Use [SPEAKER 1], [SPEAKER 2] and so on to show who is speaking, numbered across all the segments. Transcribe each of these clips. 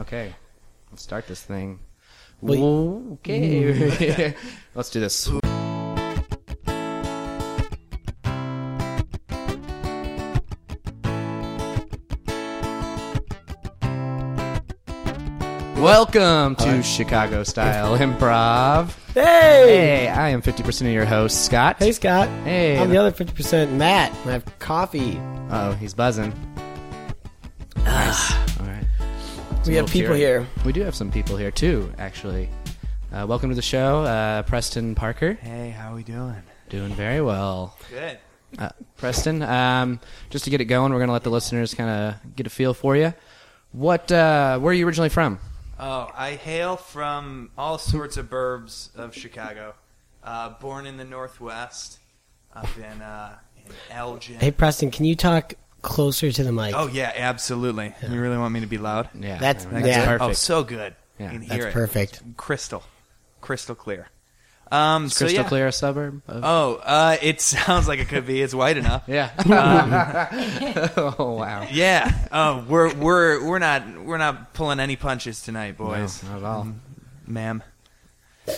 [SPEAKER 1] Okay, let's start this thing.
[SPEAKER 2] Wait.
[SPEAKER 1] Okay, let's do this. Welcome to Chicago Style Improv.
[SPEAKER 2] Hey!
[SPEAKER 1] Hey, I am 50% of your host, Scott.
[SPEAKER 2] Hey, Scott.
[SPEAKER 1] Hey.
[SPEAKER 2] I'm the other 50%, Matt. and I have coffee.
[SPEAKER 1] Uh oh, he's buzzing.
[SPEAKER 2] Ah.
[SPEAKER 1] Nice. All right. It's a
[SPEAKER 2] We have
[SPEAKER 1] little
[SPEAKER 2] people here.
[SPEAKER 1] We do have some people here too, actually. Uh, welcome to the show, uh, Preston Parker.
[SPEAKER 3] Hey, how we doing?
[SPEAKER 1] Doing very well,
[SPEAKER 3] Good.
[SPEAKER 1] uh, Preston. Um, just to get it going, we're gonna let the listeners kind of get a feel for you. What? Uh, where are you originally from?
[SPEAKER 3] Oh, I hail from all sorts of burbs of Chicago. Uh, born in the Northwest, up in uh, in Elgin.
[SPEAKER 2] Hey, Preston, can you talk closer to the mic?
[SPEAKER 3] Oh yeah, absolutely. You really want me to be loud?
[SPEAKER 1] Yeah,
[SPEAKER 2] That's-
[SPEAKER 1] I mean,
[SPEAKER 3] That's
[SPEAKER 1] that's
[SPEAKER 2] yeah.
[SPEAKER 3] Oh,
[SPEAKER 1] perfect.
[SPEAKER 3] so good.
[SPEAKER 1] Yeah,
[SPEAKER 3] you can
[SPEAKER 2] That's
[SPEAKER 3] hear it.
[SPEAKER 2] perfect.
[SPEAKER 3] Crystal, crystal clear. Um, so,
[SPEAKER 1] Crystal
[SPEAKER 3] yeah.
[SPEAKER 1] clear, a suburb. Of,
[SPEAKER 3] Oh, uh, it sounds like it could be. It's white enough.
[SPEAKER 1] yeah. oh wow.
[SPEAKER 3] Yeah. Oh, we're we're we're not we're not pulling any punches tonight, boys,
[SPEAKER 1] No, not at all.
[SPEAKER 3] ma'am.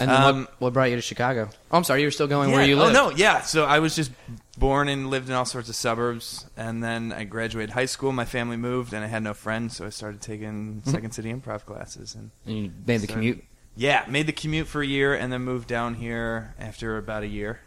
[SPEAKER 1] And then
[SPEAKER 3] Um,
[SPEAKER 1] what, what brought you to Chicago? Oh, I'm sorry, you were still going
[SPEAKER 3] Yeah.
[SPEAKER 1] where you live.
[SPEAKER 3] Oh no, yeah. So I was just born and lived in all sorts of suburbs, and then I graduated high school. My family moved, and I had no friends, so I started taking
[SPEAKER 1] Hmm.
[SPEAKER 3] Second City improv classes, and
[SPEAKER 1] And you made the
[SPEAKER 3] Sorry.
[SPEAKER 1] commute.
[SPEAKER 3] yeah, made the commute for a year, and then moved down here after about a year.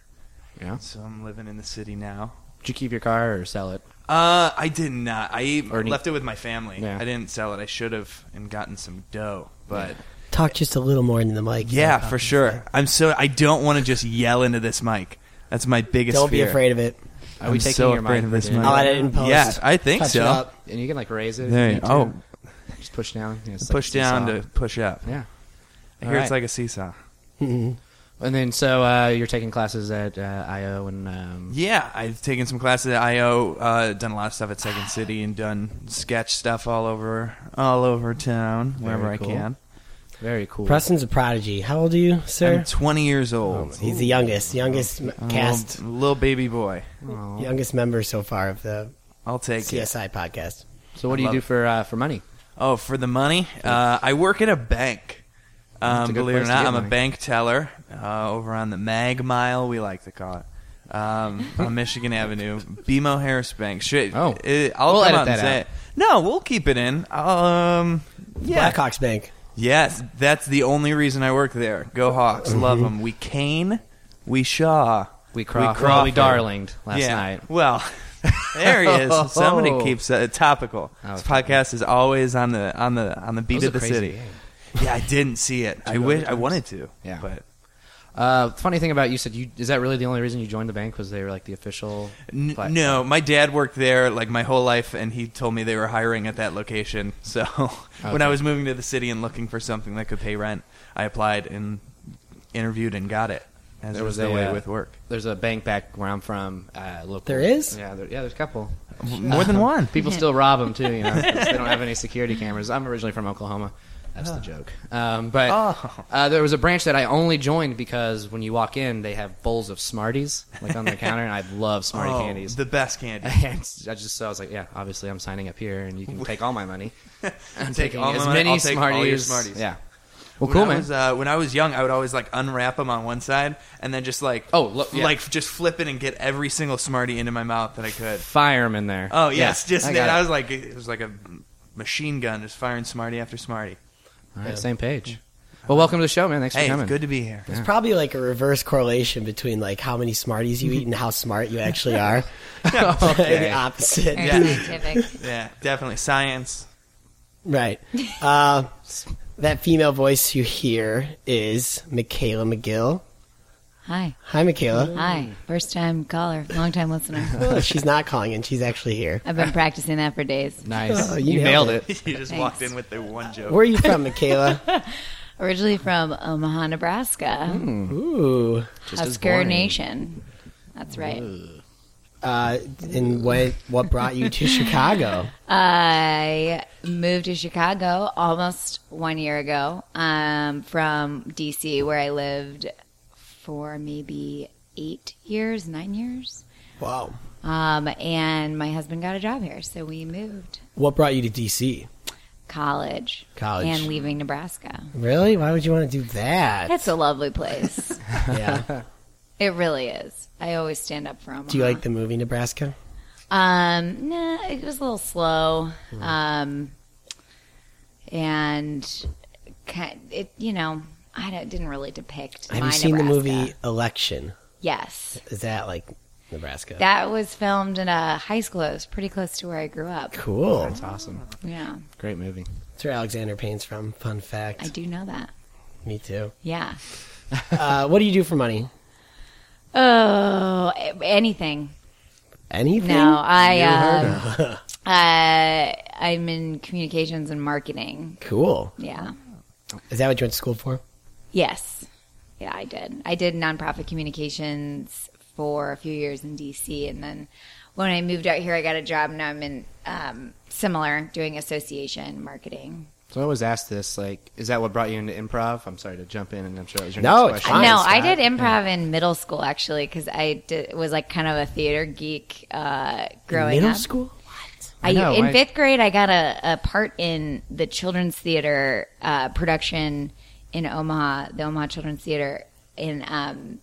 [SPEAKER 1] Yeah.
[SPEAKER 3] So I'm living in the city now.
[SPEAKER 1] Did you keep your car or sell it?
[SPEAKER 3] Uh, I did not. I
[SPEAKER 1] Or any-
[SPEAKER 3] left it with my family.
[SPEAKER 1] Yeah.
[SPEAKER 3] I didn't sell it. I should have and gotten some dough, but
[SPEAKER 2] Talk just a little more into the mic.
[SPEAKER 3] yeah, for sure. I'm so I don't want to just yell into this mic. That's my biggest.
[SPEAKER 2] Don't be
[SPEAKER 3] fear.
[SPEAKER 2] afraid of it.
[SPEAKER 1] Are
[SPEAKER 3] I'm
[SPEAKER 1] we taking
[SPEAKER 3] so
[SPEAKER 1] your
[SPEAKER 3] afraid
[SPEAKER 1] mic
[SPEAKER 3] of this
[SPEAKER 1] down?
[SPEAKER 3] mic.
[SPEAKER 2] I'll edit it in Oh, post.
[SPEAKER 3] Yeah, I think
[SPEAKER 2] Touch
[SPEAKER 3] so.
[SPEAKER 2] It up.
[SPEAKER 1] And you can like raise it. if
[SPEAKER 3] There
[SPEAKER 1] you
[SPEAKER 3] you-
[SPEAKER 1] need to.
[SPEAKER 3] oh.
[SPEAKER 1] just push down. you know, it's like
[SPEAKER 3] push
[SPEAKER 1] a
[SPEAKER 3] down
[SPEAKER 1] seesaw.
[SPEAKER 3] to push up.
[SPEAKER 1] yeah.
[SPEAKER 3] I
[SPEAKER 1] All
[SPEAKER 3] hear it's
[SPEAKER 1] right.
[SPEAKER 3] like a seesaw.
[SPEAKER 2] Mm-hmm.
[SPEAKER 1] And then so uh, you're taking classes at uh, IO and um,
[SPEAKER 3] Yeah, I've taken some classes at IO, uh, done a lot of stuff at Second City, and done sketch stuff all over all over town wherever
[SPEAKER 1] Very
[SPEAKER 3] I
[SPEAKER 1] cool.
[SPEAKER 3] can.
[SPEAKER 1] very cool.
[SPEAKER 2] Preston's a prodigy. How old are you,
[SPEAKER 3] I'm
[SPEAKER 2] sir?
[SPEAKER 3] 20 years
[SPEAKER 1] Oh,
[SPEAKER 3] old.
[SPEAKER 2] He's the youngest, youngest m-
[SPEAKER 3] I'm a
[SPEAKER 2] cast,
[SPEAKER 3] little, little baby boy. oh.
[SPEAKER 1] Aw.
[SPEAKER 2] youngest member so far of the
[SPEAKER 3] I'll take it.
[SPEAKER 2] CSI podcast.
[SPEAKER 1] So what do you
[SPEAKER 3] love
[SPEAKER 1] do
[SPEAKER 3] it.
[SPEAKER 1] for uh, for money?
[SPEAKER 3] Oh, for the money, uh, I work at a bank.
[SPEAKER 1] a
[SPEAKER 3] Um,
[SPEAKER 1] good
[SPEAKER 3] believe it or
[SPEAKER 1] place to
[SPEAKER 3] not,
[SPEAKER 1] get
[SPEAKER 3] I'm
[SPEAKER 1] money.
[SPEAKER 3] a bank teller uh, over on the Mag Mile, we like to call it, um, on Michigan Avenue, BMO Harris Bank. Should,
[SPEAKER 1] Oh.
[SPEAKER 3] it, I'll
[SPEAKER 1] We'll
[SPEAKER 3] come
[SPEAKER 1] edit
[SPEAKER 3] out and
[SPEAKER 1] that
[SPEAKER 3] say
[SPEAKER 1] out.
[SPEAKER 3] it. No, we'll keep it in. I'll, um, yeah,
[SPEAKER 2] Blackhawks Bank.
[SPEAKER 3] yes, that's the only reason I work there. Go Hawks, love 'em. love them. We Kane, we Shaw,
[SPEAKER 1] Mm-hmm. We craw- we,
[SPEAKER 3] Crawford.
[SPEAKER 1] darlinged last
[SPEAKER 3] yeah.
[SPEAKER 1] night.
[SPEAKER 3] Well, there he is. Somebody
[SPEAKER 1] Oh.
[SPEAKER 3] keeps it topical.
[SPEAKER 1] Oh,
[SPEAKER 3] this podcast is always on the on the on the
[SPEAKER 1] That
[SPEAKER 3] beat
[SPEAKER 1] was a
[SPEAKER 3] of the
[SPEAKER 1] crazy
[SPEAKER 3] city.
[SPEAKER 1] game.
[SPEAKER 3] Yeah, I didn't see it. I wish I wanted to.
[SPEAKER 1] Yeah.
[SPEAKER 3] but
[SPEAKER 1] Uh, funny thing about you said you is that really the only reason you joined the bank was they were like the official?
[SPEAKER 3] N-
[SPEAKER 1] platform?
[SPEAKER 3] no. My dad worked there like my whole life, and he told me they were hiring at that location. So when
[SPEAKER 1] Okay.
[SPEAKER 3] I was moving to the city and looking for something that could pay rent, I applied and interviewed and got it.
[SPEAKER 1] There
[SPEAKER 3] As there
[SPEAKER 1] was
[SPEAKER 3] was the
[SPEAKER 1] a,
[SPEAKER 3] way
[SPEAKER 1] uh,
[SPEAKER 3] with work.
[SPEAKER 1] There's a bank back where I'm from. Uh, local.
[SPEAKER 2] There is?
[SPEAKER 1] Yeah, there, yeah. There's a couple.
[SPEAKER 3] More than one.
[SPEAKER 1] People still rob them too, you know. 'cause they don't have any security cameras. I'm originally from Oklahoma. That's the joke. Um, but
[SPEAKER 3] Ah. Oh.
[SPEAKER 1] uh, there was a branch that I only joined because when you walk in, they have bowls of Smarties like on the counter, and I love Smartie
[SPEAKER 3] Oh,
[SPEAKER 1] candies.
[SPEAKER 3] The best candy.
[SPEAKER 1] and I just so I was like, yeah, obviously I'm signing up here, and you can take all my money. I'm
[SPEAKER 3] Take
[SPEAKER 1] taking
[SPEAKER 3] all my
[SPEAKER 1] as
[SPEAKER 3] money,
[SPEAKER 1] many
[SPEAKER 3] I'll take all your Smarties.
[SPEAKER 1] Yeah. Well,
[SPEAKER 3] when
[SPEAKER 1] cool,
[SPEAKER 3] I
[SPEAKER 1] man.
[SPEAKER 3] Was, uh, when I was young, I would always like unwrap them on one side and then just like
[SPEAKER 1] Oh, look, yeah.
[SPEAKER 3] like just flip it and get every single smartie into my mouth that I could.
[SPEAKER 1] Fireman there.
[SPEAKER 3] Oh yes, just
[SPEAKER 1] I
[SPEAKER 3] I,
[SPEAKER 1] got it.
[SPEAKER 3] I was like it was like a machine gun just firing smartie after smartie.
[SPEAKER 1] All right, same page. Well, welcome to the show, man. Thanks
[SPEAKER 3] Hey,
[SPEAKER 1] for
[SPEAKER 3] it's
[SPEAKER 1] coming.
[SPEAKER 3] good to be here.
[SPEAKER 2] It's probably like a reverse correlation between like how many Smarties you eat and how smart you actually are. the opposite.
[SPEAKER 4] Very
[SPEAKER 3] Yeah.
[SPEAKER 4] scientific.
[SPEAKER 3] Yeah, definitely science.
[SPEAKER 2] Right. Uh, that female voice you hear is Michaela McGill.
[SPEAKER 4] Hi.
[SPEAKER 2] Hi, Michaela.
[SPEAKER 4] Hi. First time caller, long time listener.
[SPEAKER 2] Oh, she's not calling in. She's actually here.
[SPEAKER 4] I've been practicing that for days.
[SPEAKER 1] Nice.
[SPEAKER 2] Oh,
[SPEAKER 1] you,
[SPEAKER 2] you
[SPEAKER 1] nailed
[SPEAKER 2] nailed
[SPEAKER 1] it.
[SPEAKER 3] you just
[SPEAKER 4] Thanks.
[SPEAKER 3] walked in with the one joke.
[SPEAKER 2] Where are you from, Michaela?
[SPEAKER 4] Originally from Omaha, Nebraska.
[SPEAKER 2] Ooh.
[SPEAKER 1] Hmm, Just as
[SPEAKER 4] Husker
[SPEAKER 1] boring.
[SPEAKER 4] Nation. That's right.
[SPEAKER 2] Uh, and what, what brought you to Chicago?
[SPEAKER 4] I moved to Chicago almost one year ago um, from DC, where I lived for maybe eight years, nine years.
[SPEAKER 2] Wow.
[SPEAKER 4] Um, and my husband got a job here, so we moved.
[SPEAKER 2] What brought you to D.C.?
[SPEAKER 4] college,
[SPEAKER 2] College.
[SPEAKER 4] and leaving Nebraska.
[SPEAKER 2] Really? Why would you want to do that?
[SPEAKER 4] It's a lovely place.
[SPEAKER 2] yeah.
[SPEAKER 4] it really is. I always stand up for Omaha.
[SPEAKER 2] Do you like the movie Nebraska?
[SPEAKER 4] Um, nah, it was a little slow.
[SPEAKER 2] Mm-hmm.
[SPEAKER 4] Um, and ki- it, you know, I don't- didn't really depict.
[SPEAKER 2] Have
[SPEAKER 4] my
[SPEAKER 2] you seen the movie
[SPEAKER 4] Nebraska.
[SPEAKER 2] Election?
[SPEAKER 4] Yes,
[SPEAKER 2] Is that like Nebraska?
[SPEAKER 4] that was filmed in a high school. It was pretty close to where I grew up.
[SPEAKER 2] cool.
[SPEAKER 1] That's awesome.
[SPEAKER 4] Yeah,
[SPEAKER 1] Great movie.
[SPEAKER 2] That's where Alexander Payne's from. Fun fact.
[SPEAKER 4] I do know that.
[SPEAKER 2] Me too.
[SPEAKER 4] Yeah.
[SPEAKER 2] Uh, what do you do for money?
[SPEAKER 4] Oh, a- anything.
[SPEAKER 2] Anything?
[SPEAKER 4] No, I uh, uh, I'm in communications and marketing.
[SPEAKER 2] Cool.
[SPEAKER 4] Yeah.
[SPEAKER 2] Is that what you went to school for?
[SPEAKER 4] Yes. Yeah, I did. I did nonprofit communications for a few years in DC and then when I moved out here I got a job and I'm in um, similar doing association marketing.
[SPEAKER 1] So I always ask this, like, is that what brought you into improv? I'm sorry to jump in, and I'm sure it was your
[SPEAKER 2] No,
[SPEAKER 1] next
[SPEAKER 2] it's
[SPEAKER 1] question.
[SPEAKER 2] fine.
[SPEAKER 4] no, I
[SPEAKER 2] Scott.
[SPEAKER 4] did improv in middle school actually cuz I did, was like kind of a theater geek uh, growing
[SPEAKER 2] Middle
[SPEAKER 4] up.
[SPEAKER 2] school?
[SPEAKER 1] I know,
[SPEAKER 4] in
[SPEAKER 1] right?
[SPEAKER 4] fifth grade, I got a, a part in the children's theater uh, production in Omaha, the Omaha Children's Theater in um,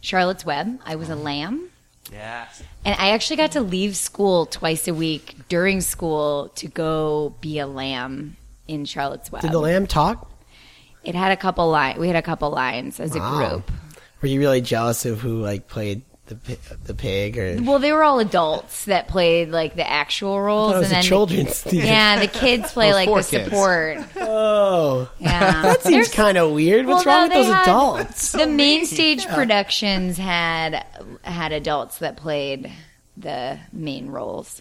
[SPEAKER 4] Charlotte's Web. I was a lamb.
[SPEAKER 3] Yes.
[SPEAKER 4] And I actually got to leave school twice a week during school to go be a lamb in Charlotte's Web.
[SPEAKER 2] Did the lamb talk?
[SPEAKER 4] it had a couple lines. We had a couple lines as a
[SPEAKER 2] Wow.
[SPEAKER 4] group.
[SPEAKER 2] Were you really jealous of who like played the pi- the pig or?
[SPEAKER 4] Well, they were all adults that played like the actual roles,
[SPEAKER 2] That was
[SPEAKER 4] and
[SPEAKER 2] a
[SPEAKER 4] then
[SPEAKER 2] children's theater.
[SPEAKER 4] yeah, the kids play
[SPEAKER 1] Those
[SPEAKER 4] like
[SPEAKER 1] poor
[SPEAKER 4] the
[SPEAKER 1] kids.
[SPEAKER 4] support.
[SPEAKER 2] Oh,
[SPEAKER 4] Yeah,
[SPEAKER 2] that seems
[SPEAKER 4] There's-
[SPEAKER 2] kind of weird. What's
[SPEAKER 4] Well,
[SPEAKER 2] wrong
[SPEAKER 4] no,
[SPEAKER 2] with
[SPEAKER 4] they
[SPEAKER 2] those
[SPEAKER 4] had-
[SPEAKER 2] adults?
[SPEAKER 4] the main stage productions had had adults that played the main roles.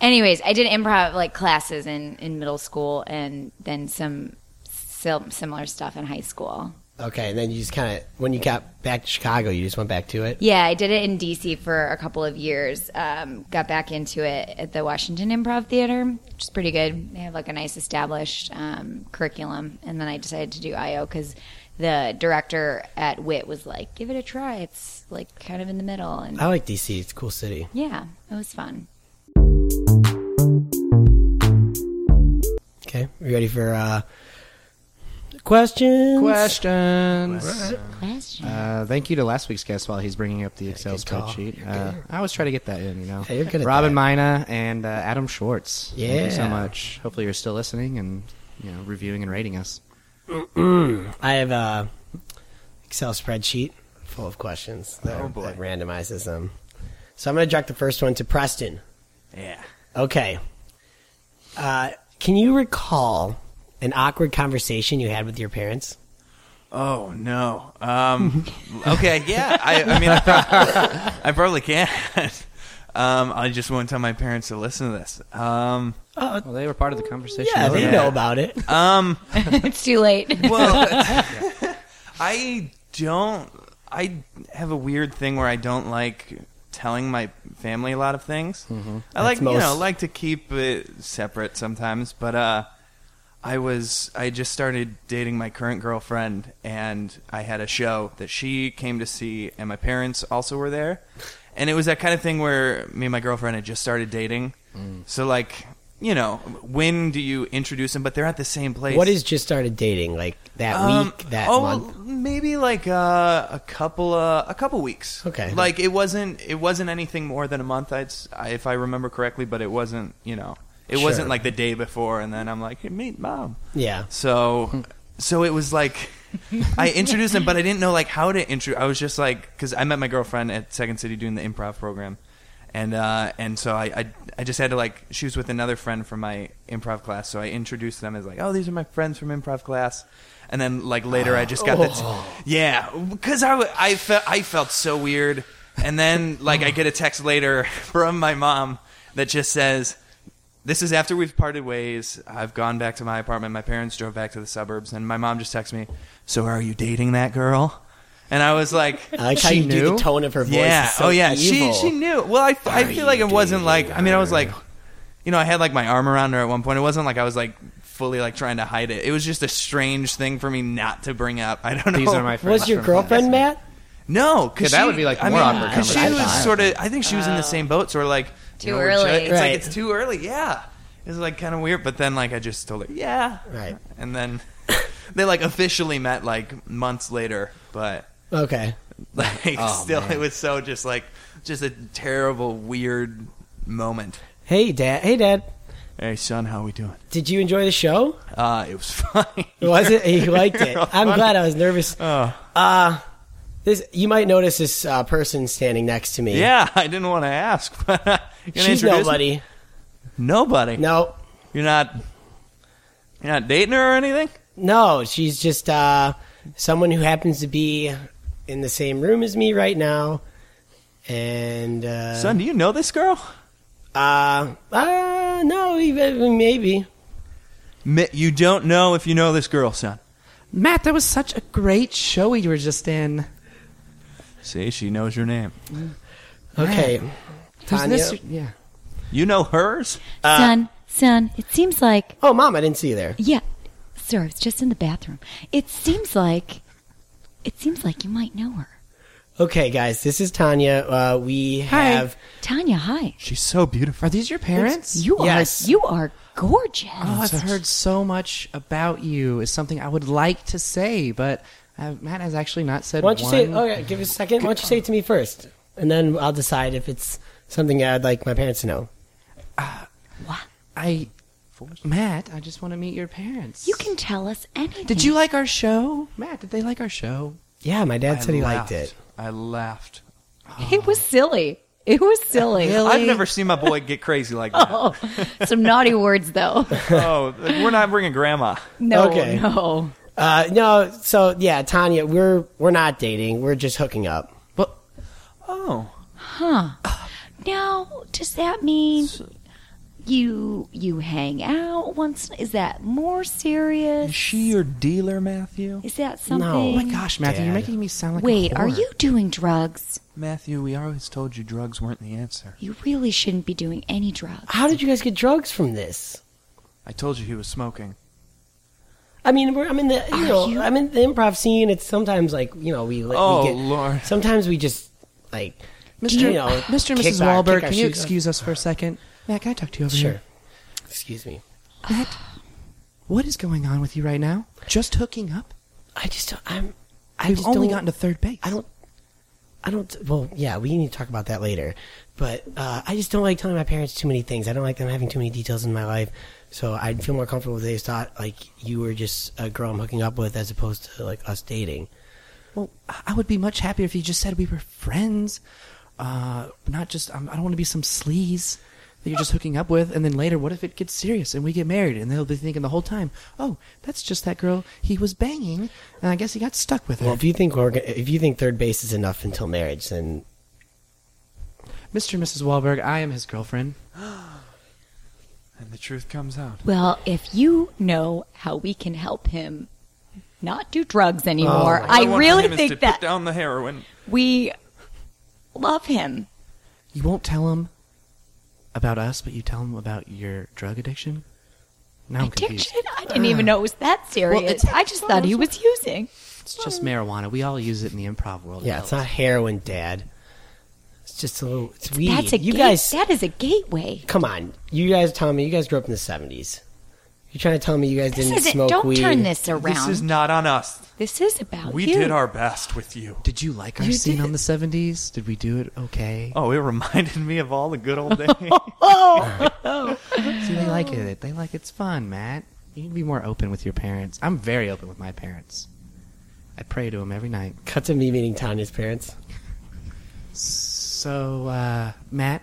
[SPEAKER 4] Anyways, I did improv like classes in in middle school and then some sim- similar stuff in high school.
[SPEAKER 2] Okay, and then you just kind of when you got back to Chicago, you just went back to it.
[SPEAKER 4] Yeah, I did it in DC for a couple of years. Um, got back into it at the Washington Improv Theater, which is pretty good. They have like a nice established um, curriculum. And then I decided to do IO because the director at WIT was like, give it a try. It's like kind of in the middle. And
[SPEAKER 2] I like DC; it's a cool city.
[SPEAKER 4] yeah, it was fun.
[SPEAKER 2] Okay, you ready for uh questions?
[SPEAKER 1] Questions.
[SPEAKER 4] Question.
[SPEAKER 1] Uh, thank you to last week's guest while he's bringing up the Excel
[SPEAKER 2] good call.
[SPEAKER 1] spreadsheet. Uh, I always try to get that in, you know.
[SPEAKER 2] Hey, you're good at
[SPEAKER 1] Robin
[SPEAKER 2] that.
[SPEAKER 1] Mina and uh, Adam Schwartz. Thank you so
[SPEAKER 2] Yeah.
[SPEAKER 1] much. Hopefully you're still listening and you know reviewing and rating us.
[SPEAKER 2] I have a Excel spreadsheet full of questions that,
[SPEAKER 3] Oh, boy.
[SPEAKER 2] that randomizes them. So I'm going to direct the first one to Preston.
[SPEAKER 3] Yeah.
[SPEAKER 2] Okay. Uh, can you recall an awkward conversation you had with your parents?
[SPEAKER 3] Oh no. Um, okay. Yeah. I, I mean, I probably, I probably can. Um, I just won't tell my parents to listen to this. Um,
[SPEAKER 1] Well, they were part of the conversation.
[SPEAKER 2] Uh, Yeah, they
[SPEAKER 3] yeah.
[SPEAKER 2] know about it.
[SPEAKER 3] um,
[SPEAKER 4] it's too late.
[SPEAKER 3] well, I don't. I have a weird thing where I don't like telling my family a lot of things. I like
[SPEAKER 2] Mm-hmm. That's most-
[SPEAKER 3] you know like to keep it separate sometimes, but uh, I was I just started dating my current girlfriend, and I had a show that she came to see, and my parents also were there, and it was that kind of thing where me and my girlfriend had just started dating,
[SPEAKER 2] Mm.
[SPEAKER 3] so like. You know, when do you introduce them? But they're at the same place.
[SPEAKER 2] What is just started dating? Like that
[SPEAKER 3] Um,
[SPEAKER 2] week, that
[SPEAKER 3] oh,
[SPEAKER 2] month?
[SPEAKER 3] maybe like uh, a couple uh, a couple weeks.
[SPEAKER 2] Okay.
[SPEAKER 3] like it wasn't it wasn't anything more than a month. I'd, s- I- if I remember correctly, but it wasn't you know it
[SPEAKER 2] Sure.
[SPEAKER 3] wasn't like the day before and then I'm like hey, meet mom.
[SPEAKER 2] Yeah.
[SPEAKER 3] So so it was like I introduced him, but I didn't know like how to intro. I was just like because I met my girlfriend at Second City doing the improv program, and uh, and so I, I I just had to like she was with another friend from my improv class, so I introduced them as like oh these are my friends from improv class. And then, like later, I just got the t- yeah, because I, w- I felt I felt so weird. And then, like, I get a text later from my mom that just says, this is after we've parted ways. I've gone back to my apartment. My parents drove back to the suburbs, and my mom just texted me, "So are you dating that girl?" And I was like,
[SPEAKER 2] I like how
[SPEAKER 1] She
[SPEAKER 2] you do
[SPEAKER 1] knew?
[SPEAKER 2] the tone of her voice.
[SPEAKER 3] "Yeah,
[SPEAKER 2] It's so
[SPEAKER 3] oh yeah."
[SPEAKER 2] evil.
[SPEAKER 3] She she knew. Well, I, I feel like it wasn't like. I mean, I was like, you know, I had like my arm around her at one point. It wasn't like I was like fully like trying to hide it. It was just a strange thing for me not to bring up. I don't know.
[SPEAKER 1] These are my friends.
[SPEAKER 2] Was your
[SPEAKER 1] from-
[SPEAKER 2] girlfriend Matt?
[SPEAKER 3] No, because
[SPEAKER 1] Yeah, that would be, like,
[SPEAKER 3] I
[SPEAKER 1] more
[SPEAKER 3] mean,
[SPEAKER 1] awkward
[SPEAKER 3] 'cause she
[SPEAKER 1] conversation.
[SPEAKER 3] was sort of. I think she was in the same boat, sort of like
[SPEAKER 4] Too
[SPEAKER 3] you know, we're
[SPEAKER 4] early.
[SPEAKER 3] ju- It's like
[SPEAKER 2] Oh. Right.
[SPEAKER 3] it's too early. Yeah, It was like kind of weird, but then like I just told her, yeah,
[SPEAKER 2] Right.
[SPEAKER 3] and then they like officially met like months later, but
[SPEAKER 2] Okay.
[SPEAKER 3] like
[SPEAKER 1] Oh,
[SPEAKER 3] still
[SPEAKER 1] man.
[SPEAKER 3] it was so just like just a terrible weird moment.
[SPEAKER 2] Hey, Dad. Hey, Dad.
[SPEAKER 3] Hey son, how we doing?
[SPEAKER 2] Did you enjoy the show?
[SPEAKER 3] Uh, it was funny.
[SPEAKER 2] Was it? He liked it.
[SPEAKER 3] You're
[SPEAKER 2] I'm
[SPEAKER 3] funny.
[SPEAKER 2] glad I was nervous.
[SPEAKER 3] Oh.
[SPEAKER 2] Uh, this you might notice this uh, person standing next to me.
[SPEAKER 3] Yeah, I didn't want to ask, but uh, you gonna
[SPEAKER 2] she's
[SPEAKER 3] introduce me?
[SPEAKER 2] nobody.
[SPEAKER 3] Nobody.
[SPEAKER 2] No,
[SPEAKER 3] You're not. You're not dating her or anything.
[SPEAKER 2] no, she's just uh, someone who happens to be in the same room as me right now. And uh,
[SPEAKER 3] Son, do you know this girl?
[SPEAKER 2] uh, uh no, even maybe.
[SPEAKER 3] Mi- You don't know if you know this girl, son.
[SPEAKER 1] Matt, that was such a great show you were just in.
[SPEAKER 3] See, she knows your name.
[SPEAKER 2] Okay,
[SPEAKER 1] There's
[SPEAKER 2] Tanya?
[SPEAKER 1] this- yeah.
[SPEAKER 3] You know hers.
[SPEAKER 4] son, son, it seems like
[SPEAKER 2] Oh, mom, I didn't see you there.
[SPEAKER 4] yeah. Sir, I was just in the bathroom. It seems like it seems like you might know her.
[SPEAKER 2] Okay, guys, this is Tanya. Uh, we have
[SPEAKER 4] Tanya, hi.
[SPEAKER 3] She's so beautiful.
[SPEAKER 1] Are these your parents?
[SPEAKER 4] You are
[SPEAKER 2] Yes.
[SPEAKER 4] you are gorgeous.
[SPEAKER 1] Oh, I've heard so much about you. Is something I would like to say, but uh, Matt has actually not said.
[SPEAKER 2] Why don't you
[SPEAKER 1] one.
[SPEAKER 2] say? Oh, yeah. Give us a second. Why don't you say it to me first, and then I'll decide if it's something I'd like my parents to know.
[SPEAKER 1] I, Matt, I just want to meet your parents.
[SPEAKER 4] You can tell us anything.
[SPEAKER 1] Did you like our show, Matt? Did they like our show?
[SPEAKER 2] Yeah, my dad said he liked
[SPEAKER 3] laughed.
[SPEAKER 2] it.
[SPEAKER 3] I laughed.
[SPEAKER 4] It was silly. It was silly.
[SPEAKER 3] I've never seen my boy get crazy like that.
[SPEAKER 4] Oh, some naughty words though.
[SPEAKER 3] oh, we're not bringing grandma.
[SPEAKER 4] No,
[SPEAKER 2] Okay.
[SPEAKER 4] no.
[SPEAKER 2] Uh, no, so yeah, Tanya, we're we're not dating. We're just hooking up.
[SPEAKER 3] Oh,
[SPEAKER 4] Now, does that mean you you hang out once? Is that more serious?
[SPEAKER 3] your dealer, Matthew?
[SPEAKER 4] Is that
[SPEAKER 1] Oh
[SPEAKER 4] something?
[SPEAKER 1] my gosh, Matthew, you're
[SPEAKER 2] Dad.
[SPEAKER 1] making me sound like. a
[SPEAKER 4] Wait, are
[SPEAKER 1] whore.
[SPEAKER 4] you doing drugs?
[SPEAKER 3] Matthew, we always told you drugs weren't the answer.
[SPEAKER 4] You really shouldn't be doing any drugs.
[SPEAKER 2] How did you guys get drugs from this?
[SPEAKER 3] I told you he was smoking.
[SPEAKER 2] I mean, we're, I'm in the you
[SPEAKER 4] Are
[SPEAKER 2] know
[SPEAKER 4] you-
[SPEAKER 2] I'm in the improv scene. It's sometimes like you know we, li-
[SPEAKER 3] Oh,
[SPEAKER 2] we get
[SPEAKER 3] Lord.
[SPEAKER 2] sometimes we just like
[SPEAKER 1] Mr.
[SPEAKER 2] you know,
[SPEAKER 1] Mr. and
[SPEAKER 2] kick
[SPEAKER 1] Mrs.
[SPEAKER 2] our-
[SPEAKER 1] Wahlberg?
[SPEAKER 2] kick our
[SPEAKER 1] Can you
[SPEAKER 2] shoes off.
[SPEAKER 1] excuse us for a second? Matt, can I talk to you over
[SPEAKER 2] Sure.
[SPEAKER 1] here?
[SPEAKER 2] Excuse me.
[SPEAKER 1] Matt, what is going on with you right now? Just hooking up?
[SPEAKER 2] I just don't, I'm I
[SPEAKER 1] We've
[SPEAKER 2] just
[SPEAKER 1] only
[SPEAKER 2] don't-
[SPEAKER 1] gotten to third base.
[SPEAKER 2] I don't. I don't. Well, yeah, we need to talk about that later. But uh, I just don't like telling my parents too many things. I don't like them having too many details in my life. So I'd feel more comfortable if they thought like you were just a girl I'm hooking up with, as opposed to like us dating.
[SPEAKER 1] Well, I I would be much happier if you just said we were friends, uh, not just. Um, I don't want to be some sleaze that you're just hooking up with, and then later, what if it gets serious and we get married, and they'll be thinking the whole time, "Oh, that's just that girl he was banging, and I guess he got stuck with her."
[SPEAKER 2] Well, if you think we're, go- if you think third base is enough until marriage, then
[SPEAKER 1] Mr. and Mrs. Wahlberg, I am his girlfriend.
[SPEAKER 3] And the truth comes out.
[SPEAKER 4] Well, if you know how we can help him not do drugs anymore, I really think that
[SPEAKER 3] down the heroin.
[SPEAKER 4] we love him.
[SPEAKER 1] You won't tell him about us, but you tell him about your drug addiction. Now I'm confused.
[SPEAKER 4] Addiction? I didn't even know it was that serious.
[SPEAKER 1] it's-
[SPEAKER 4] I just thought he was using.
[SPEAKER 1] It's just marijuana. We all use it in the improv world.
[SPEAKER 2] yeah, it's not heroin, Dad. It's just a little. It's weed.
[SPEAKER 4] That's a
[SPEAKER 2] you
[SPEAKER 4] gate-
[SPEAKER 2] guys.
[SPEAKER 4] That is a gateway.
[SPEAKER 2] Come on, you guys. Tell me, you guys grew up in the seventies. You're trying to tell me you guys
[SPEAKER 4] This
[SPEAKER 2] didn't
[SPEAKER 4] isn't.
[SPEAKER 2] smoke
[SPEAKER 4] Don't
[SPEAKER 2] weed?
[SPEAKER 4] turn this around.
[SPEAKER 3] This is not on us.
[SPEAKER 4] about
[SPEAKER 3] We
[SPEAKER 4] you.
[SPEAKER 3] did our best with you.
[SPEAKER 1] Did you like our
[SPEAKER 4] You
[SPEAKER 1] scene
[SPEAKER 4] did.
[SPEAKER 1] on the 70s? Did we do it okay?
[SPEAKER 3] Oh, it reminded me of all the good old days.
[SPEAKER 1] See, they
[SPEAKER 3] Oh.
[SPEAKER 1] like it. They like it's fun, Matt. You can be more open with your parents. I'm very open with my parents. I pray to them every night.
[SPEAKER 2] Cut to me meeting Tanya's parents.
[SPEAKER 1] So, uh, Matt,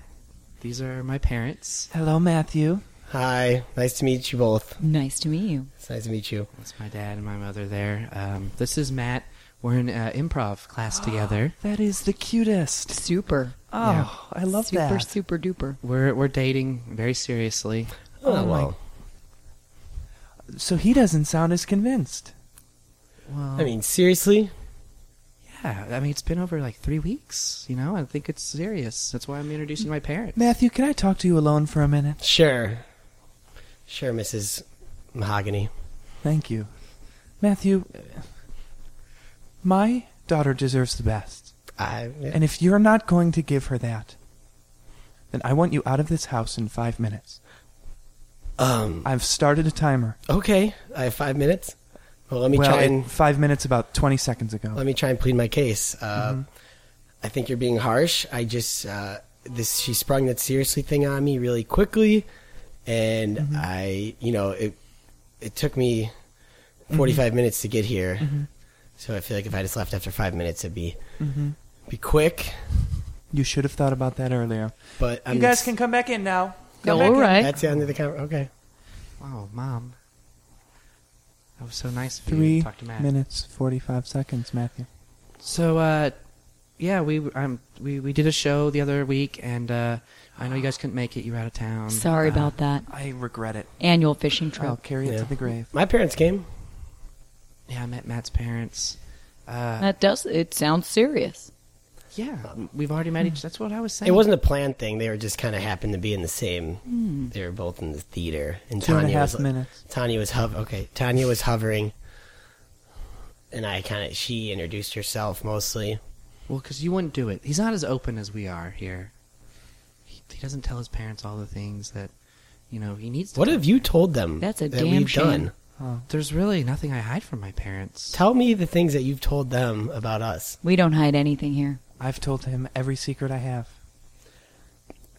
[SPEAKER 1] these are my parents.
[SPEAKER 3] Hello, Matthew.
[SPEAKER 2] Hi, nice to meet you both.
[SPEAKER 4] Nice to meet you.
[SPEAKER 2] It's nice to meet you.
[SPEAKER 1] That's my dad and my mother there. Um, this is Matt. We're in uh, improv class together.
[SPEAKER 3] That is the cutest.
[SPEAKER 4] Super.
[SPEAKER 1] Oh,
[SPEAKER 3] I love
[SPEAKER 4] super, super duper.
[SPEAKER 1] We're we're dating very seriously.
[SPEAKER 2] Oh,
[SPEAKER 3] my-
[SPEAKER 2] well.
[SPEAKER 3] So he doesn't sound as convinced.
[SPEAKER 1] Well,
[SPEAKER 2] I mean, seriously?
[SPEAKER 1] yeah. I mean, it's been over like three weeks. You know, I think it's serious. That's why I'm introducing my parents.
[SPEAKER 3] Matthew, can I talk to you alone for a minute?
[SPEAKER 2] Sure. Sure, Mrs. Mahogany.
[SPEAKER 3] Thank you. Matthew, my daughter deserves the best.
[SPEAKER 2] I,
[SPEAKER 3] And if you're not going to give her that, then I want you out of this house in five minutes.
[SPEAKER 2] Um,
[SPEAKER 3] I've started a timer.
[SPEAKER 2] okay, I have five minutes. Well, let me
[SPEAKER 3] well,
[SPEAKER 2] try and
[SPEAKER 3] it- five minutes about twenty seconds ago.
[SPEAKER 2] let me try and plead my case. Uh, I think you're being harsh. I just uh, this she sprung that seriously thing on me really quickly, and I you know it it took me 45 minutes to get here, so I feel like if I just left after five minutes, it'd be be quick.
[SPEAKER 3] you should have thought about that earlier.
[SPEAKER 2] But I'm
[SPEAKER 3] you guys can come back in now. Come
[SPEAKER 5] No,
[SPEAKER 3] back
[SPEAKER 5] all
[SPEAKER 3] in.
[SPEAKER 5] right.
[SPEAKER 2] That's the end of the camera. Okay.
[SPEAKER 1] Wow, Oh, mom. That was so nice of you
[SPEAKER 3] Three
[SPEAKER 1] to talk to Matt.
[SPEAKER 3] minutes forty-five seconds, Matthew.
[SPEAKER 1] So, uh, yeah, we um, we we did a show the other week, and uh, I know you guys couldn't make it. You were out of town.
[SPEAKER 5] Sorry
[SPEAKER 1] Uh,
[SPEAKER 5] about that.
[SPEAKER 3] I regret it.
[SPEAKER 5] Annual fishing trip.
[SPEAKER 3] I'll carry it
[SPEAKER 2] Oh, Yeah.
[SPEAKER 3] to the grave.
[SPEAKER 2] My parents came.
[SPEAKER 1] Yeah, I met Matt's parents. Uh,
[SPEAKER 5] That does. It sounds serious.
[SPEAKER 1] yeah, we've already met each. That's what I was saying.
[SPEAKER 2] It wasn't a planned thing. They were just kind of happened to be in the same. They were both in the theater, and
[SPEAKER 3] Two and a
[SPEAKER 2] Tanya
[SPEAKER 3] half
[SPEAKER 2] was,
[SPEAKER 3] minutes.
[SPEAKER 2] Tanya was hov- okay. Tanya was hovering, and I kind of she introduced herself mostly.
[SPEAKER 1] Well, because you wouldn't do it. He's not as open as we are here. He, he doesn't tell his parents all the things that you know he needs to.
[SPEAKER 2] What
[SPEAKER 1] tell
[SPEAKER 2] have you told them?
[SPEAKER 5] That's a
[SPEAKER 2] that
[SPEAKER 5] damn
[SPEAKER 2] we've
[SPEAKER 5] shame.
[SPEAKER 2] done.
[SPEAKER 3] Oh,
[SPEAKER 1] There's really nothing I hide from my parents.
[SPEAKER 2] Tell me the things that you've told them about us.
[SPEAKER 5] We don't hide anything here.
[SPEAKER 3] I've told him every secret I have.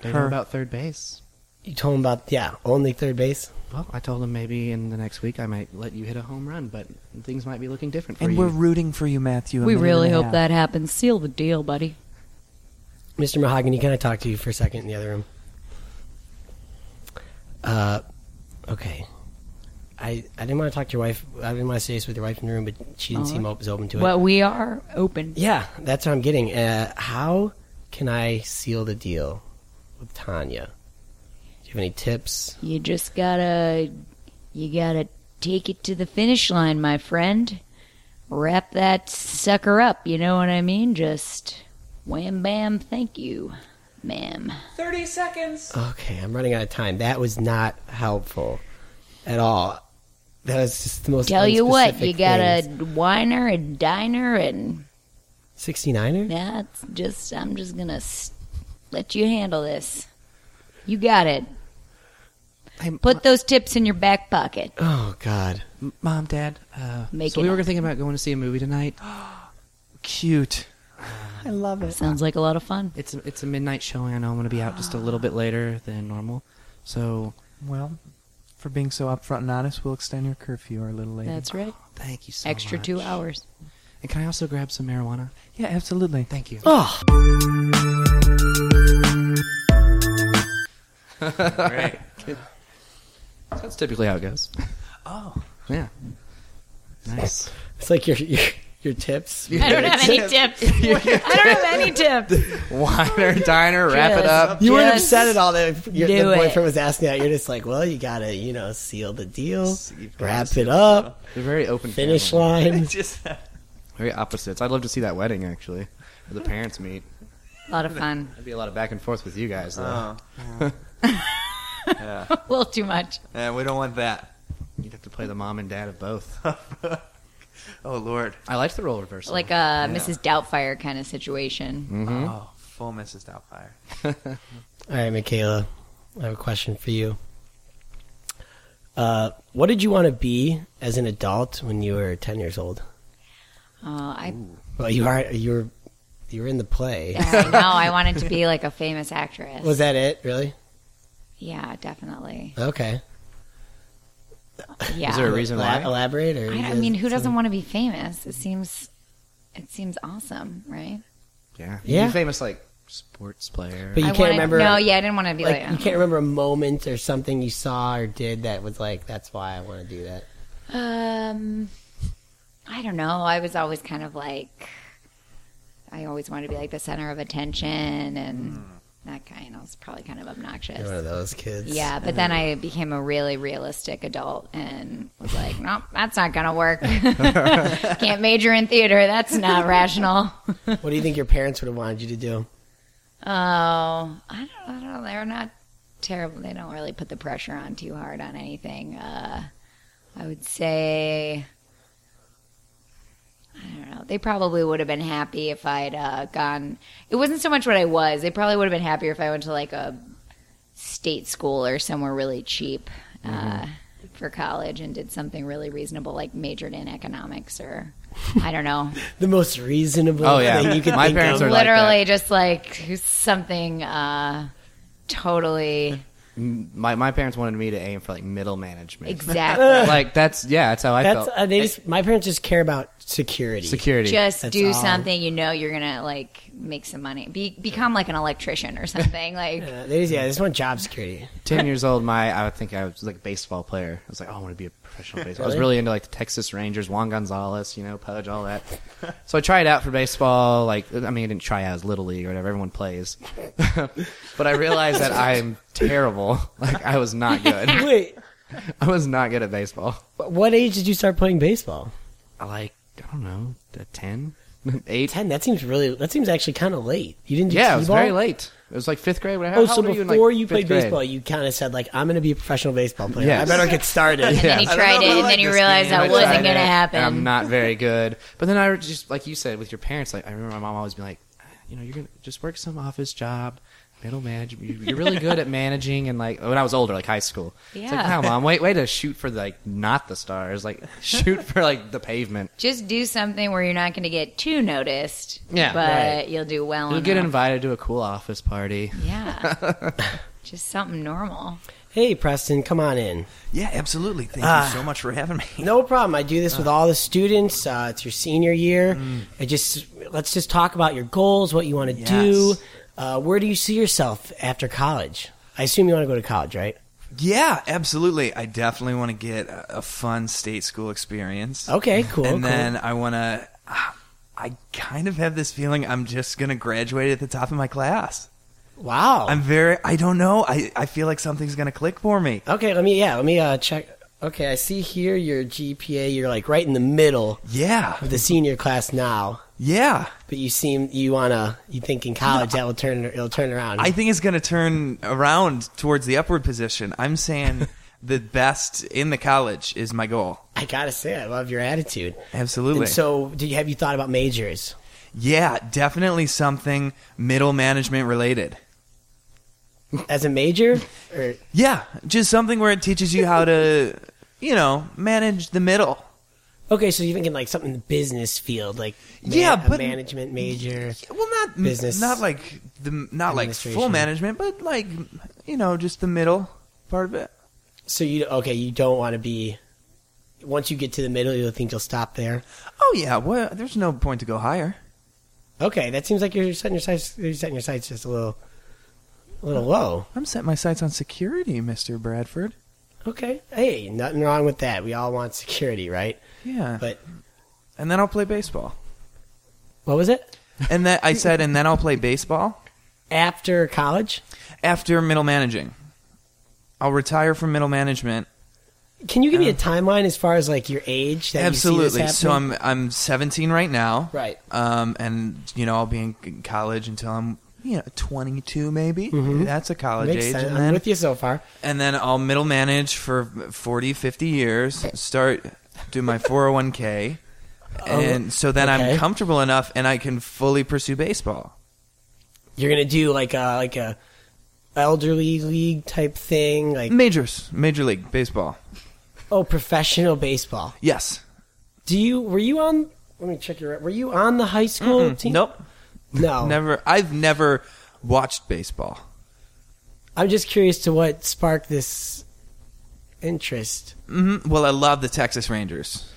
[SPEAKER 1] They know
[SPEAKER 3] her.
[SPEAKER 1] about third base.
[SPEAKER 2] You told them about yeah, only third base.
[SPEAKER 1] Well, I told him maybe in the next week I might let you hit a home run, but things might be looking different for
[SPEAKER 3] and
[SPEAKER 1] you.
[SPEAKER 3] we're rooting for you, Matthew. a
[SPEAKER 5] we
[SPEAKER 3] minute
[SPEAKER 5] really
[SPEAKER 3] and a
[SPEAKER 5] hope
[SPEAKER 3] half.
[SPEAKER 5] that happens. Seal the deal, buddy.
[SPEAKER 2] Mr. Mahogany, can I talk to you for a second in the other room? Uh, okay. I, I didn't want to talk to your wife. I didn't want to say this with your wife in the room, but she didn't
[SPEAKER 5] All
[SPEAKER 2] seem
[SPEAKER 5] right.
[SPEAKER 2] op- was open to it.
[SPEAKER 5] Well, we are open.
[SPEAKER 2] yeah, that's what I'm getting. Uh, how can I seal the deal with Tanya? Do you have any tips?
[SPEAKER 4] You just gotta, you gotta take it to the finish line, my friend. Wrap that sucker up. You know what I mean? Just wham bam. Thank you, ma'am.
[SPEAKER 2] Okay, I'm running out of time. That was not helpful at all. That was just the most.
[SPEAKER 4] Tell you what,
[SPEAKER 2] unspecific
[SPEAKER 4] you got
[SPEAKER 2] things.
[SPEAKER 4] a whiner, a diner, and
[SPEAKER 2] 69er.
[SPEAKER 4] that's just. I'm just gonna s- let you handle this. You got it.
[SPEAKER 1] I'm-
[SPEAKER 4] Put those tips in your back pocket.
[SPEAKER 2] Oh God.
[SPEAKER 1] Mom, Dad. Uh,
[SPEAKER 4] Make
[SPEAKER 1] so
[SPEAKER 4] it
[SPEAKER 1] we were
[SPEAKER 4] up.
[SPEAKER 1] thinking about going to see a movie tonight.
[SPEAKER 3] Cute.
[SPEAKER 4] Sounds like a lot of fun.
[SPEAKER 1] It's a, it's a midnight showing. I know I'm going to be out just a little bit later than normal. So
[SPEAKER 3] Well, for being so upfront and honest, we'll extend your curfew, our little lady.
[SPEAKER 5] That's right.
[SPEAKER 1] thank you so
[SPEAKER 5] Extra
[SPEAKER 1] much.
[SPEAKER 5] two hours.
[SPEAKER 1] And can I also grab some marijuana?
[SPEAKER 3] yeah, absolutely.
[SPEAKER 1] Thank you.
[SPEAKER 2] Oh.
[SPEAKER 1] Right. That's typically how it goes.
[SPEAKER 3] Oh,
[SPEAKER 1] Yeah. Nice.
[SPEAKER 2] It's like your your, your tips.
[SPEAKER 1] I
[SPEAKER 4] don't have any tips. I don't have any tips.
[SPEAKER 1] Winer, diner, wrap it
[SPEAKER 5] Just-
[SPEAKER 1] up.
[SPEAKER 2] You weren't
[SPEAKER 5] Just
[SPEAKER 2] upset at all that your, the
[SPEAKER 5] do it.
[SPEAKER 2] boyfriend was asking that. You're just like, well, you gotta, you know, seal the deal,
[SPEAKER 1] Seal-
[SPEAKER 2] wrap it up,
[SPEAKER 1] They're very open.
[SPEAKER 2] finish
[SPEAKER 1] family.
[SPEAKER 2] line.
[SPEAKER 3] just
[SPEAKER 1] Very opposites. I'd love to see that wedding actually. Where the parents meet.
[SPEAKER 4] A lot of fun.
[SPEAKER 1] That'd be a lot of back and forth with you guys though.
[SPEAKER 6] Oh.
[SPEAKER 4] A little too much.
[SPEAKER 3] yeah, we don't want that.
[SPEAKER 1] You'd have to play the mom and dad of both.
[SPEAKER 3] oh Lord.
[SPEAKER 1] I liked the role reversal.
[SPEAKER 4] Like a Mrs. Doubtfire kind of situation.
[SPEAKER 2] Hmm?
[SPEAKER 3] Oh, full Mrs. Doubtfire.
[SPEAKER 2] All right, Michaela, I have a question for you. Uh, what did you want to be as an adult when you were ten years old?
[SPEAKER 1] Mm-hmm.
[SPEAKER 4] Uh, I,
[SPEAKER 2] Well, you are you were you were in the play.
[SPEAKER 4] I know. I wanted to be like a famous actress.
[SPEAKER 2] Was that it? Really?
[SPEAKER 4] Yeah, definitely.
[SPEAKER 2] Okay.
[SPEAKER 4] Yeah.
[SPEAKER 1] Is there a reason
[SPEAKER 2] Ela-
[SPEAKER 1] why?
[SPEAKER 2] Elaborate or?
[SPEAKER 4] I, I mean, who doesn't want to be famous? It seems, it seems awesome, right?
[SPEAKER 1] yeah.
[SPEAKER 2] Yeah.
[SPEAKER 1] You're a famous like sports player.
[SPEAKER 2] But you
[SPEAKER 4] I
[SPEAKER 2] can't
[SPEAKER 4] wanted-
[SPEAKER 2] remember.
[SPEAKER 4] No, yeah, I didn't want to be
[SPEAKER 2] Like
[SPEAKER 4] like.
[SPEAKER 2] you can't remember a moment or something you saw or did that was like that's why I want to do that.
[SPEAKER 4] Um, I don't know. I was always kind of like, I always wanted to be like the center of attention and that kind. I was probably kind of obnoxious.
[SPEAKER 2] You're one of those kids.
[SPEAKER 4] Yeah, but then I became a really realistic adult and was like, nope, that's not going to work. Can't major in theater. That's not rational.
[SPEAKER 2] What do you think your parents would have wanted you to do?
[SPEAKER 4] Oh, I don't, I don't know. They're not terrible. They don't really put the pressure on too hard on anything. Uh, I would say, I don't know. They probably would have been happy if I'd uh, gone. It wasn't so much what I was. They probably would have been happier if I went to like a state school or somewhere really cheap. Uh, uh, for college and did something really reasonable, like majored in economics or I don't know,
[SPEAKER 2] The most reasonable
[SPEAKER 3] Oh, yeah.
[SPEAKER 2] thing you could
[SPEAKER 3] My
[SPEAKER 2] think
[SPEAKER 3] parents
[SPEAKER 2] of.
[SPEAKER 3] are like that.
[SPEAKER 4] literally just like something uh, totally
[SPEAKER 1] My my parents wanted me to aim for like middle management.
[SPEAKER 4] exactly.
[SPEAKER 1] like that's yeah, that's how I
[SPEAKER 2] That's
[SPEAKER 1] felt.
[SPEAKER 2] uh, they just, my parents just care about security.
[SPEAKER 1] Security.
[SPEAKER 4] just
[SPEAKER 2] That's
[SPEAKER 4] do
[SPEAKER 2] all.
[SPEAKER 4] something you know you're gonna like make some money be, become like an electrician or something like
[SPEAKER 2] Uh, they just, yeah, they just want job security.
[SPEAKER 1] Ten years old, my I would think I was like a baseball player. I was like, oh, I want to be a professional baseball. I was
[SPEAKER 2] Really?
[SPEAKER 1] really into like the Texas Rangers, Juan Gonzalez, you know, Pudge, all that. So I tried out for baseball. Like, I mean, I didn't try out as little league or whatever. Everyone plays, but I realized that I'm terrible. Like, I was not good.
[SPEAKER 2] Wait,
[SPEAKER 1] I was not good at baseball.
[SPEAKER 2] what age did you start playing baseball?
[SPEAKER 1] I like I don't know, a ten, eight.
[SPEAKER 2] Ten. That seems really. That seems actually kind of late. You didn't. Do
[SPEAKER 1] Yeah, it was
[SPEAKER 2] t-ball?
[SPEAKER 1] very late. It was like fifth grade. How,
[SPEAKER 2] Oh,
[SPEAKER 1] how
[SPEAKER 2] so
[SPEAKER 1] old were you in, like,
[SPEAKER 2] before you
[SPEAKER 1] fifth
[SPEAKER 2] played
[SPEAKER 1] grade?
[SPEAKER 2] baseball, you kind of said like, "I'm going to be a professional baseball player.
[SPEAKER 1] Yes.
[SPEAKER 2] I better get started."
[SPEAKER 1] Yeah.
[SPEAKER 4] and he
[SPEAKER 1] I don't
[SPEAKER 4] tried
[SPEAKER 3] know
[SPEAKER 4] it
[SPEAKER 3] if I
[SPEAKER 4] and
[SPEAKER 3] like
[SPEAKER 4] then he
[SPEAKER 3] this
[SPEAKER 4] realized
[SPEAKER 3] game. I
[SPEAKER 4] that
[SPEAKER 3] tried
[SPEAKER 4] wasn't
[SPEAKER 1] tried
[SPEAKER 4] gonna
[SPEAKER 1] it,
[SPEAKER 4] happen
[SPEAKER 1] and I'm not very good. But then I would just like you said with your parents. Like I remember my mom always being like, you know, you're gonna just work some office job, middle management. You're really good at managing, and like when I was older, like high school. It's like,
[SPEAKER 4] Yeah.
[SPEAKER 1] wow, mom, wait, way to shoot for like not the stars, like shoot for like the pavement.
[SPEAKER 4] just do something where you're not gonna get too noticed
[SPEAKER 1] Yeah,
[SPEAKER 4] but
[SPEAKER 1] right.
[SPEAKER 4] you'll do well
[SPEAKER 1] You'll get
[SPEAKER 4] enough.
[SPEAKER 1] invited to a cool office party.
[SPEAKER 4] yeah just something normal
[SPEAKER 2] hey, Preston, come on in.
[SPEAKER 3] Yeah, absolutely. Thank
[SPEAKER 2] Ah.
[SPEAKER 3] you so much for having me.
[SPEAKER 2] No problem. I do this with all the students. Uh, it's your senior year.
[SPEAKER 1] Mm.
[SPEAKER 2] I just let's just talk about your goals, what you want to do.
[SPEAKER 3] Yes.
[SPEAKER 2] Uh, where do you see yourself after college? I assume you want to go to college, right?
[SPEAKER 3] Yeah, absolutely. I definitely want to get a, a fun state school experience.
[SPEAKER 2] Okay, Oh, cool.
[SPEAKER 3] and
[SPEAKER 2] cool.
[SPEAKER 3] then I want to. I kind of have this feeling I'm just going to graduate at the top of my class.
[SPEAKER 2] wow.
[SPEAKER 3] I'm very. I don't know. I, I feel like something's going to click for me.
[SPEAKER 2] okay, let me yeah, let me uh, check. Okay, I see here your GPA. You're like right in the middle
[SPEAKER 3] Yeah.
[SPEAKER 2] of the senior class now.
[SPEAKER 3] Yeah.
[SPEAKER 2] But you seem you wanna you think in college that will turn it'll turn around.
[SPEAKER 3] I think it's going to turn around towards the upward position. I'm saying the best in the college is my goal.
[SPEAKER 2] I gotta say I love your attitude.
[SPEAKER 3] Absolutely.
[SPEAKER 2] And so do you have you thought about majors?
[SPEAKER 3] yeah, definitely something middle management related.
[SPEAKER 2] As a major? Or
[SPEAKER 3] Yeah, just something where it teaches you how to, you know, manage the middle.
[SPEAKER 2] okay, so you're thinking like something in the business field, like man-
[SPEAKER 3] Yeah,
[SPEAKER 2] a
[SPEAKER 3] but-
[SPEAKER 2] management major.
[SPEAKER 3] Well, not
[SPEAKER 2] Business
[SPEAKER 3] not like the not like full
[SPEAKER 2] administration.
[SPEAKER 3] management, but like you know, just the middle part of it.
[SPEAKER 2] So you okay, you don't wanna be once you get to the middle you'll think you'll stop there.
[SPEAKER 3] Oh yeah, well, there's no point to go higher.
[SPEAKER 2] Okay, that seems like you're setting your sights you're setting your sights just a little a little low.
[SPEAKER 3] I'm setting my sights on security, Mister Bradford.
[SPEAKER 2] Okay. Hey, nothing wrong with that. We all want security, right?
[SPEAKER 3] Yeah,
[SPEAKER 2] But
[SPEAKER 3] and then I'll play baseball.
[SPEAKER 2] what was it?
[SPEAKER 3] And then I said, and then I'll play baseball
[SPEAKER 2] After college?
[SPEAKER 3] after middle managing. I'll retire from middle management.
[SPEAKER 2] Can you give me a timeline as far as like your age? That You see
[SPEAKER 3] Uh-huh. Absolutely.
[SPEAKER 2] this
[SPEAKER 3] So
[SPEAKER 2] happening?
[SPEAKER 3] I'm I'm 17 right now.
[SPEAKER 2] Right.
[SPEAKER 3] Um, and you know I'll be in c- college until I'm you know 22 maybe. That's a college
[SPEAKER 2] Mm-hmm. Makes
[SPEAKER 3] age.
[SPEAKER 2] sense.
[SPEAKER 3] And
[SPEAKER 2] I'm
[SPEAKER 3] then,
[SPEAKER 2] with you so far.
[SPEAKER 3] and then I'll middle manage for 40, 50 years. Start do my 401k, and so then
[SPEAKER 2] Oh, okay.
[SPEAKER 3] I'm comfortable enough and I can fully pursue baseball.
[SPEAKER 2] You're gonna do like a like a elderly league type thing, like
[SPEAKER 3] Majors, major league baseball.
[SPEAKER 2] oh professional baseball.
[SPEAKER 3] Yes.
[SPEAKER 2] Do you were you on? Let me check your. Were you on the high school Mm-hmm. team?
[SPEAKER 3] Mm-hmm.
[SPEAKER 2] Oh.
[SPEAKER 3] Nope.
[SPEAKER 2] no.
[SPEAKER 3] Never. I've never watched baseball.
[SPEAKER 2] I'm just curious to what sparked this interest.
[SPEAKER 3] hmm Well, I love the Texas Rangers.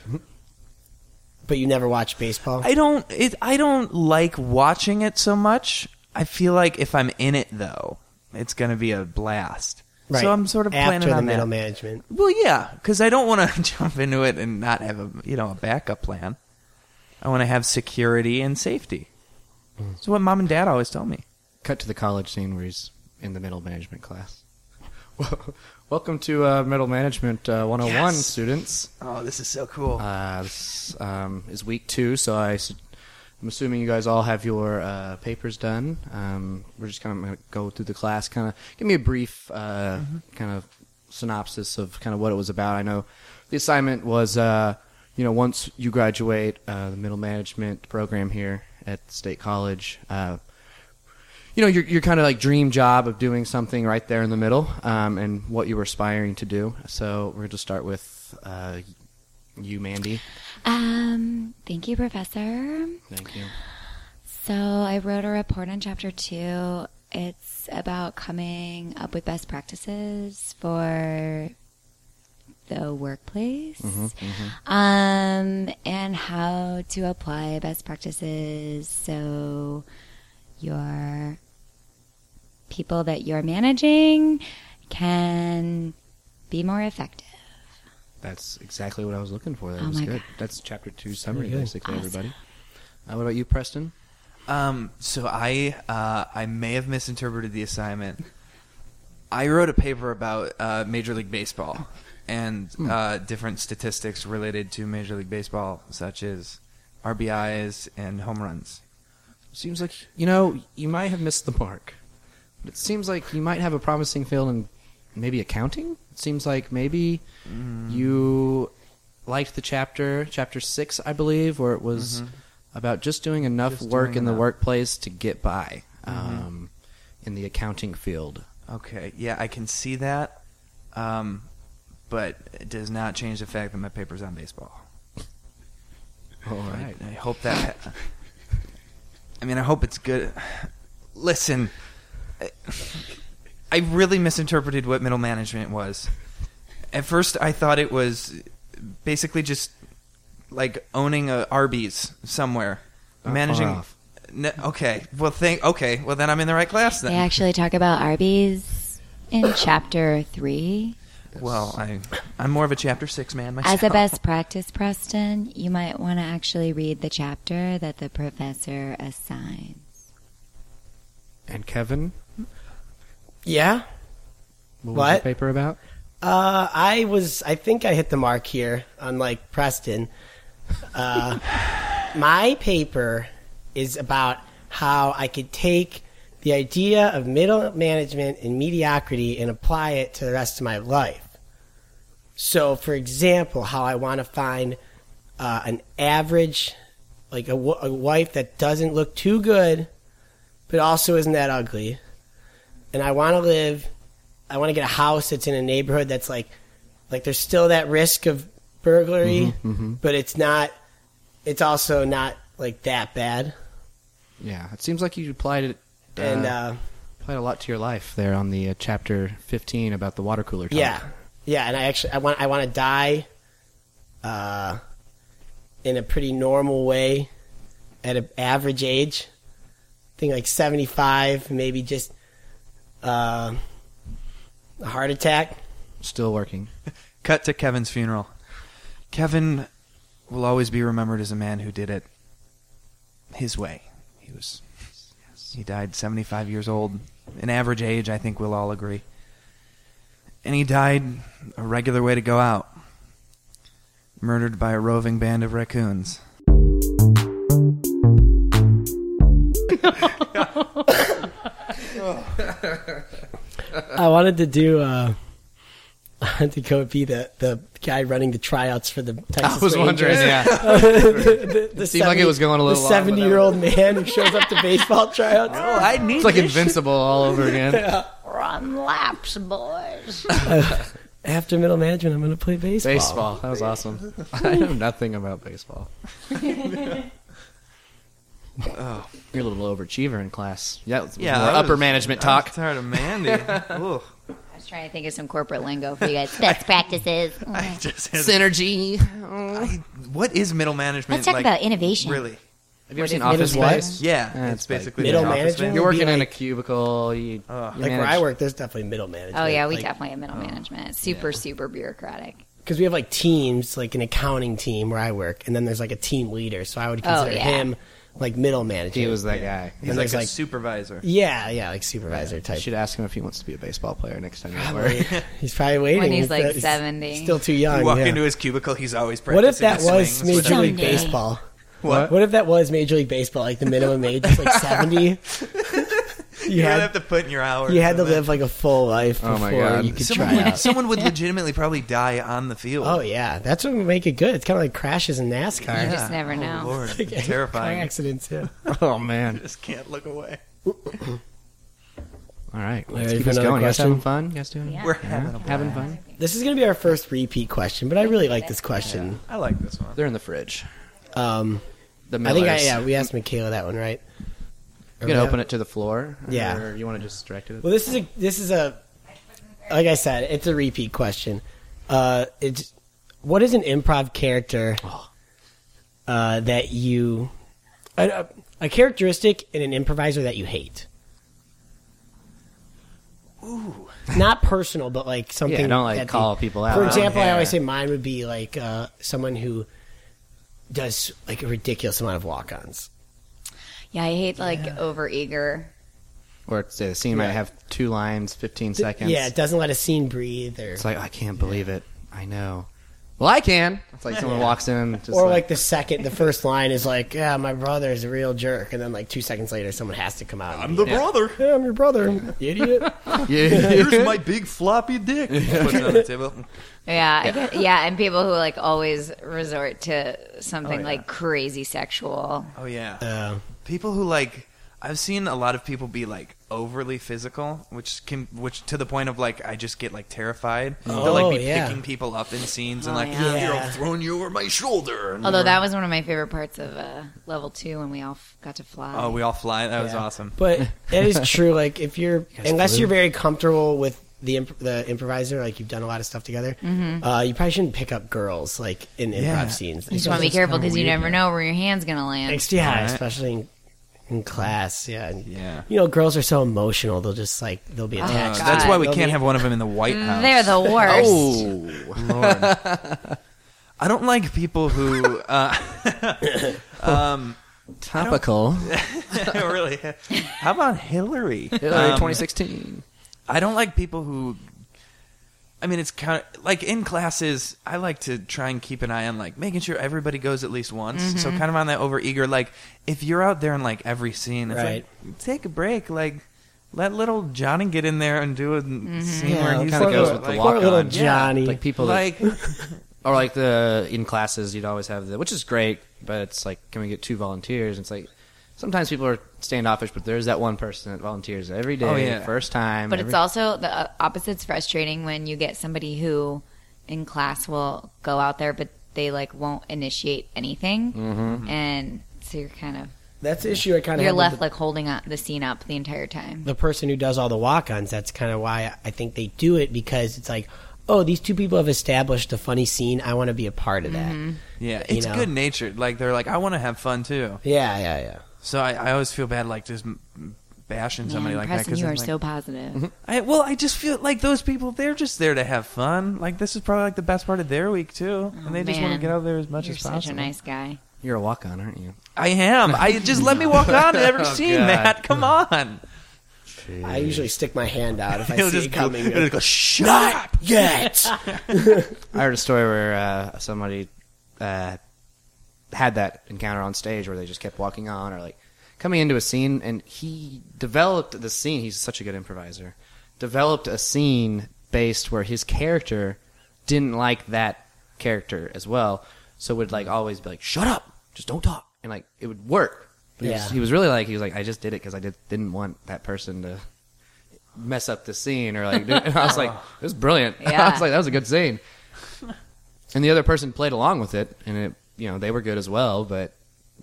[SPEAKER 2] But you never watched baseball.
[SPEAKER 3] I don't. It, I don't like watching it so much. I feel like if I'm in it though, it's gonna be a blast.
[SPEAKER 2] right.
[SPEAKER 3] So I'm sort of
[SPEAKER 2] after
[SPEAKER 3] planning
[SPEAKER 2] the
[SPEAKER 3] on
[SPEAKER 2] middle
[SPEAKER 3] that.
[SPEAKER 2] management.
[SPEAKER 3] Well, yeah, because I don't want to jump into it and not have a you know a backup plan. I want to have security and safety. It's what mom and dad always tell me.
[SPEAKER 1] Cut to the college scene where he's in the middle management class. Well, welcome to uh, middle management uh, 101,
[SPEAKER 3] Yes.
[SPEAKER 1] students.
[SPEAKER 3] Oh, this is so cool.
[SPEAKER 1] Uh, this um, is week two, so I am assuming you guys all have your uh, papers done. Um, we're just kind of going to go through the class, kind of give me a brief uh, kind of synopsis of kind of what it was about. I know the assignment was, uh, you know, once you graduate uh, the middle management program here at State College. Uh, you you know your your kind of like dream job of doing something right there in the middle, um, and what you were aspiring to do. So we're going to start with uh, you, Mandy.
[SPEAKER 4] Um, thank you, Professor.
[SPEAKER 1] Thank you.
[SPEAKER 4] So I wrote a report on chapter two. It's about coming up with best practices for the workplace Um, and how to apply best practices so your people that you're managing can be more effective.
[SPEAKER 1] That's exactly what I was looking for. That
[SPEAKER 4] Oh
[SPEAKER 1] was
[SPEAKER 4] my
[SPEAKER 1] good.
[SPEAKER 4] God.
[SPEAKER 1] That's chapter two summary,
[SPEAKER 2] good.
[SPEAKER 1] basically,
[SPEAKER 4] Awesome.
[SPEAKER 1] everybody. Uh, what about you, Preston?
[SPEAKER 3] Um, so I uh, I may have misinterpreted the assignment. I wrote a paper about uh, Major League Baseball and uh, different statistics related to Major League Baseball, such as RBIs and home runs.
[SPEAKER 1] Seems like you know you might have missed the mark. But It seems like you might have a promising field in maybe accounting. It seems like maybe
[SPEAKER 3] Mm-hmm.
[SPEAKER 1] you liked the chapter, chapter six, I believe, where it was about just doing enough
[SPEAKER 3] Mm-hmm. Just
[SPEAKER 1] work
[SPEAKER 3] doing
[SPEAKER 1] in the
[SPEAKER 3] enough. Mm-hmm.
[SPEAKER 1] workplace to get by um, in the accounting field.
[SPEAKER 3] Okay, yeah, I can see that, um, but it does not change the fact that my paper's on baseball.
[SPEAKER 1] All
[SPEAKER 3] I, I hope that. I mean, I hope it's good. Listen, I, I really misinterpreted what middle management was. At first, I thought it was basically just like owning a Arby's somewhere,
[SPEAKER 1] Not
[SPEAKER 3] managing.
[SPEAKER 1] far off.
[SPEAKER 3] No, okay, well, thank. Okay, well then I'm in the right class
[SPEAKER 4] They
[SPEAKER 3] then.
[SPEAKER 4] actually talk about Arby's in chapter three.
[SPEAKER 3] Well, I I'm more of a chapter six man myself.
[SPEAKER 4] As a best practice, Preston, you might want to actually read the chapter that the professor assigns.
[SPEAKER 1] And Kevin,
[SPEAKER 2] Yeah.
[SPEAKER 1] what, was
[SPEAKER 2] What?
[SPEAKER 1] the paper about?
[SPEAKER 2] Uh, I was. I think I hit the mark here, unlike Preston. Uh, my paper is about how I could take the idea of middle management and mediocrity and apply it to the rest of my life. So, for example, how I want to find uh, an average, like a, w- a wife that doesn't look too good, but also isn't that ugly. And I want to live I want to get a house that's in a neighborhood that's like, like there's still that risk of burglary, but it's not, it's also not like that bad.
[SPEAKER 1] Yeah, it seems like you applied it. uh,
[SPEAKER 2] and uh,
[SPEAKER 1] applied a lot to your life there on the uh, chapter 15 about the water cooler. Talk.
[SPEAKER 2] yeah, yeah. And I actually, I want, I want to die, uh, in a pretty normal way, at an average age, I think like 75, maybe just, uh, a heart attack.
[SPEAKER 1] still working.
[SPEAKER 3] Cut to Kevin's funeral. Kevin will always be remembered as a man who did it his way. He was he died 75 years old, an average age I think we'll all agree. And he died a regular way to go out. Murdered by a roving band of raccoons.
[SPEAKER 2] I wanted to do. Uh, I wanted to go be the, the guy running the tryouts for the Texas Rangers.
[SPEAKER 1] yeah.
[SPEAKER 2] the, the
[SPEAKER 1] Seemed like it was going a little
[SPEAKER 2] The
[SPEAKER 1] long, but that
[SPEAKER 2] seventy-year-old man who shows up to baseball tryouts.
[SPEAKER 3] I need
[SPEAKER 1] It's like invincible all over again.
[SPEAKER 5] Run laps, boys.
[SPEAKER 2] After middle management, I'm going to play baseball.
[SPEAKER 1] Baseball. That was awesome. I know nothing about baseball. Oh, You're a little overachiever in class. Yeah, it's more
[SPEAKER 3] I was-
[SPEAKER 1] upper management
[SPEAKER 3] I was
[SPEAKER 1] talk.
[SPEAKER 3] tired of Mandy. Ugh.
[SPEAKER 4] I was trying to think of some corporate lingo for you guys. Best practices.
[SPEAKER 3] I just
[SPEAKER 1] Synergy.
[SPEAKER 3] I- what is middle management?
[SPEAKER 4] Let's talk
[SPEAKER 3] like,
[SPEAKER 4] about innovation.
[SPEAKER 3] Really?
[SPEAKER 1] Have you ever seen
[SPEAKER 2] is
[SPEAKER 1] Office
[SPEAKER 2] middle
[SPEAKER 1] Space?
[SPEAKER 3] Yeah,
[SPEAKER 1] Eh,
[SPEAKER 3] it's
[SPEAKER 1] it's like
[SPEAKER 3] basically
[SPEAKER 2] middle
[SPEAKER 3] the office
[SPEAKER 2] management?
[SPEAKER 3] man.
[SPEAKER 1] You're working
[SPEAKER 2] Be
[SPEAKER 1] in a
[SPEAKER 2] like- Oh,
[SPEAKER 1] cubicle. You,
[SPEAKER 3] Ugh.
[SPEAKER 1] you
[SPEAKER 2] Like where
[SPEAKER 1] manage-
[SPEAKER 2] I work, there's definitely middle management.
[SPEAKER 4] Oh yeah, we
[SPEAKER 2] like,
[SPEAKER 4] definitely have middle management. Super, super bureaucratic.
[SPEAKER 2] because we have like teams, like an accounting team where I work, and then there's like a team leader. So I would
[SPEAKER 4] Oh,
[SPEAKER 2] consider
[SPEAKER 4] yeah.
[SPEAKER 2] him like middle management.
[SPEAKER 1] He was that guy.
[SPEAKER 3] He's
[SPEAKER 2] And
[SPEAKER 3] like
[SPEAKER 2] there's
[SPEAKER 3] a
[SPEAKER 2] like-
[SPEAKER 3] supervisor.
[SPEAKER 2] yeah, yeah, like supervisor
[SPEAKER 1] You
[SPEAKER 2] type.
[SPEAKER 1] should ask him if he wants to be a baseball player next time you
[SPEAKER 2] Probably.
[SPEAKER 1] work.
[SPEAKER 2] he's probably waiting.
[SPEAKER 4] When he's, like,
[SPEAKER 2] uh,
[SPEAKER 4] 70.
[SPEAKER 2] Still too young.
[SPEAKER 3] You walk
[SPEAKER 2] Oh, yeah.
[SPEAKER 3] into his cubicle, he's always
[SPEAKER 2] what if
[SPEAKER 3] practicing
[SPEAKER 2] that
[SPEAKER 3] his
[SPEAKER 2] was
[SPEAKER 3] swings
[SPEAKER 2] Major
[SPEAKER 3] with
[SPEAKER 4] Someday.
[SPEAKER 2] League Baseball?
[SPEAKER 3] What?
[SPEAKER 2] What if that was Major League Baseball? Like the minimum age is like seventy. You
[SPEAKER 3] You would
[SPEAKER 2] had
[SPEAKER 3] have to put in your hours.
[SPEAKER 2] you had to
[SPEAKER 3] and then-
[SPEAKER 2] live like a full life
[SPEAKER 1] Oh, my
[SPEAKER 2] before
[SPEAKER 1] God.
[SPEAKER 2] you could
[SPEAKER 3] Someone
[SPEAKER 2] try
[SPEAKER 3] would,
[SPEAKER 2] out.
[SPEAKER 3] someone would legitimately probably die on the field.
[SPEAKER 2] Oh yeah, that's what would make it good. It's kind of like crashes in NASCAR.
[SPEAKER 4] just never
[SPEAKER 3] oh,
[SPEAKER 4] know.
[SPEAKER 3] Lord,
[SPEAKER 2] Like,
[SPEAKER 3] terrifying.
[SPEAKER 2] Car accidents. Yeah.
[SPEAKER 1] oh man.
[SPEAKER 3] Just can't look away.
[SPEAKER 1] All right. Let's
[SPEAKER 2] Ready
[SPEAKER 1] keep
[SPEAKER 2] for
[SPEAKER 1] this
[SPEAKER 2] another
[SPEAKER 1] going. You guys having
[SPEAKER 2] question?
[SPEAKER 1] fun? You guys doing?
[SPEAKER 4] Yeah.
[SPEAKER 3] We're having a blast.
[SPEAKER 1] Having fun?
[SPEAKER 2] This is going to be our first repeat question, but I really like this question.
[SPEAKER 3] I like this one.
[SPEAKER 1] They're in the fridge.
[SPEAKER 2] Um,
[SPEAKER 1] The
[SPEAKER 2] I think I,
[SPEAKER 1] Millers.
[SPEAKER 2] yeah, we asked Michaela that one, right?
[SPEAKER 1] You can open it to the floor.
[SPEAKER 2] Yeah.
[SPEAKER 1] Or you want to just direct it?
[SPEAKER 2] Well, this is a this is a like I said, it's a repeat question. Uh, it's what is an improv character uh, that you a- a, a characteristic in an improviser that you hate? Ooh, not personal, but like something.
[SPEAKER 1] Yeah, don't, like,
[SPEAKER 2] that they-
[SPEAKER 1] call people out.
[SPEAKER 2] For example, I
[SPEAKER 3] Yeah.
[SPEAKER 2] always say mine would be like uh, someone who does like a ridiculous amount of walk-ons.
[SPEAKER 4] Yeah, I hate like over eager.
[SPEAKER 1] Or say the scene might have two lines, 15 seconds.
[SPEAKER 2] Yeah, it doesn't let a scene breathe, or
[SPEAKER 1] It's like, I can't believe it. I know. Well, I can. It's like someone walks in and just
[SPEAKER 2] or like, the second, the first line is like, "Yeah, my brother is a real jerk," and then like two seconds later, someone has to come out. I'm the
[SPEAKER 6] brother.
[SPEAKER 2] Yeah, I'm your brother, you idiot.
[SPEAKER 1] yeah.
[SPEAKER 6] Here's my big floppy dick.
[SPEAKER 3] Puts it on the table.
[SPEAKER 4] Yeah, I guess- yeah, and people who like always resort to something like crazy sexual.
[SPEAKER 3] Oh yeah.
[SPEAKER 2] Uh,
[SPEAKER 3] people who like I've seen a lot of people be like overly physical, which can which to the point of like I just get like terrified. They'll like be
[SPEAKER 2] Oh, yeah.
[SPEAKER 3] picking people up in scenes and
[SPEAKER 4] Oh,
[SPEAKER 3] like "Ah,
[SPEAKER 4] yeah.
[SPEAKER 6] Here,
[SPEAKER 2] Yeah.
[SPEAKER 6] I'm throwing you over my shoulder. And
[SPEAKER 4] Although that was one of my favorite parts of uh, level two when we all f- got to fly.
[SPEAKER 3] oh we all fly. That was awesome.
[SPEAKER 2] but it is true. Like if you're, unless
[SPEAKER 1] flew.
[SPEAKER 2] you're very comfortable with the imp- the improviser, like you've done a lot of stuff together, uh, you probably shouldn't pick up girls like in improv
[SPEAKER 3] Yeah.
[SPEAKER 2] scenes.
[SPEAKER 4] you just want to be careful because you never know where your hand's gonna land.
[SPEAKER 2] Ex- yeah,
[SPEAKER 3] Alright.
[SPEAKER 2] especially in, in class. Yeah, and,
[SPEAKER 3] Yeah.
[SPEAKER 2] You know, girls are so emotional; they'll just like they'll be
[SPEAKER 3] Uh,
[SPEAKER 2] attached. to
[SPEAKER 3] that's
[SPEAKER 2] it.
[SPEAKER 3] why we
[SPEAKER 2] They'll
[SPEAKER 3] can't
[SPEAKER 2] be-
[SPEAKER 3] have one of them in the White House.
[SPEAKER 4] Mm,
[SPEAKER 3] Oh,
[SPEAKER 4] They're the worst.
[SPEAKER 3] I don't like people who uh,
[SPEAKER 1] topical.
[SPEAKER 3] really. How about Hillary?
[SPEAKER 1] Hillary
[SPEAKER 3] Um,
[SPEAKER 1] 2016.
[SPEAKER 3] I don't like people who. I mean, it's kind of like in classes. I like to try and keep an eye on like making sure everybody goes at least once. So
[SPEAKER 1] Mm-hmm.
[SPEAKER 3] kind of on that over eager. Like if you're out there in like every scene, it's
[SPEAKER 2] Right.
[SPEAKER 3] like take a break. Like let little Johnny get in there and do a scene
[SPEAKER 2] Yeah,
[SPEAKER 3] where he's
[SPEAKER 1] Mm-hmm. kinda
[SPEAKER 3] like,
[SPEAKER 1] goes with the
[SPEAKER 3] like,
[SPEAKER 1] walk
[SPEAKER 2] Poor little
[SPEAKER 1] on.
[SPEAKER 2] Johnny.
[SPEAKER 1] like people that,
[SPEAKER 3] Like
[SPEAKER 1] or like the in classes you'd always have the which is great but it's like can we get two volunteers it's like sometimes people are standoffish but there's that one person that volunteers every day
[SPEAKER 3] Oh, yeah.
[SPEAKER 1] first time
[SPEAKER 4] But it's
[SPEAKER 1] every-
[SPEAKER 4] also the uh, opposite's frustrating when you get somebody who in class will go out there, but they like won't initiate anything,
[SPEAKER 3] Mm-hmm.
[SPEAKER 4] and so you're kind of
[SPEAKER 2] That's the issue. I kind of
[SPEAKER 4] you're left like holding up the scene up the entire time.
[SPEAKER 2] the person who does all the walk-ons. That's kind of why I think they do it because it's like, oh, these two people have established a funny scene. I want to be a part of that.
[SPEAKER 4] Mm-hmm.
[SPEAKER 3] yeah,
[SPEAKER 2] You
[SPEAKER 3] it's
[SPEAKER 2] know.
[SPEAKER 3] good natured. Like they're like I want to have fun too.
[SPEAKER 2] Yeah, yeah, yeah.
[SPEAKER 3] So I, I always feel bad like just m- bashing somebody
[SPEAKER 4] Man,
[SPEAKER 3] like that
[SPEAKER 4] Preston, you
[SPEAKER 3] I'm
[SPEAKER 4] are
[SPEAKER 3] like, Mm-hmm.
[SPEAKER 4] so positive.
[SPEAKER 3] I, well, I just feel like those people, they're just there to have fun. Like, this is probably like the best part of their week, too. and they just want to
[SPEAKER 4] Oh, man.
[SPEAKER 3] get out of there as much
[SPEAKER 4] You're
[SPEAKER 3] as
[SPEAKER 4] such
[SPEAKER 3] possible.
[SPEAKER 4] a nice guy.
[SPEAKER 1] you're a walk on aren't you
[SPEAKER 3] I am. I Just let me walk on in every
[SPEAKER 1] Oh,
[SPEAKER 3] scene,
[SPEAKER 1] God.
[SPEAKER 3] Matt. Come on.
[SPEAKER 2] I usually stick my hand out if I
[SPEAKER 3] He'll
[SPEAKER 2] see
[SPEAKER 3] just
[SPEAKER 2] it
[SPEAKER 3] go-
[SPEAKER 2] coming.
[SPEAKER 3] he'll
[SPEAKER 2] go, Shut up yet.
[SPEAKER 1] I heard a story where uh, somebody uh, had that encounter on stage where they just kept walking on or like coming into a scene, and he developed the scene. He's such a good improviser. Developed a scene based where his character didn't like that character as well, so would like always be like, "Shut up, just don't talk," and like it would work. But he,
[SPEAKER 2] Yeah.
[SPEAKER 1] was, he was really like he was like, "I just did it because I did, didn't want that person to." mess up the scene or like do- and I was like it was brilliant
[SPEAKER 4] Yeah.
[SPEAKER 1] I was like that was a good scene and the other person played along with it, and it, you know, they were good as well, but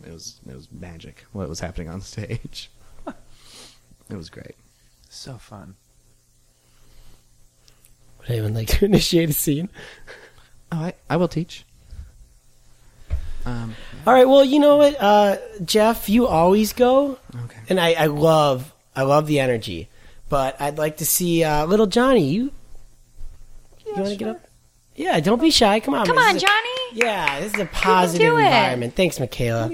[SPEAKER 1] it was it was magic what was happening on stage. it was great.
[SPEAKER 3] So fun.
[SPEAKER 2] Would anyone like to initiate a scene?
[SPEAKER 1] Oh, I, I will teach. Um,
[SPEAKER 2] All right. Well, you know what, uh, Jeff, you always go,
[SPEAKER 1] Okay.
[SPEAKER 2] and I, I love, I love the energy. But I'd like to see uh, little Johnny. You, you want to get up? Yeah, don't be shy. Come on,
[SPEAKER 4] Come
[SPEAKER 2] man. This
[SPEAKER 4] on,
[SPEAKER 2] is a-
[SPEAKER 4] Johnny.
[SPEAKER 2] Yeah, this is a positive
[SPEAKER 4] do it.
[SPEAKER 2] environment. Thanks, Michaela.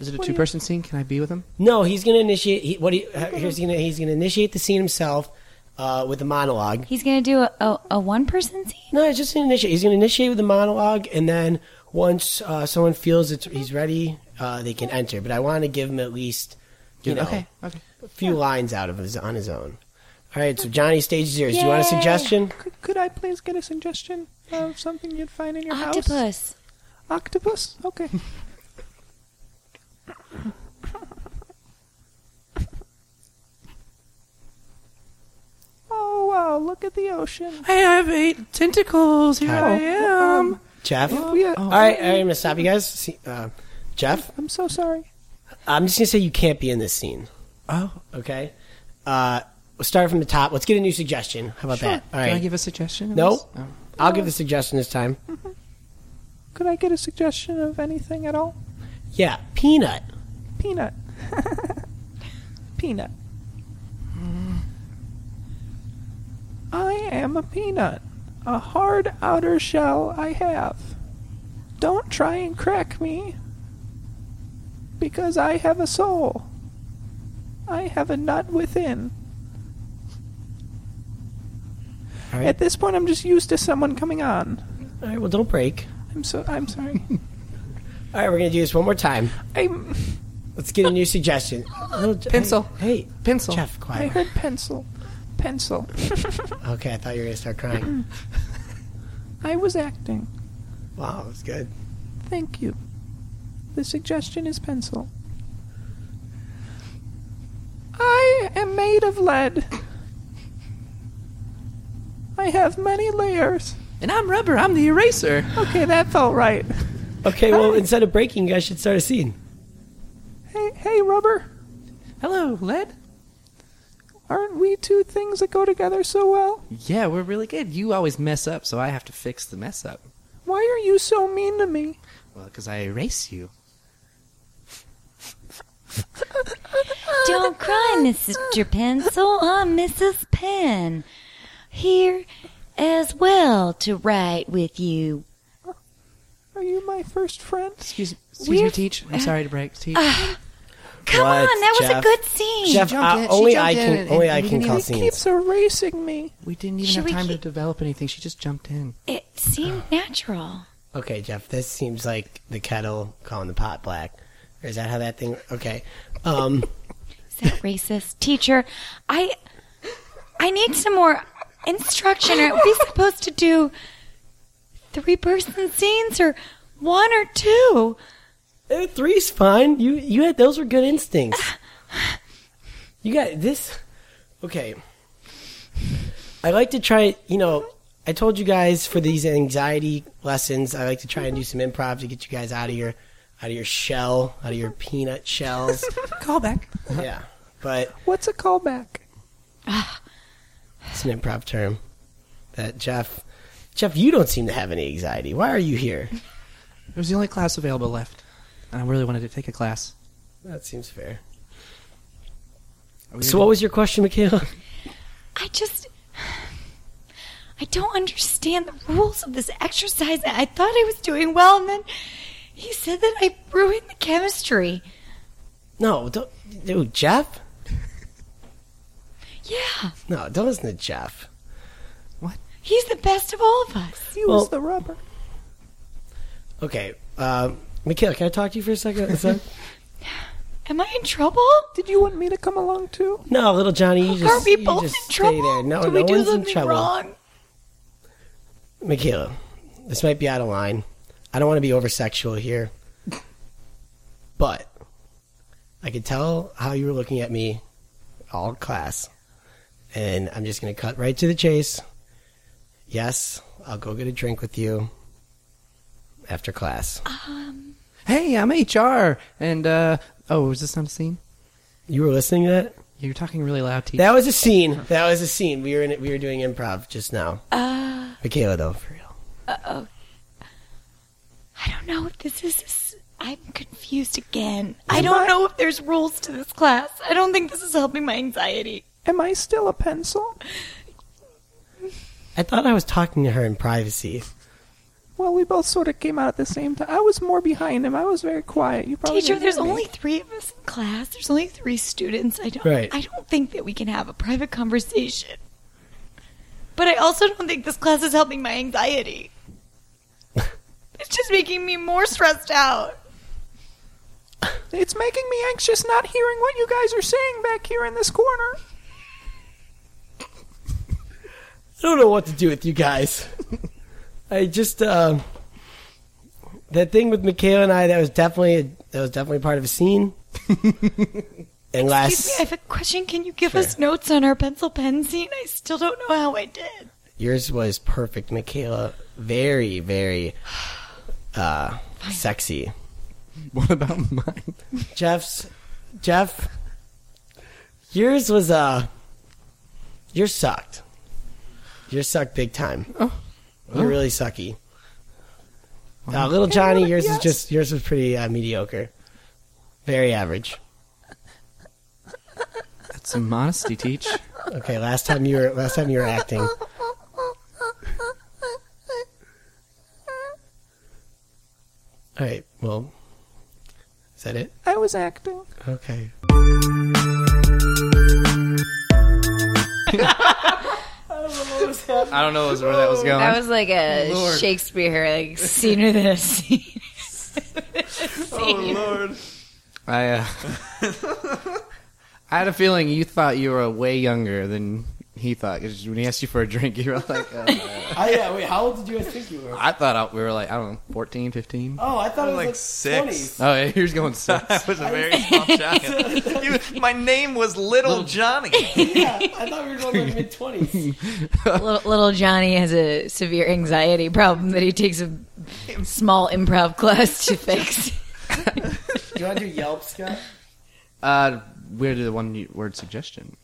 [SPEAKER 1] is it a two-person scene? Can I be with him?
[SPEAKER 2] No, he's gonna initiate. He, what he, here's gonna he's gonna initiate the scene himself uh, with a monologue.
[SPEAKER 4] He's gonna do a, a, a one person scene.
[SPEAKER 2] No, it's just an initiate. He's gonna initiate with a monologue, and then once uh, someone feels it's he's ready, uh, they can enter. But I want to give him at least you know
[SPEAKER 1] okay, okay.
[SPEAKER 2] a few lines out of his on his own. All right, so Johnny, stage is yours. Do you want a suggestion?
[SPEAKER 6] could, could I please get a suggestion of something you'd find in your house?
[SPEAKER 4] Octopus.
[SPEAKER 6] Octopus. Okay. Oh, the ocean.
[SPEAKER 1] I have eight tentacles. Here I am.
[SPEAKER 2] Jeff.
[SPEAKER 6] We,
[SPEAKER 2] All
[SPEAKER 6] uh,
[SPEAKER 2] right, all right, I'm gonna stop you guys. See, uh, Jeff,
[SPEAKER 6] I'm so sorry.
[SPEAKER 2] I'm just gonna say you can't be in this scene.
[SPEAKER 1] Oh,
[SPEAKER 2] Okay. Uh, we'll start from the top. Let's get a new suggestion. How about that? All
[SPEAKER 1] can I
[SPEAKER 2] right.
[SPEAKER 1] give a suggestion? on
[SPEAKER 2] No.
[SPEAKER 1] this? Oh.
[SPEAKER 2] I'll give the suggestion this time.
[SPEAKER 6] Mm-hmm. Could I get a suggestion of anything at all?
[SPEAKER 2] Yeah, peanut.
[SPEAKER 6] Peanut. peanut. I am a peanut. A hard outer shell I have. Don't try and crack me. Because I have a soul. I have a nut within.
[SPEAKER 2] All right.
[SPEAKER 6] At this point, I'm just used to someone coming on.
[SPEAKER 2] All right. Well, don't break.
[SPEAKER 6] I'm so I'm sorry.
[SPEAKER 2] All right, we're gonna do this one more time.
[SPEAKER 6] I'm,
[SPEAKER 2] Let's get a new suggestion. Little-
[SPEAKER 1] Pencil.
[SPEAKER 2] Hey, hey,
[SPEAKER 1] Pencil.
[SPEAKER 2] Jeff,
[SPEAKER 6] I
[SPEAKER 2] quiet.
[SPEAKER 6] heard pencil, pencil.
[SPEAKER 2] Okay, I thought you were gonna start crying.
[SPEAKER 6] I was acting.
[SPEAKER 2] wow, that was good.
[SPEAKER 6] Thank you. The suggestion is pencil. I am made of lead. I have many layers.
[SPEAKER 1] And I'm rubber. I'm the eraser.
[SPEAKER 6] Okay, that felt right.
[SPEAKER 2] Okay, well, instead of breaking, you guys should start a scene.
[SPEAKER 6] Hey, hey, rubber.
[SPEAKER 1] Hello, lead.
[SPEAKER 6] Aren't we two things that go together so well?
[SPEAKER 1] Yeah, we're really good. You always mess up, so I have to fix the mess up.
[SPEAKER 6] Why are you so mean to me?
[SPEAKER 1] Well, because I erase you.
[SPEAKER 4] Don't cry, Mr. Pencil. I'm Mrs. Pen. Here as well to write with you.
[SPEAKER 6] Are you my first friend?
[SPEAKER 1] Excuse, excuse
[SPEAKER 4] We're- Uh,
[SPEAKER 1] me, teach. I'm sorry to break, teach.
[SPEAKER 4] Come
[SPEAKER 2] What,
[SPEAKER 4] on, that was a
[SPEAKER 2] Jeff?
[SPEAKER 4] good scene.
[SPEAKER 2] Jeff,
[SPEAKER 1] jumped
[SPEAKER 2] uh,
[SPEAKER 1] in- she
[SPEAKER 2] only
[SPEAKER 1] jumped
[SPEAKER 2] I
[SPEAKER 1] in
[SPEAKER 2] can
[SPEAKER 1] and-
[SPEAKER 2] only
[SPEAKER 1] and
[SPEAKER 2] I
[SPEAKER 1] we
[SPEAKER 2] can
[SPEAKER 1] didn't
[SPEAKER 2] call
[SPEAKER 1] even
[SPEAKER 2] scenes.
[SPEAKER 6] Keeps erasing me.
[SPEAKER 1] we didn't even
[SPEAKER 4] Should
[SPEAKER 1] have
[SPEAKER 4] we
[SPEAKER 1] time to
[SPEAKER 4] keep-
[SPEAKER 1] develop anything. She just jumped in.
[SPEAKER 4] It seemed natural.
[SPEAKER 2] Okay, Jeff, this seems like the kettle calling the pot black. Or is that how that thing? Okay. Um,
[SPEAKER 4] Is that racist? Teacher, I I need some more instruction. Are we supposed to do three person scenes or one or two?
[SPEAKER 2] eh, three's fine. You you had those were good instincts. You got this. Okay. I like to try. You know, I told you guys for these anxiety lessons, I like to try and do
[SPEAKER 1] Mm-hmm.
[SPEAKER 2] some improv to get you guys out of your out of your shell, out of your peanut shells.
[SPEAKER 1] Call back.
[SPEAKER 2] yeah, but
[SPEAKER 6] What's a callback?
[SPEAKER 2] It's an improv term. That Jeff, Jeff, you don't seem to have any anxiety. Why are you here?
[SPEAKER 1] It was the only class available left, and I really wanted to take a class.
[SPEAKER 2] That seems fair.
[SPEAKER 1] Are we
[SPEAKER 2] So,
[SPEAKER 1] gonna-
[SPEAKER 2] what was your question, Michaela?
[SPEAKER 4] I just I don't understand the rules of this exercise. I thought I was doing well and then he said that I ruined the chemistry.
[SPEAKER 2] No, don't, dude, Jeff.
[SPEAKER 4] Yeah.
[SPEAKER 2] No, don't listen to Jeff.
[SPEAKER 4] He's the best of all of us.
[SPEAKER 6] He
[SPEAKER 2] Well-
[SPEAKER 6] was the rubber.
[SPEAKER 2] Okay, um, Michaela, can I talk to you for a second? Is that-
[SPEAKER 4] Am I in trouble?
[SPEAKER 6] Did you want me to come along too?
[SPEAKER 2] no, little Johnny, you just,
[SPEAKER 4] Are we
[SPEAKER 2] you
[SPEAKER 4] both in
[SPEAKER 2] just
[SPEAKER 4] trouble?
[SPEAKER 2] stay there. No,
[SPEAKER 4] Did
[SPEAKER 2] no
[SPEAKER 4] we do
[SPEAKER 2] one's in
[SPEAKER 4] something
[SPEAKER 2] trouble.
[SPEAKER 4] wrong?
[SPEAKER 2] Michaela, this might be out of line. I don't want to be over sexual here. But I could tell how you were looking at me all class. And I'm just going to cut right to the chase. Yes, I'll go get a drink with you after class.
[SPEAKER 1] Hey, I'm HR, and uh, oh, was this not a scene?
[SPEAKER 2] You were listening to that?
[SPEAKER 1] You're talking really loud, teach.
[SPEAKER 2] That was a scene. That was a scene. We were in we were doing improv just now.
[SPEAKER 4] Uh,
[SPEAKER 2] Michaela though, for real.
[SPEAKER 4] oh. I don't know if this is. This, I'm confused again. I don't know if there's rules to this class. I don't think this is helping my anxiety.
[SPEAKER 6] Am I still a pencil?
[SPEAKER 2] I thought I was talking to her in privacy.
[SPEAKER 6] Well, we both sort of came out at the same time. I was more behind him. I was very quiet. You probably
[SPEAKER 4] Teacher,
[SPEAKER 6] didn't
[SPEAKER 4] there's
[SPEAKER 6] hear me.
[SPEAKER 4] only three of us in class. There's only three students. I don't.
[SPEAKER 2] Right.
[SPEAKER 4] I don't think that we can have a private conversation. But I also don't think this class is helping my anxiety. it's just making me more stressed out.
[SPEAKER 6] It's making me anxious not hearing what you guys are saying back here in this corner.
[SPEAKER 2] I don't know what to do with you guys. I just um that thing with Michaela and I that was definitely that was definitely part of a scene. Unless
[SPEAKER 7] Excuse me, I have a question. Can you give us notes on our pencil pen scene? I still don't know how I did.
[SPEAKER 2] yours was perfect, Michaela. Very, very uh, sexy.
[SPEAKER 1] What about mine?
[SPEAKER 2] Jeff's Jeff yours was uh yours sucked. Yours sucked big time. You're really sucky. Uh, little Johnny, yours is just yours was pretty uh, mediocre. Very average.
[SPEAKER 1] That's some modesty, teach.
[SPEAKER 2] Okay, last time you were last time you were acting. All right. Well, is that it?
[SPEAKER 6] I was acting.
[SPEAKER 2] Okay.
[SPEAKER 3] I don't know where that was going.
[SPEAKER 4] That was like a Shakespeare like scene within a scene.
[SPEAKER 3] Lord.
[SPEAKER 1] I uh, I had a feeling you thought you were way younger than he thought 'cause when he asked you for a drink, you were like, uh,
[SPEAKER 2] Oh yeah. Wait. How old did you guys think you were?
[SPEAKER 1] I thought I, we were like, I don't know, 14, 15?
[SPEAKER 2] Oh, I thought it was
[SPEAKER 3] like
[SPEAKER 2] like,
[SPEAKER 3] six.
[SPEAKER 2] 20s.
[SPEAKER 1] Oh, yeah, here's going
[SPEAKER 3] That
[SPEAKER 1] six.
[SPEAKER 3] was a very small child. You- my name was Little Johnny.
[SPEAKER 2] Yeah, I thought we were going like mid twenties.
[SPEAKER 4] little, little Johnny has a severe anxiety problem that he takes a small improv class to fix.
[SPEAKER 2] Do you want to do Yelp, Scott?
[SPEAKER 1] Uh, we're the one word suggestion.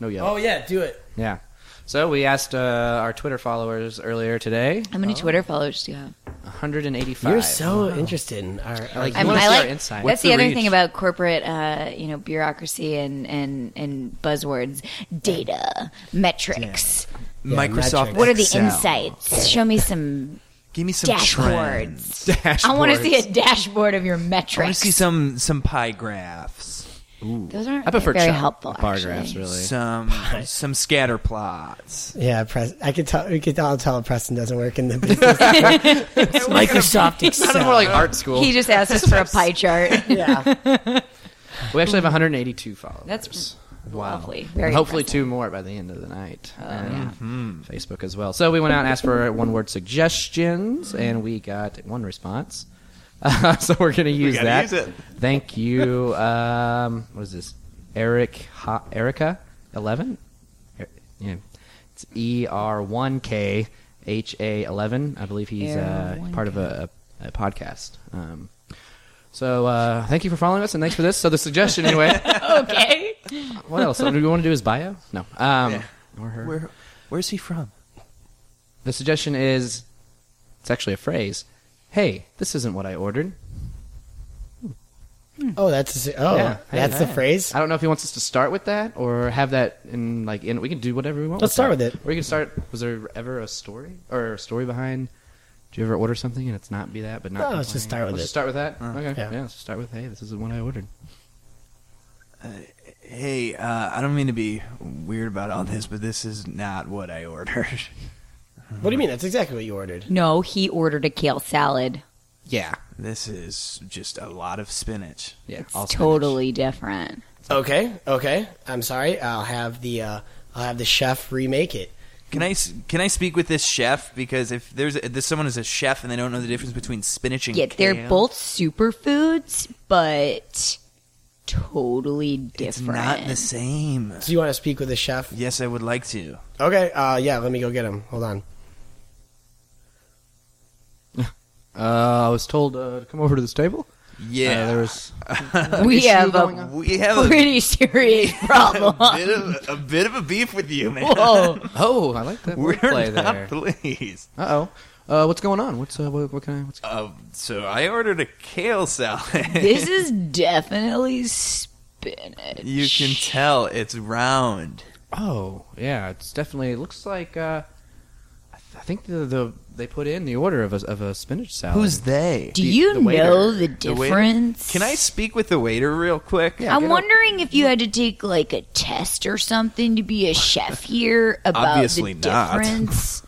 [SPEAKER 1] No yellow.
[SPEAKER 2] Oh yeah, do it.
[SPEAKER 1] Yeah. So we asked uh, our Twitter followers earlier today,
[SPEAKER 4] How many Twitter followers do you have?
[SPEAKER 1] 185.
[SPEAKER 2] You're so interested in our, our
[SPEAKER 1] Like,
[SPEAKER 4] I,
[SPEAKER 1] You
[SPEAKER 4] mean,
[SPEAKER 1] wanna
[SPEAKER 4] I
[SPEAKER 1] see
[SPEAKER 4] like
[SPEAKER 1] our inside.
[SPEAKER 4] that's
[SPEAKER 1] What's
[SPEAKER 4] the,
[SPEAKER 1] the
[SPEAKER 4] other
[SPEAKER 1] reach?
[SPEAKER 4] thing about corporate, uh, you know, bureaucracy and and and buzzwords, data, metrics.
[SPEAKER 3] Microsoft.
[SPEAKER 2] metrics.
[SPEAKER 4] What are the
[SPEAKER 3] Excel.
[SPEAKER 4] insights? Show me some
[SPEAKER 3] Give me some trends.
[SPEAKER 4] dashboards. I want to see a dashboard of your metrics.
[SPEAKER 3] I want to see some some pie graphs,
[SPEAKER 4] Those aren't
[SPEAKER 1] I prefer
[SPEAKER 4] very
[SPEAKER 1] chart-
[SPEAKER 4] helpful.
[SPEAKER 1] bar
[SPEAKER 4] actually.
[SPEAKER 1] graphs, really.
[SPEAKER 3] some some scatter plots.
[SPEAKER 2] Yeah, press. I could tell. We could all tell Preston doesn't work in the business. it's Microsoft
[SPEAKER 1] Sounded
[SPEAKER 2] Excel.
[SPEAKER 1] more like art school.
[SPEAKER 4] He just asked us for a pie chart.
[SPEAKER 2] yeah.
[SPEAKER 1] we actually have 182 followers.
[SPEAKER 4] That's
[SPEAKER 1] Wow.
[SPEAKER 4] lovely.
[SPEAKER 1] And
[SPEAKER 4] Very
[SPEAKER 1] hopefully
[SPEAKER 4] impressive. Oh,
[SPEAKER 1] two more by the end of the night. And Facebook as well. So we went out and asked for one word suggestions, and we got one response. so we're going to use
[SPEAKER 3] gotta
[SPEAKER 1] that.
[SPEAKER 3] use it.
[SPEAKER 1] Thank you. Um, what is this? Eric ha- Erica eleven. Er- yeah, it's E R one K H A eleven. I believe he's uh, part of a, a, a podcast. Um, so uh, thank you for following us, and thanks for this. So the suggestion anyway.
[SPEAKER 4] Okay.
[SPEAKER 1] What else? Do you want to do his bio? No. Um, Or her.
[SPEAKER 3] Where where's he from?
[SPEAKER 1] The suggestion is it's actually a phrase. Hey, this isn't what I ordered.
[SPEAKER 2] Oh, that's a, oh,
[SPEAKER 1] Yeah.
[SPEAKER 2] that's the phrase.
[SPEAKER 1] I don't know if he wants us to start with that or have that in like in. We can do whatever we want.
[SPEAKER 2] Let's
[SPEAKER 1] with
[SPEAKER 2] start
[SPEAKER 1] that.
[SPEAKER 2] with it.
[SPEAKER 1] Or we can start. Was there ever a story or a story behind? Do you ever order something and it's not be that, but not?
[SPEAKER 2] No, let's
[SPEAKER 1] complain?
[SPEAKER 2] just start with
[SPEAKER 1] Let's
[SPEAKER 2] it.
[SPEAKER 1] just start with that. okay.
[SPEAKER 2] Yeah.
[SPEAKER 1] Yeah. Let's just start with hey, this isn't what I ordered.
[SPEAKER 3] Hey, uh, I don't mean to be weird about all this, but this is not what I ordered.
[SPEAKER 2] What do you mean? That's exactly what you ordered.
[SPEAKER 4] No, he ordered a kale salad.
[SPEAKER 1] Yeah.
[SPEAKER 3] This is just a lot of spinach.
[SPEAKER 1] Yeah.
[SPEAKER 4] It's
[SPEAKER 1] all spinach.
[SPEAKER 4] totally different.
[SPEAKER 2] Okay, okay. I'm sorry. I'll have the uh, I'll have the chef remake it.
[SPEAKER 3] Can I s- can I speak with this chef because if there's a, there's someone who's a chef and they don't know the difference between spinach and
[SPEAKER 4] Yeah, they're
[SPEAKER 3] kale,
[SPEAKER 4] both superfoods, but totally
[SPEAKER 3] It's
[SPEAKER 4] different.
[SPEAKER 3] not the same.
[SPEAKER 2] So you want to speak with the chef?
[SPEAKER 3] Yes, I would like to.
[SPEAKER 2] Okay. Uh, yeah. Let me go get him. Hold on.
[SPEAKER 1] Uh, I was told uh, to come over to this table.
[SPEAKER 3] Yeah,
[SPEAKER 1] Uh, there was
[SPEAKER 4] we have
[SPEAKER 1] going
[SPEAKER 4] a
[SPEAKER 3] we have a,
[SPEAKER 4] pretty serious
[SPEAKER 3] a
[SPEAKER 4] problem.
[SPEAKER 3] bit of a bit of a beef with you, man.
[SPEAKER 4] Whoa.
[SPEAKER 1] Oh, I like that
[SPEAKER 3] We're
[SPEAKER 1] wordplay
[SPEAKER 3] not
[SPEAKER 1] there.
[SPEAKER 3] pleased.
[SPEAKER 1] Uh oh. Uh, what's going on? What's uh, what, what can I? What's
[SPEAKER 3] Uh, so I ordered a kale salad.
[SPEAKER 4] this is definitely spinach.
[SPEAKER 3] you can tell it's round.
[SPEAKER 1] oh yeah, it's definitely. It looks like uh, I, th- I think the, the they put in the order of a of a spinach salad.
[SPEAKER 3] Who's they?
[SPEAKER 4] Do
[SPEAKER 1] the-
[SPEAKER 4] you
[SPEAKER 1] the waiter-
[SPEAKER 4] know the
[SPEAKER 3] The waiter-
[SPEAKER 4] difference?
[SPEAKER 3] Can I speak with the waiter real quick?
[SPEAKER 1] Yeah,
[SPEAKER 4] I'm
[SPEAKER 1] get
[SPEAKER 4] wondering if you had to take like a test or something to be a chef here about
[SPEAKER 3] Obviously
[SPEAKER 4] the
[SPEAKER 3] not.
[SPEAKER 4] difference.
[SPEAKER 1] A,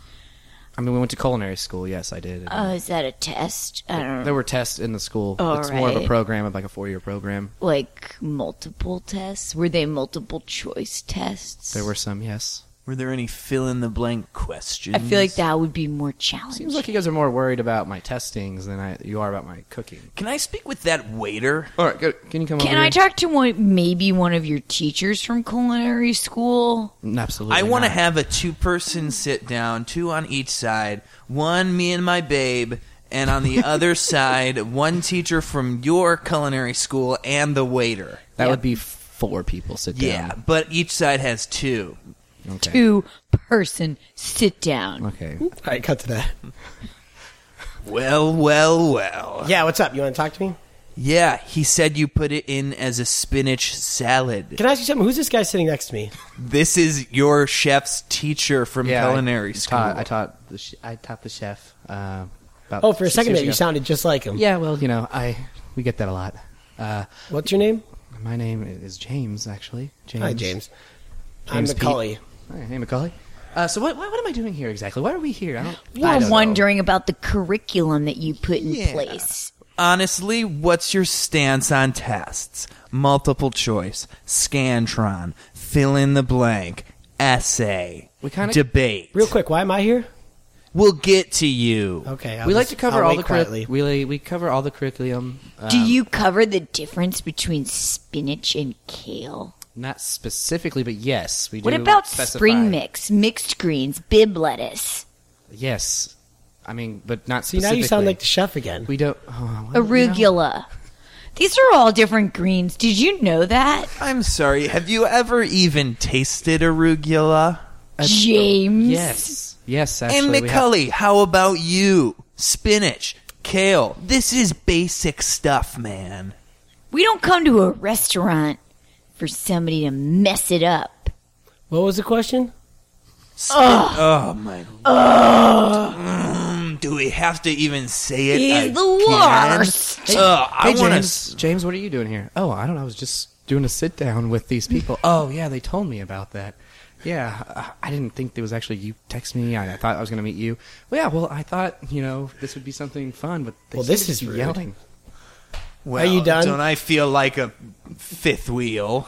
[SPEAKER 1] I mean, we went to culinary school. Yes, I did.
[SPEAKER 4] Oh, is that a test? I don't know.
[SPEAKER 1] there were tests in the school.
[SPEAKER 4] All
[SPEAKER 1] it's more of a
[SPEAKER 4] right.
[SPEAKER 1] program of like a four year program.
[SPEAKER 4] Like multiple tests? Were they multiple choice tests?
[SPEAKER 1] There were some. Yes.
[SPEAKER 3] Were there any fill in the blank questions?
[SPEAKER 4] I feel like that would be more challenging.
[SPEAKER 1] Seems like you guys are more worried about my testings than I, you are about my cooking.
[SPEAKER 3] Can I speak with that waiter?
[SPEAKER 1] All right, good. Can you come over?
[SPEAKER 4] Can I
[SPEAKER 1] here?
[SPEAKER 4] talk to one, maybe one of your teachers from culinary school?
[SPEAKER 1] Mm, Absolutely.
[SPEAKER 3] I want to
[SPEAKER 1] not.
[SPEAKER 3] have a two person sit down, two on each side, one me and my babe, and on the other side, one teacher from your culinary school and the waiter.
[SPEAKER 1] That would be four people sit
[SPEAKER 3] Yeah,
[SPEAKER 1] down.
[SPEAKER 3] but each side has two.
[SPEAKER 1] Okay.
[SPEAKER 4] Two person sit down.
[SPEAKER 1] Okay.
[SPEAKER 2] All right, cut to that.
[SPEAKER 3] Well, well, well.
[SPEAKER 2] Yeah, what's up? You want to talk to me?
[SPEAKER 3] Yeah, he said you put it in as a spinach salad.
[SPEAKER 2] Can I ask you something? Who's this guy sitting next to me?
[SPEAKER 3] This is your chef's teacher from
[SPEAKER 1] Yeah, I
[SPEAKER 3] culinary school.
[SPEAKER 1] Taught, I taught the sh- I taught the chef. Uh, about
[SPEAKER 2] Oh, for a
[SPEAKER 1] six
[SPEAKER 2] second
[SPEAKER 1] years
[SPEAKER 2] there, you
[SPEAKER 1] ago.
[SPEAKER 2] sounded just like him.
[SPEAKER 1] Yeah, well, you know, I we get that a lot. Uh,
[SPEAKER 2] What's your name?
[SPEAKER 1] my name is James, actually. James.
[SPEAKER 2] Hi, James.
[SPEAKER 1] James
[SPEAKER 2] I'm
[SPEAKER 1] Pete.
[SPEAKER 2] Macaulay.
[SPEAKER 1] Hi, hey, Macaulay. Uh, so what, what what am I doing here exactly? Why are we here? I don't. I
[SPEAKER 4] We're
[SPEAKER 1] don't
[SPEAKER 4] wondering about the curriculum that you put in
[SPEAKER 3] Yeah.
[SPEAKER 4] place.
[SPEAKER 3] Honestly, what's your stance on tests? Multiple choice, Scantron, fill in the blank, essay,
[SPEAKER 1] We kinda-
[SPEAKER 3] debate.
[SPEAKER 2] Real quick, why am I here?
[SPEAKER 3] We'll get to you.
[SPEAKER 2] Okay,
[SPEAKER 1] Know.
[SPEAKER 2] I'll
[SPEAKER 1] We like
[SPEAKER 2] just-
[SPEAKER 1] to cover
[SPEAKER 2] I'll
[SPEAKER 1] all
[SPEAKER 2] wait
[SPEAKER 1] the
[SPEAKER 2] quietly.
[SPEAKER 1] curri- we we cover all the curriculum. Uh,
[SPEAKER 4] Do you cover the difference between spinach and kale?
[SPEAKER 1] not specifically, but yes, we do.
[SPEAKER 4] What about
[SPEAKER 1] specify-
[SPEAKER 4] spring mix, mixed greens, bib lettuce,
[SPEAKER 1] Yes, I mean, but not.
[SPEAKER 2] See, now you
[SPEAKER 1] specifically.
[SPEAKER 2] sound like the chef again.
[SPEAKER 1] we don't. Oh, well, you know.
[SPEAKER 4] arugula? These are all different greens. Did you know that,
[SPEAKER 3] I'm sorry, have you ever even tasted arugula?
[SPEAKER 4] James?
[SPEAKER 1] Yes, yes. Actually,
[SPEAKER 3] and
[SPEAKER 1] we have-
[SPEAKER 3] McCully, how about you? Spinach, kale. This is basic stuff, man.
[SPEAKER 4] We don't come to a restaurant for somebody to mess it up.
[SPEAKER 2] What was the question?
[SPEAKER 3] Spin- oh my. Mm, do we have to even say it?
[SPEAKER 4] He's
[SPEAKER 3] again?
[SPEAKER 4] the worst.
[SPEAKER 3] Ugh, I
[SPEAKER 1] Hey,
[SPEAKER 3] want to
[SPEAKER 1] James. James, what are you doing here? Oh, I don't know. I was just doing a sit down with these people. oh, yeah, they told me about that. Yeah, I- I didn't think there was actually you text me. I, I thought I was going to meet you. Well, yeah, well, I thought you know this would be something fun, but they
[SPEAKER 2] Well,
[SPEAKER 1] seem
[SPEAKER 2] this
[SPEAKER 1] to
[SPEAKER 2] is
[SPEAKER 1] be
[SPEAKER 2] rude.
[SPEAKER 1] yelling.
[SPEAKER 3] Well,
[SPEAKER 2] you done?
[SPEAKER 3] Don't I feel like a fifth wheel?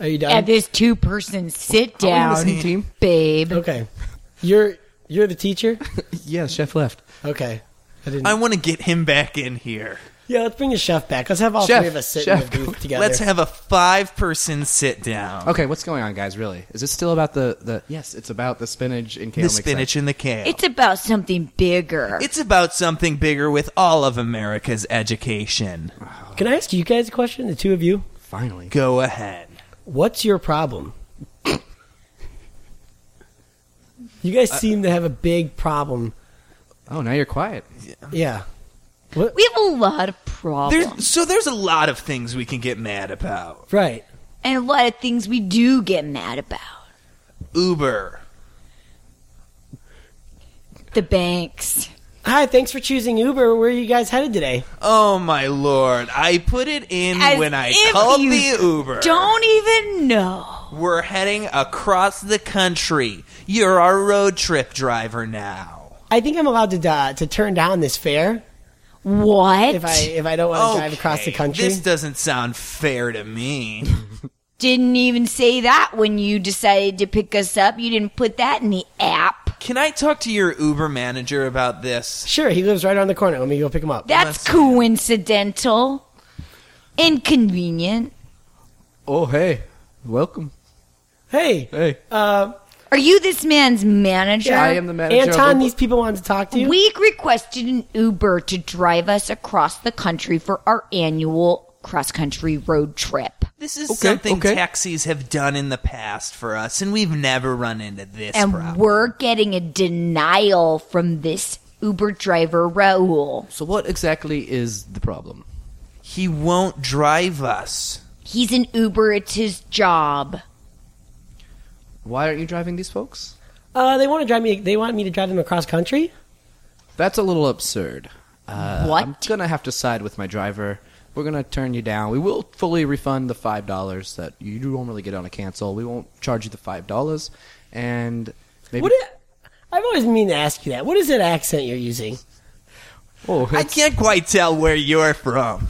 [SPEAKER 2] Are you
[SPEAKER 4] At
[SPEAKER 2] done?
[SPEAKER 4] this two person sit
[SPEAKER 1] Are we on Oh, the
[SPEAKER 4] down,
[SPEAKER 1] same team?
[SPEAKER 4] babe.
[SPEAKER 2] okay, you're you're the teacher.
[SPEAKER 1] Yeah, chef left.
[SPEAKER 2] Okay, I didn't.
[SPEAKER 3] I want to get him back in here.
[SPEAKER 2] yeah, let's bring the chef back. Let's have all
[SPEAKER 1] Chef,
[SPEAKER 2] three of us sit
[SPEAKER 1] chef,
[SPEAKER 2] in the booth together.
[SPEAKER 3] Let's have a five person sit down.
[SPEAKER 1] Okay, what's going on, guys? Really, is it still about the the? Yes, it's about the spinach and kale.
[SPEAKER 3] The
[SPEAKER 1] mix-up.
[SPEAKER 3] spinach and the kale.
[SPEAKER 4] It's about something bigger.
[SPEAKER 3] It's about something bigger with all of America's education.
[SPEAKER 2] Can I ask you guys a question? The two of you,
[SPEAKER 1] Finally,
[SPEAKER 3] Go ahead.
[SPEAKER 2] what's your problem? you
[SPEAKER 1] Uh,
[SPEAKER 2] guys seem to have a big problem.
[SPEAKER 1] oh, now you're quiet.
[SPEAKER 2] Yeah.
[SPEAKER 4] we have a lot of problems
[SPEAKER 3] There's, so there's a lot of things we can get mad about.
[SPEAKER 2] Right.
[SPEAKER 4] and a lot of things we do get mad about.
[SPEAKER 3] Uber.
[SPEAKER 4] The banks.
[SPEAKER 2] Hi, thanks for choosing Uber. Where are you guys headed today?
[SPEAKER 3] Oh my lord! I put it in
[SPEAKER 4] As
[SPEAKER 3] when I
[SPEAKER 4] if
[SPEAKER 3] called
[SPEAKER 4] you
[SPEAKER 3] the Uber.
[SPEAKER 4] Don't even know.
[SPEAKER 3] We're heading across the country. You're our road trip driver now.
[SPEAKER 2] I think I'm allowed to uh, to turn down this fare
[SPEAKER 4] What?
[SPEAKER 2] if I if I don't want to drive across the
[SPEAKER 3] Okay,
[SPEAKER 2] country.
[SPEAKER 3] This doesn't sound fair to me.
[SPEAKER 4] Didn't even say that when you decided to pick us up. You didn't put that in the app.
[SPEAKER 3] Can I talk to your Uber manager about this?
[SPEAKER 2] Sure, he lives right around the corner. Let me go pick him up.
[SPEAKER 4] That's coincidental. Inconvenient.
[SPEAKER 1] Oh, hey, welcome.
[SPEAKER 2] hey,
[SPEAKER 1] Hey,
[SPEAKER 2] uh,
[SPEAKER 4] Are you this man's manager?
[SPEAKER 1] I am the manager. of
[SPEAKER 2] Anton,
[SPEAKER 1] Uber.
[SPEAKER 2] these people wanted to talk to you.
[SPEAKER 4] We requested an Uber to drive us across the country for our annual cross country road trip.
[SPEAKER 3] This is
[SPEAKER 1] Okay,
[SPEAKER 3] something
[SPEAKER 1] okay.
[SPEAKER 3] taxis have done in the past for us, and we've never run into this
[SPEAKER 4] And
[SPEAKER 3] problem.
[SPEAKER 4] we're getting a denial from this Uber driver, Raul.
[SPEAKER 1] So, what exactly is the problem?
[SPEAKER 3] He won't drive us.
[SPEAKER 4] He's an Uber, it's his job.
[SPEAKER 1] Why aren't you driving these folks?
[SPEAKER 2] uh, they want to drive me. They want me to drive them across country.
[SPEAKER 1] That's a little absurd. Uh,
[SPEAKER 4] What?
[SPEAKER 1] I'm gonna have to side with my driver. We're gonna turn you down. We will fully refund the five dollars that you normally get on a cancel. We won't charge you the five dollars, and maybe.
[SPEAKER 2] What? i- I've always mean to ask you that. What is that accent you're using?
[SPEAKER 1] oh,
[SPEAKER 3] I
[SPEAKER 1] it's,
[SPEAKER 3] can't quite tell where you're from.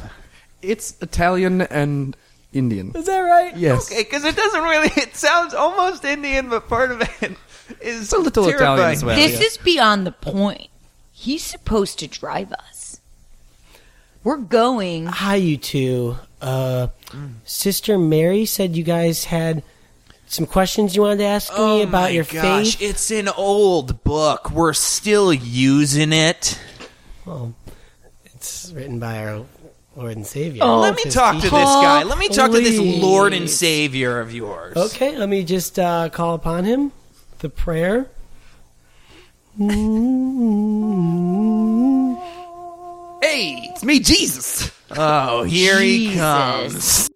[SPEAKER 1] it's Italian and Indian.
[SPEAKER 2] Is that right?
[SPEAKER 1] Yes.
[SPEAKER 3] Okay, because it doesn't really. It sounds almost Indian, but part of it is
[SPEAKER 1] It's a little
[SPEAKER 3] terrifying.
[SPEAKER 1] Italian as well.
[SPEAKER 8] This is beyond the point. He's supposed to drive us. We're going.
[SPEAKER 2] Hi, you two. Uh, Sister Mary said you guys had some questions you wanted to ask me about your
[SPEAKER 3] Oh gosh,
[SPEAKER 2] faith.
[SPEAKER 3] it's an old book. We're still using it.
[SPEAKER 2] Well, it's written by our Lord and Savior.
[SPEAKER 4] Oh,
[SPEAKER 3] Let me
[SPEAKER 2] His
[SPEAKER 3] talk to this
[SPEAKER 2] teacher.
[SPEAKER 3] guy. Let me talk to
[SPEAKER 2] please.
[SPEAKER 3] this Lord and Savior of yours.
[SPEAKER 2] Okay, let me just uh, call upon him. The prayer.
[SPEAKER 3] Hey, it's me, Jesus. Oh, here he comes.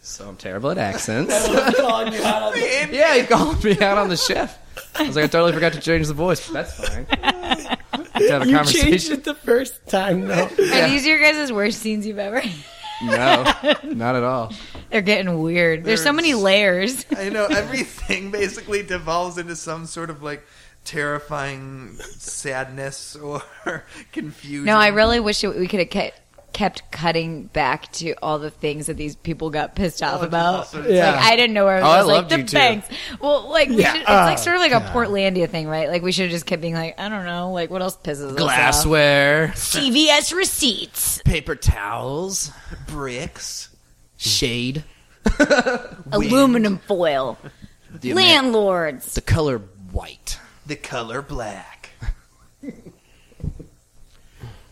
[SPEAKER 1] So I'm terrible at accents. yeah, he called me out on the chef. I was like, I totally forgot to change the voice, but that's fine. to have a
[SPEAKER 2] You changed
[SPEAKER 1] conversation.
[SPEAKER 2] it the first time, though.
[SPEAKER 4] Are these your guys' worst scenes you've ever?
[SPEAKER 1] No, not at all.
[SPEAKER 4] They're getting weird. There's so
[SPEAKER 3] There's-
[SPEAKER 4] many layers.
[SPEAKER 3] I know everything basically devolves into some sort of like terrifying sadness or confusion.
[SPEAKER 4] No, I really wish that we could have kept kept cutting back to all the things that these people got pissed off about.
[SPEAKER 2] Yeah.
[SPEAKER 4] Like I didn't know where I was,
[SPEAKER 1] Oh, I
[SPEAKER 4] I was like
[SPEAKER 1] loved
[SPEAKER 4] the
[SPEAKER 1] you too.
[SPEAKER 4] banks. Well, like we
[SPEAKER 2] Yeah.
[SPEAKER 4] should, it's like
[SPEAKER 2] Oh,
[SPEAKER 4] sort of like a Portlandia thing, right? Like we should have just kept being like, I don't know, like what else pisses us off?
[SPEAKER 1] Glassware,
[SPEAKER 8] CVS receipts.
[SPEAKER 1] paper towels, bricks, shade,
[SPEAKER 8] Aluminum foil.
[SPEAKER 1] the, Amer-
[SPEAKER 8] Landlords.
[SPEAKER 1] the color white.
[SPEAKER 3] the color black.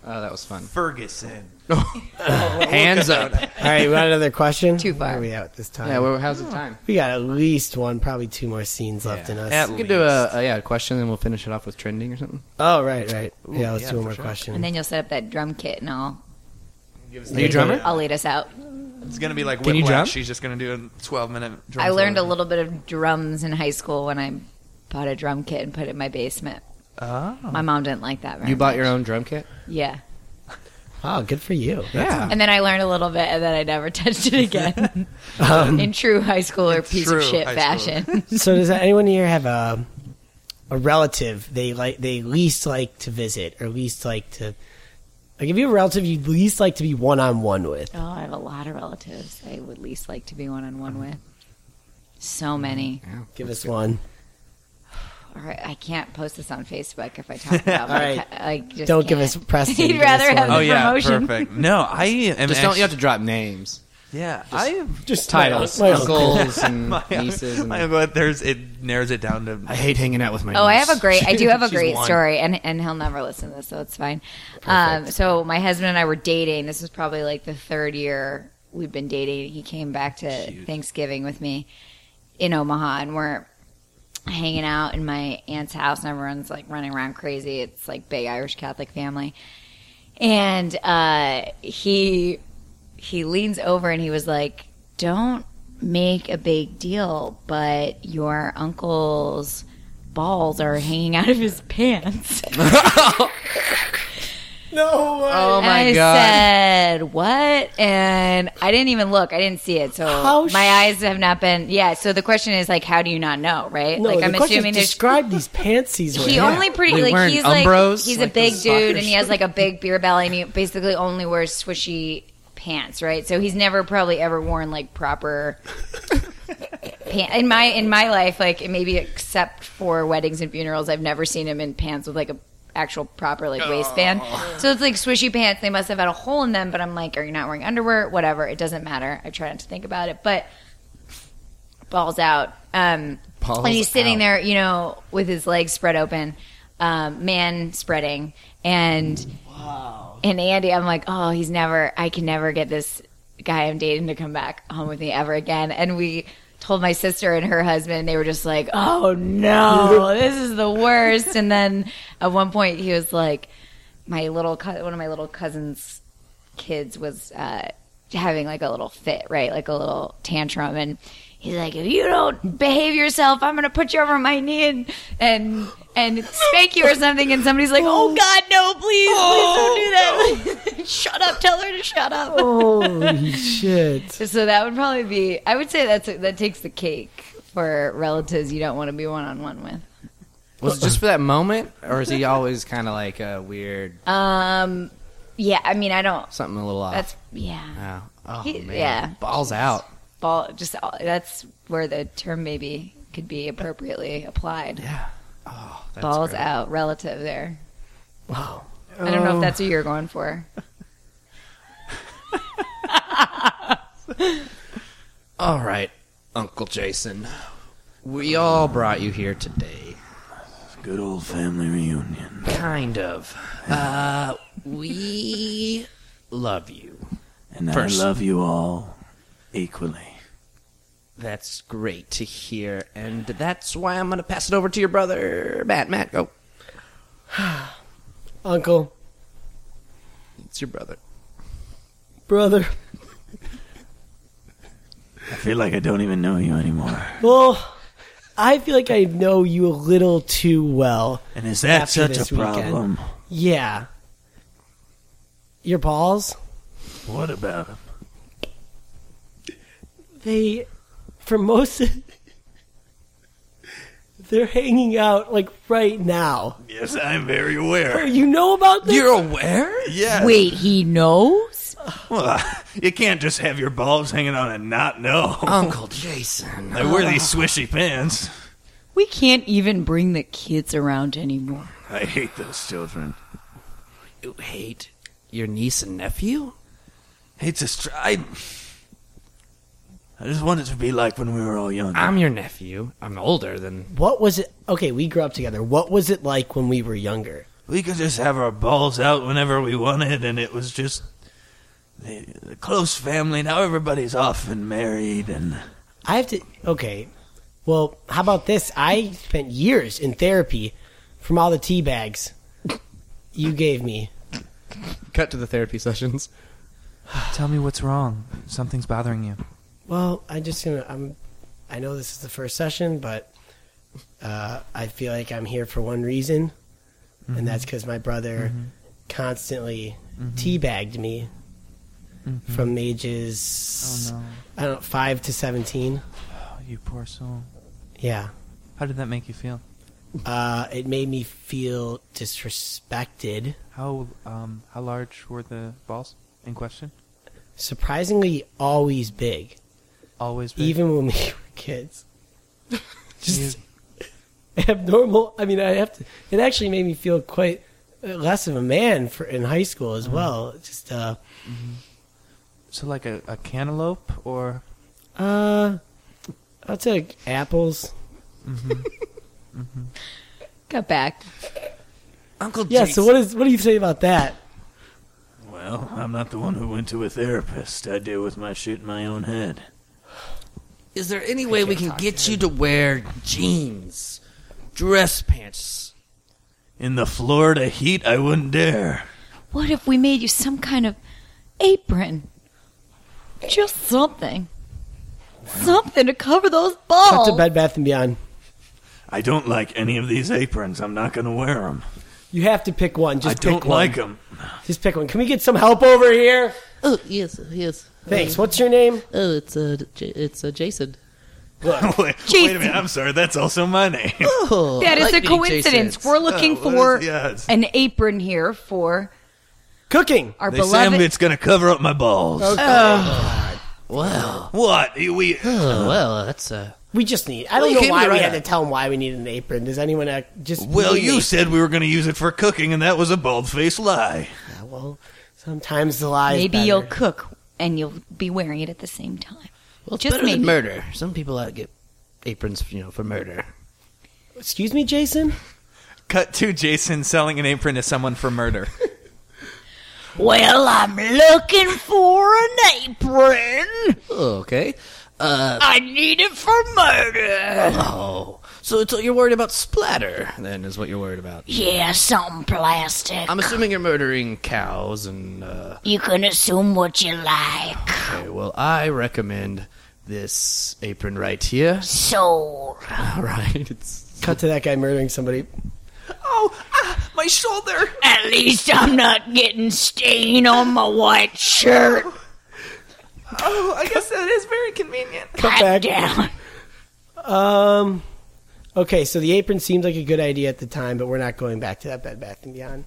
[SPEAKER 1] Oh, that was fun.
[SPEAKER 3] Ferguson.
[SPEAKER 1] Hands up.
[SPEAKER 2] All right, we want another question?
[SPEAKER 4] Too far.
[SPEAKER 2] Where are we at this time?
[SPEAKER 1] Yeah, well, how's the time?
[SPEAKER 2] we got at least one, probably two more scenes left in us.
[SPEAKER 1] Yeah, we can do a, a yeah a question, and we'll finish it off with trending or something.
[SPEAKER 2] Oh, right, right. yeah, let's
[SPEAKER 3] yeah,
[SPEAKER 2] do one
[SPEAKER 3] for
[SPEAKER 2] more
[SPEAKER 3] sure.
[SPEAKER 4] And
[SPEAKER 2] question.
[SPEAKER 4] then you'll set up that drum kit and I'll
[SPEAKER 1] Are you a drummer?
[SPEAKER 4] I'll lead us out.
[SPEAKER 3] It's gonna be like
[SPEAKER 1] Can you
[SPEAKER 3] Whiplash.
[SPEAKER 1] drum?
[SPEAKER 3] She's just gonna do a twelve minute. Drum
[SPEAKER 4] I learned a
[SPEAKER 3] solo.
[SPEAKER 4] little bit of drums in high school when I bought a drum kit and put it in my basement.
[SPEAKER 3] Oh.
[SPEAKER 4] My mom didn't like that. Very
[SPEAKER 1] You bought
[SPEAKER 4] much.
[SPEAKER 1] your own drum kit?
[SPEAKER 4] yeah.
[SPEAKER 2] Wow, Oh, good for you.
[SPEAKER 1] Yeah.
[SPEAKER 4] And then I learned a little bit, and then I never touched it again.
[SPEAKER 2] Um,
[SPEAKER 4] in true high schooler piece
[SPEAKER 3] true
[SPEAKER 4] of shit
[SPEAKER 3] high
[SPEAKER 4] fashion.
[SPEAKER 2] so does anyone here have a a relative they like they least like to visit or least like to like if you have a relative you least like to be one on one with?
[SPEAKER 4] oh, I have a lot of relatives I would least like to be one on one with. So many.
[SPEAKER 2] Give us one.
[SPEAKER 4] All right, I can't post this on Facebook if I talk about.
[SPEAKER 2] All
[SPEAKER 4] my
[SPEAKER 2] right.
[SPEAKER 4] ca- like, just
[SPEAKER 2] Don't give
[SPEAKER 4] can't.
[SPEAKER 2] us Preston.
[SPEAKER 4] He'd
[SPEAKER 2] give
[SPEAKER 4] rather
[SPEAKER 2] us one.
[SPEAKER 4] have-
[SPEAKER 3] Oh yeah,
[SPEAKER 4] Promotion.
[SPEAKER 3] perfect. No, I am.
[SPEAKER 1] Just don't. You have to
[SPEAKER 3] actually-
[SPEAKER 1] drop names,
[SPEAKER 3] Yeah, I am.
[SPEAKER 2] just
[SPEAKER 1] titles,
[SPEAKER 2] my- my
[SPEAKER 1] uncles, and
[SPEAKER 3] My,
[SPEAKER 1] nieces.
[SPEAKER 3] my
[SPEAKER 1] And,
[SPEAKER 3] uncle, there's it narrows it down to.
[SPEAKER 1] I hate hanging out with my.
[SPEAKER 4] Oh, I have a
[SPEAKER 1] niece.
[SPEAKER 4] great. I do have a
[SPEAKER 3] She's
[SPEAKER 4] great
[SPEAKER 3] one.
[SPEAKER 4] story, and and he'll never listen to this, so it's fine. Um, so my husband and I were dating. This was probably like the third year we'd been dating. He came back to Thanksgiving with me in Omaha, and we're hanging out in my aunt's house, and everyone's like running around crazy. It's like big Irish Catholic family, and uh, he he leans over and he was like, "Don't." Make a big deal, but your uncle's balls are hanging out of his pants.
[SPEAKER 2] No way.
[SPEAKER 1] Oh my
[SPEAKER 4] I
[SPEAKER 1] god!
[SPEAKER 4] said, "What?" And I didn't even look. I didn't see it. So
[SPEAKER 2] How
[SPEAKER 4] my
[SPEAKER 2] sh-
[SPEAKER 4] eyes have not been. Yeah. So the question is like, how do you not know, right?
[SPEAKER 2] no,
[SPEAKER 4] like
[SPEAKER 2] the
[SPEAKER 4] I'm
[SPEAKER 2] question is
[SPEAKER 4] assuming there's.
[SPEAKER 2] describe these pants he's wearing.
[SPEAKER 4] He only pretty
[SPEAKER 1] They
[SPEAKER 4] like
[SPEAKER 1] weren't
[SPEAKER 4] he's like
[SPEAKER 1] Umbros,
[SPEAKER 4] he's a
[SPEAKER 1] like
[SPEAKER 4] big
[SPEAKER 1] those
[SPEAKER 4] dude and
[SPEAKER 1] fuckers.
[SPEAKER 4] he has like a big beer belly and he basically only wears swishy pants, right? So he's never probably ever worn like proper pants in my in my life like maybe except for weddings and funerals I've never seen him in pants with like a actual proper like waistband.
[SPEAKER 1] Oh.
[SPEAKER 4] So it's like swishy pants. They must have had a hole in them, but I'm like, are you not wearing underwear? Whatever. It doesn't matter. I try not to think about it, but balls out. Um,
[SPEAKER 1] Balls
[SPEAKER 4] and he's sitting
[SPEAKER 1] out.
[SPEAKER 4] there, you know, with his legs spread open, um, man spreading, and and Andy, I'm like, oh, he's never. I can never get this guy I'm dating to come back home with me ever again. And we told my sister and her husband, and they were just like, oh no, this is the worst. And then at one point, he was like, my little co- one of my little cousins' kids was uh, having like a little fit, right, like a little tantrum, and he's like, "If you don't behave yourself, I'm gonna put you over my knee and and and spank you or something." And somebody's like, "Oh God, no, please, please don't do that. shut up. Tell her to shut up."
[SPEAKER 2] Oh. Holy shit.
[SPEAKER 4] So that would probably be. I would say that's that takes the cake for relatives you don't want to be one on one with.
[SPEAKER 1] Was it just for that moment, or is he always kind of like a weird
[SPEAKER 4] Um, yeah, I mean, I don't.
[SPEAKER 1] something a little off?
[SPEAKER 4] That's yeah.
[SPEAKER 1] oh, oh
[SPEAKER 4] He-
[SPEAKER 1] man,
[SPEAKER 4] yeah.
[SPEAKER 1] balls out.
[SPEAKER 4] Ball. Just all- that's where the term maybe could be appropriately applied.
[SPEAKER 1] Yeah. Oh, that's
[SPEAKER 4] Balls
[SPEAKER 1] great.
[SPEAKER 4] out, relative there.
[SPEAKER 2] Wow.
[SPEAKER 4] I don't know
[SPEAKER 9] Oh.
[SPEAKER 4] if that's what you're going for.
[SPEAKER 1] All right, Uncle Jason. We all brought you here today.
[SPEAKER 8] Good old family reunion.
[SPEAKER 1] Kind of. Uh, we love you.
[SPEAKER 8] And
[SPEAKER 1] First.
[SPEAKER 8] I love you all equally.
[SPEAKER 1] That's great to hear, and that's why I'm going to pass it over to your brother, Matt. Matt, go.
[SPEAKER 2] Uncle,
[SPEAKER 1] It's your brother.
[SPEAKER 2] brother.
[SPEAKER 8] I feel like I don't even know you anymore.
[SPEAKER 2] Well, I feel like I know you a little too well.
[SPEAKER 8] And is that
[SPEAKER 2] After
[SPEAKER 8] such
[SPEAKER 2] this
[SPEAKER 8] a problem?
[SPEAKER 2] Yeah. Your balls?
[SPEAKER 8] What about him?
[SPEAKER 2] They, for most of. They're hanging out like right now.
[SPEAKER 8] Yes, I'm very aware.
[SPEAKER 2] You know about this?
[SPEAKER 1] You're aware?
[SPEAKER 8] Yes.
[SPEAKER 10] Wait, he knows?
[SPEAKER 8] Well, you can't just have your balls hanging out and not know.
[SPEAKER 1] Uncle Jason.
[SPEAKER 8] I wear these swishy pants.
[SPEAKER 10] We can't even bring the kids around anymore.
[SPEAKER 8] I hate those children.
[SPEAKER 1] You hate your niece and nephew?
[SPEAKER 8] It's a str- I, I just wanted to be like when we were all young.
[SPEAKER 1] I'm your nephew. I'm older than.
[SPEAKER 2] What was it? Okay, we grew up together. What was it like when we were younger?
[SPEAKER 8] we could just have our balls out whenever we wanted, and it was just the, the close family. Now everybody's off and married, and
[SPEAKER 2] I have to. Okay. Well, how about this? I spent years in therapy from all the tea bags you gave me.
[SPEAKER 1] Cut to the therapy sessions.
[SPEAKER 3] Tell me what's wrong. Something's bothering you.
[SPEAKER 2] Well, I just gonna. I'm. I know this is the first session, but uh, I feel like I'm here for one reason, and
[SPEAKER 3] Mm-hmm.
[SPEAKER 2] that's because my brother constantly teabagged me from ages
[SPEAKER 3] Mm-hmm. Oh, no.
[SPEAKER 2] I don't know five to seventeen.
[SPEAKER 3] Oh, you poor soul.
[SPEAKER 2] Yeah.
[SPEAKER 3] How did that make you feel?
[SPEAKER 2] Uh, it made me feel disrespected.
[SPEAKER 3] How um how large were the balls in question?
[SPEAKER 2] Surprisingly, always big.
[SPEAKER 3] Always big?
[SPEAKER 2] even when we were kids. Just
[SPEAKER 3] You-
[SPEAKER 2] abnormal. I mean, I have to. It actually made me feel quite uh, less of a man for in high school as well. Just uh,
[SPEAKER 3] so like a, a cantaloupe or
[SPEAKER 2] uh, I'll take apples.
[SPEAKER 4] Cut back.
[SPEAKER 1] Uncle
[SPEAKER 2] Yeah.
[SPEAKER 1] Jason.
[SPEAKER 2] So what is what do you say about that?
[SPEAKER 8] well, I'm not the one who went to a therapist. I deal with my shit in my own head.
[SPEAKER 1] Is there any way we can get you to wear jeans, dress pants?
[SPEAKER 8] In the Florida heat, I wouldn't dare.
[SPEAKER 10] What if we made you some kind of apron? Just something. Something to cover those
[SPEAKER 2] Cut
[SPEAKER 5] Oh.
[SPEAKER 10] balls.
[SPEAKER 2] to Bed Bath and Beyond.
[SPEAKER 8] I don't like any of these aprons. I'm not going to wear them.
[SPEAKER 2] You have to pick one.
[SPEAKER 8] I
[SPEAKER 2] Just pick
[SPEAKER 8] don't
[SPEAKER 2] one.
[SPEAKER 8] like them.
[SPEAKER 2] Just pick one. Can we get some help over here?
[SPEAKER 9] Oh yes, yes.
[SPEAKER 2] Thanks. What's your name?
[SPEAKER 9] Oh, it's uh, J- it's uh, Jason.
[SPEAKER 8] wait, wait a minute. I'm sorry. That's also my name.
[SPEAKER 9] Oh,
[SPEAKER 10] That
[SPEAKER 9] I
[SPEAKER 10] is a
[SPEAKER 9] like being
[SPEAKER 10] coincidence.
[SPEAKER 9] Jason.
[SPEAKER 10] We're looking
[SPEAKER 4] Oh,
[SPEAKER 8] Uh, what
[SPEAKER 10] for
[SPEAKER 8] is- yeah, it's-
[SPEAKER 10] an apron here for
[SPEAKER 2] Cooking.
[SPEAKER 10] our
[SPEAKER 8] They say
[SPEAKER 10] beloved.
[SPEAKER 8] it's gonna cover up my balls.
[SPEAKER 9] Wow.
[SPEAKER 8] What? We
[SPEAKER 9] Oh, well, that's uh.
[SPEAKER 2] We just need. I don't
[SPEAKER 1] you
[SPEAKER 2] know
[SPEAKER 1] came
[SPEAKER 2] why
[SPEAKER 1] to the
[SPEAKER 2] we
[SPEAKER 1] right
[SPEAKER 2] had to
[SPEAKER 1] app.
[SPEAKER 2] tell him why we needed an apron. Does anyone uh, just?
[SPEAKER 8] well,
[SPEAKER 2] need an
[SPEAKER 8] you
[SPEAKER 2] apron?
[SPEAKER 8] said we were gonna use it for cooking, and that was a bald-faced lie.
[SPEAKER 2] Yeah, well, sometimes the lie. is
[SPEAKER 10] Maybe you'll
[SPEAKER 2] better.
[SPEAKER 10] cook and you'll be wearing it at the same time.
[SPEAKER 9] Well, it's
[SPEAKER 10] Just
[SPEAKER 9] better
[SPEAKER 10] maybe.
[SPEAKER 9] than murder. Some people out get aprons, you know, for murder.
[SPEAKER 2] Excuse me, Jason.
[SPEAKER 3] Cut to Jason selling an apron to someone for murder.
[SPEAKER 5] Well, I'm looking for an apron.
[SPEAKER 9] Oh, okay. Uh
[SPEAKER 5] I need it for murder.
[SPEAKER 9] oh. So it's, you're worried about splatter, then, is what you're worried about.
[SPEAKER 5] Yeah, something plastic.
[SPEAKER 9] I'm assuming you're murdering cows, and uh,
[SPEAKER 5] You can assume what you like.
[SPEAKER 9] okay, well, I recommend this apron right here.
[SPEAKER 5] So,
[SPEAKER 9] All right, it's
[SPEAKER 2] Cut to that guy murdering somebody.
[SPEAKER 5] at least I'm not getting stain on my white shirt.
[SPEAKER 2] Cut back.
[SPEAKER 5] Down.
[SPEAKER 2] Um, Okay, so the apron seemed like a good idea at the time, but we're not going back to that Bed Bath and Beyond.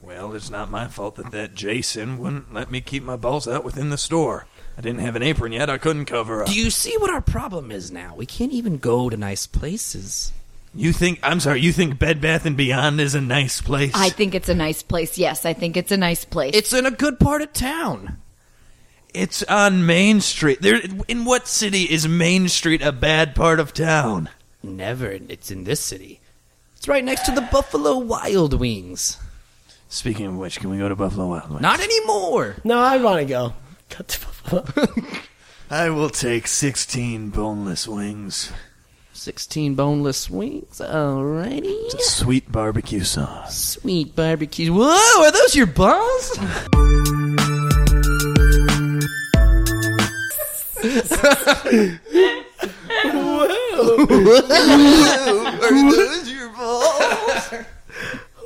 [SPEAKER 3] Well, it's not my fault that that Jason wouldn't let me keep my balls out within the store. I didn't have an apron yet. I couldn't cover up.
[SPEAKER 1] Do you see what our problem is now? We can't even go to nice places.
[SPEAKER 3] You think? I'm sorry. You think Bed Bath and Beyond is a nice place?
[SPEAKER 4] I think it's a nice place. Yes, I think it's a nice place.
[SPEAKER 1] It's in a good part of town.
[SPEAKER 3] It's on Main Street. There, in what city is Main Street a bad part of town?
[SPEAKER 1] Never. It's in this city. It's right next to the Buffalo Wild Wings.
[SPEAKER 3] Speaking of which, can we go to Buffalo Wild Wings?
[SPEAKER 1] Not anymore.
[SPEAKER 2] No, I want to go. Cut to Buffalo.
[SPEAKER 3] I will take sixteen boneless wings,
[SPEAKER 1] 16 boneless wings. Alrighty.
[SPEAKER 3] sweet barbecue sauce.
[SPEAKER 1] Sweet barbecue. Whoa, are those your balls?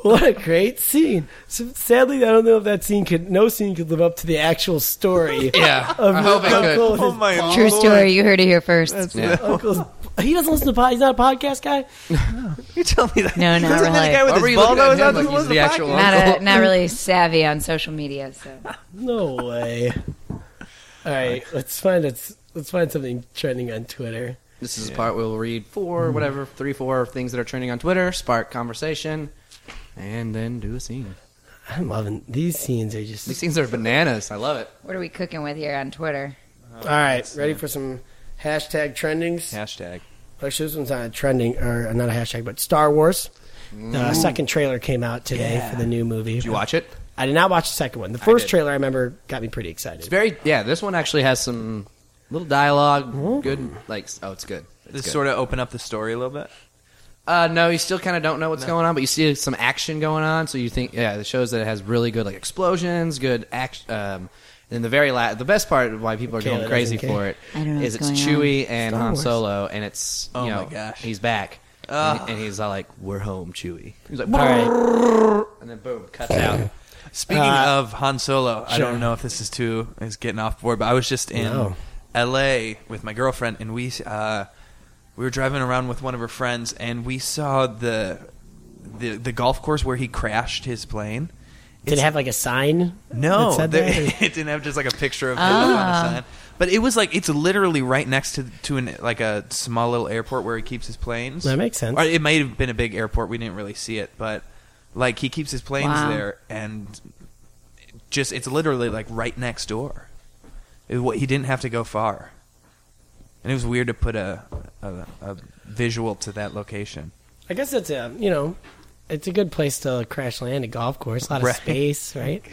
[SPEAKER 2] what a great scene. So, sadly, I don't know if that scene could. No scene could live up to the actual story.
[SPEAKER 1] Yeah.
[SPEAKER 2] Of
[SPEAKER 1] I hope it could.
[SPEAKER 2] Uncle with
[SPEAKER 3] Oh
[SPEAKER 2] his
[SPEAKER 3] my
[SPEAKER 4] True
[SPEAKER 3] lord!
[SPEAKER 4] story. You heard it here first.
[SPEAKER 2] uncle's. He doesn't listen to pod. He's not a podcast guy.
[SPEAKER 3] You tell me that?
[SPEAKER 4] No, no,
[SPEAKER 3] Doesn't that
[SPEAKER 4] really.
[SPEAKER 3] guy with
[SPEAKER 1] Why were
[SPEAKER 3] his
[SPEAKER 1] you
[SPEAKER 3] ball
[SPEAKER 1] looking at him
[SPEAKER 3] that was out
[SPEAKER 1] like
[SPEAKER 3] there was
[SPEAKER 1] he's the actual
[SPEAKER 3] pocket?
[SPEAKER 4] not, a, not really savvy on social media. So
[SPEAKER 2] No way. All right, let's find it's let's find something trending on Twitter.
[SPEAKER 1] This is the part where we'll read
[SPEAKER 3] Mm-hmm.
[SPEAKER 1] four, whatever, three, four things that are trending on Twitter, spark conversation, and then do a scene.
[SPEAKER 2] I'm loving these scenes. Are just
[SPEAKER 1] These scenes are bananas. I love it.
[SPEAKER 4] what are we cooking with here on Twitter?
[SPEAKER 2] all right. Ready for some hashtag trendings?
[SPEAKER 3] Hashtag.
[SPEAKER 2] Actually, this one's not trending or not a hashtag, but Star Wars. The second trailer came out today for the new movie.
[SPEAKER 1] Mm. Did you watch it?
[SPEAKER 2] I did not watch the second one. The first
[SPEAKER 1] did.
[SPEAKER 2] trailer I remember got me pretty excited.
[SPEAKER 1] It's very yeah. This one actually has some little dialogue. Good, like oh, it's good. It's
[SPEAKER 3] This
[SPEAKER 1] good.
[SPEAKER 3] sort of open up the story a little bit.
[SPEAKER 1] Uh, no, you still kind of don't know what's going on, but you see some action going on, so you think, yeah, it shows that it has really good like explosions, good action. Um, and the very la- the best part of why people are
[SPEAKER 2] Kayla
[SPEAKER 1] going crazy
[SPEAKER 2] doesn't care.
[SPEAKER 1] for it
[SPEAKER 4] I don't know
[SPEAKER 1] is it's
[SPEAKER 4] what's going on.
[SPEAKER 1] Chewie and Han
[SPEAKER 2] Wars.
[SPEAKER 1] Solo, and it's you
[SPEAKER 3] Oh
[SPEAKER 1] know
[SPEAKER 3] my gosh.
[SPEAKER 1] he's back, and, and he's all like, "We're home, Chewie." He's like,
[SPEAKER 2] All right.
[SPEAKER 1] and then boom, cuts out.
[SPEAKER 3] Speaking
[SPEAKER 2] Uh,
[SPEAKER 3] of Han Solo, I
[SPEAKER 2] sure.
[SPEAKER 3] don't know if this is too is getting off board, but I was just in
[SPEAKER 2] No.
[SPEAKER 3] L.A. with my girlfriend, and we uh, we were driving around with one of her friends, and we saw the the the golf course where he crashed his plane.
[SPEAKER 2] Did it have like a sign? that
[SPEAKER 3] No,
[SPEAKER 2] said
[SPEAKER 3] there-
[SPEAKER 2] that?
[SPEAKER 3] it didn't have just like a picture of him on a sign. But it was like it's literally right next to to an like a small little airport where he keeps his planes.
[SPEAKER 2] That makes sense.
[SPEAKER 3] Or it might have been a big airport. We didn't really see it, but like he keeps his planes
[SPEAKER 4] Wow.
[SPEAKER 3] there, and just it's literally like right next door. It, wa- he didn't have to go far, and it was weird to put a a, a visual to that location.
[SPEAKER 2] I guess that's a you know, it's a good place to crash land a golf course, a lot of
[SPEAKER 3] Right.
[SPEAKER 2] space, right?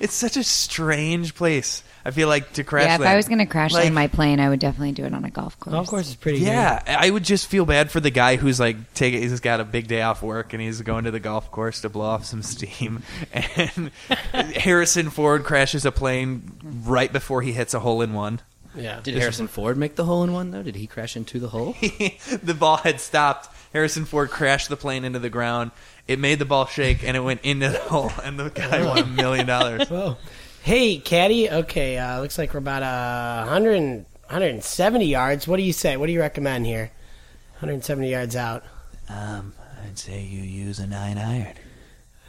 [SPEAKER 3] It's such a strange place. I feel like to crash.
[SPEAKER 4] yeah, if I
[SPEAKER 3] land.
[SPEAKER 4] was going to crash
[SPEAKER 3] Like-
[SPEAKER 4] land my plane, I would definitely do it on a golf course.
[SPEAKER 2] Golf course is pretty.
[SPEAKER 3] Yeah, I would just feel bad for the guy who's like taking. He's got a big day off work and he's going to the golf course to blow off some steam. And Harrison Ford crashes a plane right before he hits a hole in one.
[SPEAKER 2] Good. Yeah.
[SPEAKER 1] Did Harrison Ford make the hole in one though? Did he crash into the hole?
[SPEAKER 3] the ball had stopped. Harrison Ford crashed the plane into the ground. It made the ball shake and it went into the hole. And the guy won a million dollars.
[SPEAKER 2] Whoa. Hey, Caddy. Okay, uh, looks like we're about uh, 100, and- 170 yards. What do you say? What do you recommend here? 170 yards out.
[SPEAKER 3] Um, I'd say you use a nine iron.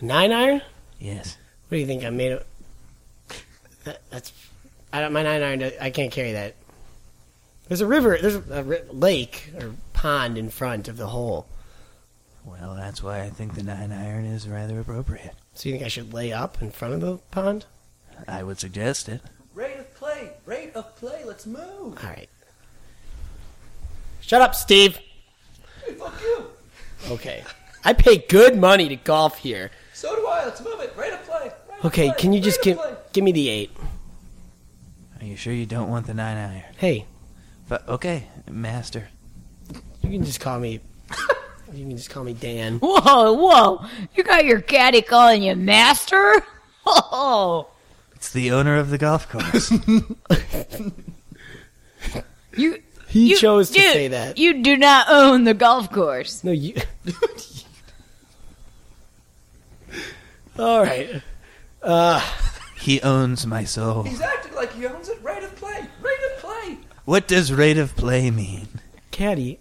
[SPEAKER 2] Nine iron?
[SPEAKER 3] Yes.
[SPEAKER 2] What do you think? I made it. That, that's. I don't. My nine iron. I can't carry that. There's a river. There's a ri- lake or pond in front of the hole.
[SPEAKER 3] Well, that's why I think the nine iron is rather appropriate.
[SPEAKER 2] So you think I should lay up in front of the pond?
[SPEAKER 3] I would suggest it.
[SPEAKER 1] Rate of play, rate of play. Let's move.
[SPEAKER 2] All right. Shut up, Steve. fuck you. Okay. I pay good money to golf here.
[SPEAKER 1] So do I. Let's move it. Rate of play.
[SPEAKER 2] Okay, can you just give give me the eight?
[SPEAKER 3] Are you sure you don't want the nine iron?
[SPEAKER 2] Hey,
[SPEAKER 3] But okay, master.
[SPEAKER 2] you can just call me. you can just call me Dan.
[SPEAKER 5] Whoa, whoa. You got your caddy calling you master? Oh,
[SPEAKER 3] It's the owner of the golf course.
[SPEAKER 5] you.
[SPEAKER 2] He
[SPEAKER 5] you-
[SPEAKER 2] chose to
[SPEAKER 5] dude,
[SPEAKER 2] say that.
[SPEAKER 5] You do not own the golf course.
[SPEAKER 2] no, you. All right. Uh,
[SPEAKER 3] he owns my soul.
[SPEAKER 1] He's acting like he owns it. Rate of play, rate of play.
[SPEAKER 3] What does rate of play mean?
[SPEAKER 2] Caddy,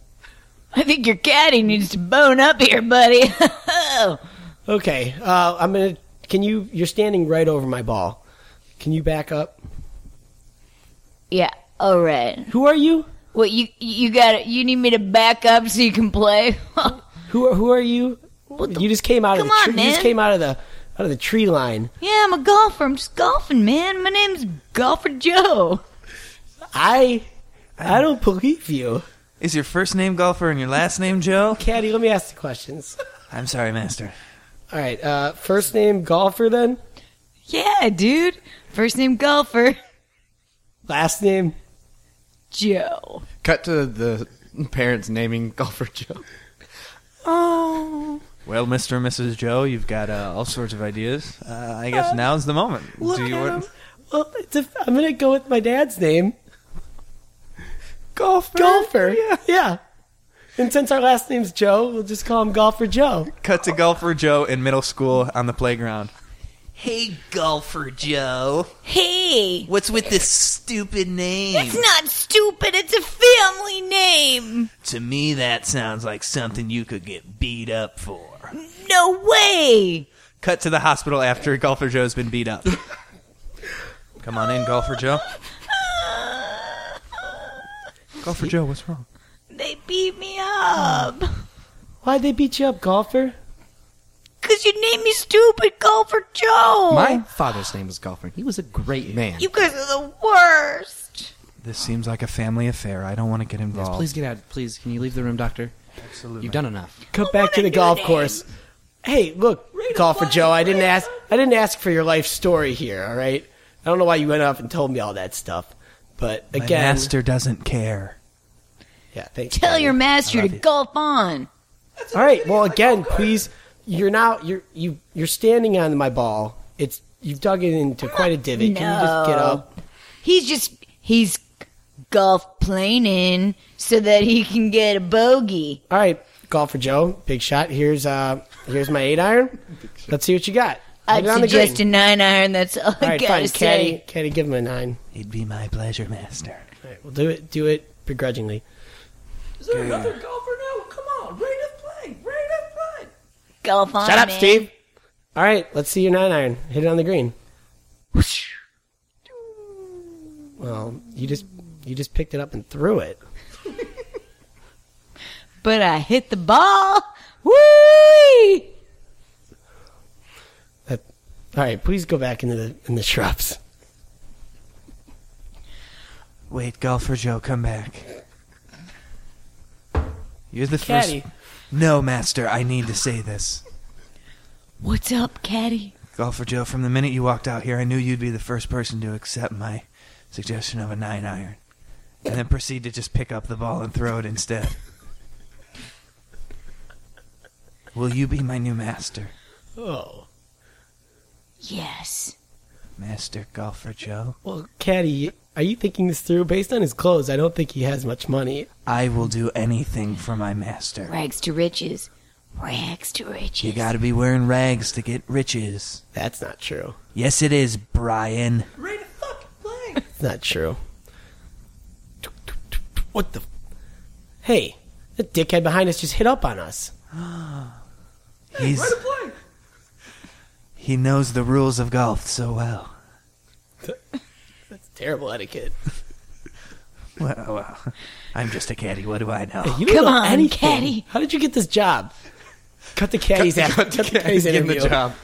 [SPEAKER 5] I think your caddy needs to bone up here, buddy.
[SPEAKER 2] Okay, uh, I'm gonna. Can you? You're standing right over my ball. Can you back up?
[SPEAKER 5] yeah, all right.
[SPEAKER 2] Who are you?
[SPEAKER 5] What you you got? You need me to back up so you can play?
[SPEAKER 2] Who are who are you? you just came out of
[SPEAKER 5] Come
[SPEAKER 2] the
[SPEAKER 5] on,
[SPEAKER 2] tree. You just
[SPEAKER 5] man.
[SPEAKER 2] came out of the out of the tree line.
[SPEAKER 5] yeah, I'm a golfer. I'm just golfing, man. My name's Golfer Joe.
[SPEAKER 2] I I don't believe you,
[SPEAKER 3] Is your first name golfer and your last name Joe?
[SPEAKER 2] Caddy. Let me ask the questions.
[SPEAKER 3] I'm sorry, Master.
[SPEAKER 2] All right, uh, first name golfer, then
[SPEAKER 5] Yeah, dude. First name Golfer
[SPEAKER 2] last name.
[SPEAKER 5] Joe.
[SPEAKER 9] Cut to the parents naming golfer Joe.
[SPEAKER 3] Oh. Well, Mr. and Mrs. Joe, you've got uh, all sorts of ideas. Uh, I guess now's the moment.
[SPEAKER 2] Look
[SPEAKER 3] Do you
[SPEAKER 2] at
[SPEAKER 3] want-
[SPEAKER 2] him. Well, it's a, I'm gonna go with my dad's name. Golfer. Golfer. Yeah. And since our last name's Joe, we'll just call him Golfer Joe.
[SPEAKER 3] Cut to golfer Joe in middle school on the playground.
[SPEAKER 6] Hey, golfer Joe.
[SPEAKER 5] Hey,
[SPEAKER 6] What's with this stupid name?
[SPEAKER 5] it's not stupid. It's a family name.
[SPEAKER 6] To me, that sounds like something you could get beat up for.
[SPEAKER 5] No way.
[SPEAKER 3] Cut to the hospital after golfer Joe's been beat up. Come on in, golfer Joe. Golfer Joe, what's wrong?
[SPEAKER 5] They beat me up.
[SPEAKER 2] Why'd they beat you up, Golfer?
[SPEAKER 5] Cause you named me stupid Golfer Joe.
[SPEAKER 1] My
[SPEAKER 4] Oh.
[SPEAKER 1] father's name was Golfer. He was a great man.
[SPEAKER 5] you guys are the worst.
[SPEAKER 3] This seems like a family affair. I don't want to get involved.
[SPEAKER 1] Please get out. Please, can you leave the room, Doctor? Absolutely. You've done enough.
[SPEAKER 2] Come back to the golf course. Hey, look, Golfer Joe, I didn't ask I didn't ask for your life story here, all right? I don't know why you went up and told me all that stuff. But
[SPEAKER 3] My
[SPEAKER 2] again,
[SPEAKER 3] master doesn't care.
[SPEAKER 2] yeah, thanks.
[SPEAKER 5] Tell
[SPEAKER 2] buddy.
[SPEAKER 5] your master to golf on.
[SPEAKER 2] All right. Well, again, please. You're now you're you you're standing on my ball. It's you've dug it into quite a divot. Can you just get
[SPEAKER 5] No.
[SPEAKER 2] up?
[SPEAKER 5] He's just he's golf planing so that he can get a bogey.
[SPEAKER 2] All right, golfer Joe, big shot. Here's uh here's my eight iron. Let's see what you got.
[SPEAKER 5] I'd
[SPEAKER 2] Put it on the
[SPEAKER 5] suggest a
[SPEAKER 2] green.
[SPEAKER 5] nine iron. That's all,
[SPEAKER 2] All
[SPEAKER 5] I
[SPEAKER 2] right,
[SPEAKER 5] gotta
[SPEAKER 2] fine.
[SPEAKER 5] say.
[SPEAKER 2] Caddy, caddy, give him a nine.
[SPEAKER 3] It'd be my pleasure, master.
[SPEAKER 2] All right, we'll do it. Do it begrudgingly.
[SPEAKER 6] Is there another golfer now? Come on, rate of play, rate of play.
[SPEAKER 5] Golf on.
[SPEAKER 2] Shut up,
[SPEAKER 5] man.
[SPEAKER 2] Steve. All right, let's see your nine iron. Hit it on the green. Well, you just you just picked it up and threw it.
[SPEAKER 5] But I hit the ball. Woo!
[SPEAKER 2] That, all right, please go back into the in the shrubs.
[SPEAKER 3] Wait, golfer Joe, come back. You're the
[SPEAKER 2] Caddy.
[SPEAKER 3] first. No, master, I need to say this.
[SPEAKER 5] What's up, Caddy?
[SPEAKER 3] Golfer Joe, from the minute you walked out here, I knew you'd be the first person to accept my suggestion of a nine iron. And then proceed to just pick up the ball and throw it instead. Will you be my new master?
[SPEAKER 2] Oh.
[SPEAKER 5] Yes.
[SPEAKER 3] Master Golfer Joe?
[SPEAKER 2] Well, Caddy, are you thinking this through? Based on his clothes, I don't think he has much money.
[SPEAKER 3] I will do anything for my master.
[SPEAKER 4] Rags to riches. Rags to riches.
[SPEAKER 3] You gotta be wearing rags to get riches.
[SPEAKER 2] That's not true.
[SPEAKER 3] Yes, it is, Brian.
[SPEAKER 2] It's not true. What the? Hey, the dickhead behind us just hit up on us.
[SPEAKER 3] He's He knows the rules of golf so well.
[SPEAKER 2] That's terrible etiquette.
[SPEAKER 3] Well, well. I'm just a caddy. What do I know?
[SPEAKER 2] You don't
[SPEAKER 5] Come
[SPEAKER 2] know
[SPEAKER 5] on,
[SPEAKER 2] anything.
[SPEAKER 5] Caddy.
[SPEAKER 2] How did you get this job? Cut the caddy's cut cut the caddy's
[SPEAKER 9] Getting the
[SPEAKER 2] interview.
[SPEAKER 9] job.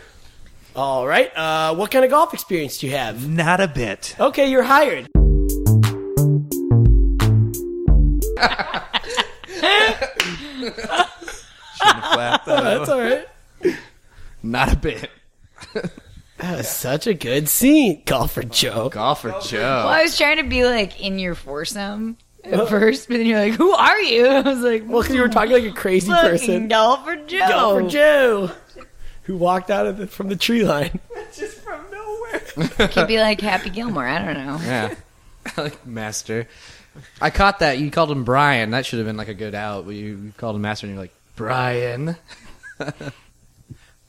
[SPEAKER 2] All right. Uh, what kind of golf experience do you have?
[SPEAKER 3] Not a bit.
[SPEAKER 2] Okay, you're hired.
[SPEAKER 3] uh,
[SPEAKER 2] That's all right.
[SPEAKER 9] Not a bit.
[SPEAKER 2] That was such a good scene. Golfer Joe.
[SPEAKER 9] Golfer Joe.
[SPEAKER 4] I was trying to be like in your foursome at first, but then you're like, "Who are you?" I was like,
[SPEAKER 2] Well, because you were talking like a crazy person.
[SPEAKER 4] "Fucking Golfer Joe."
[SPEAKER 2] Golfer Joe, who walked out of the, from the tree line.
[SPEAKER 4] Could be like Happy Gilmore. I don't know.
[SPEAKER 9] Yeah. like master. I caught that. You called him Brian. That should have been like a good out. But you, you called him master and you're like, Brian. that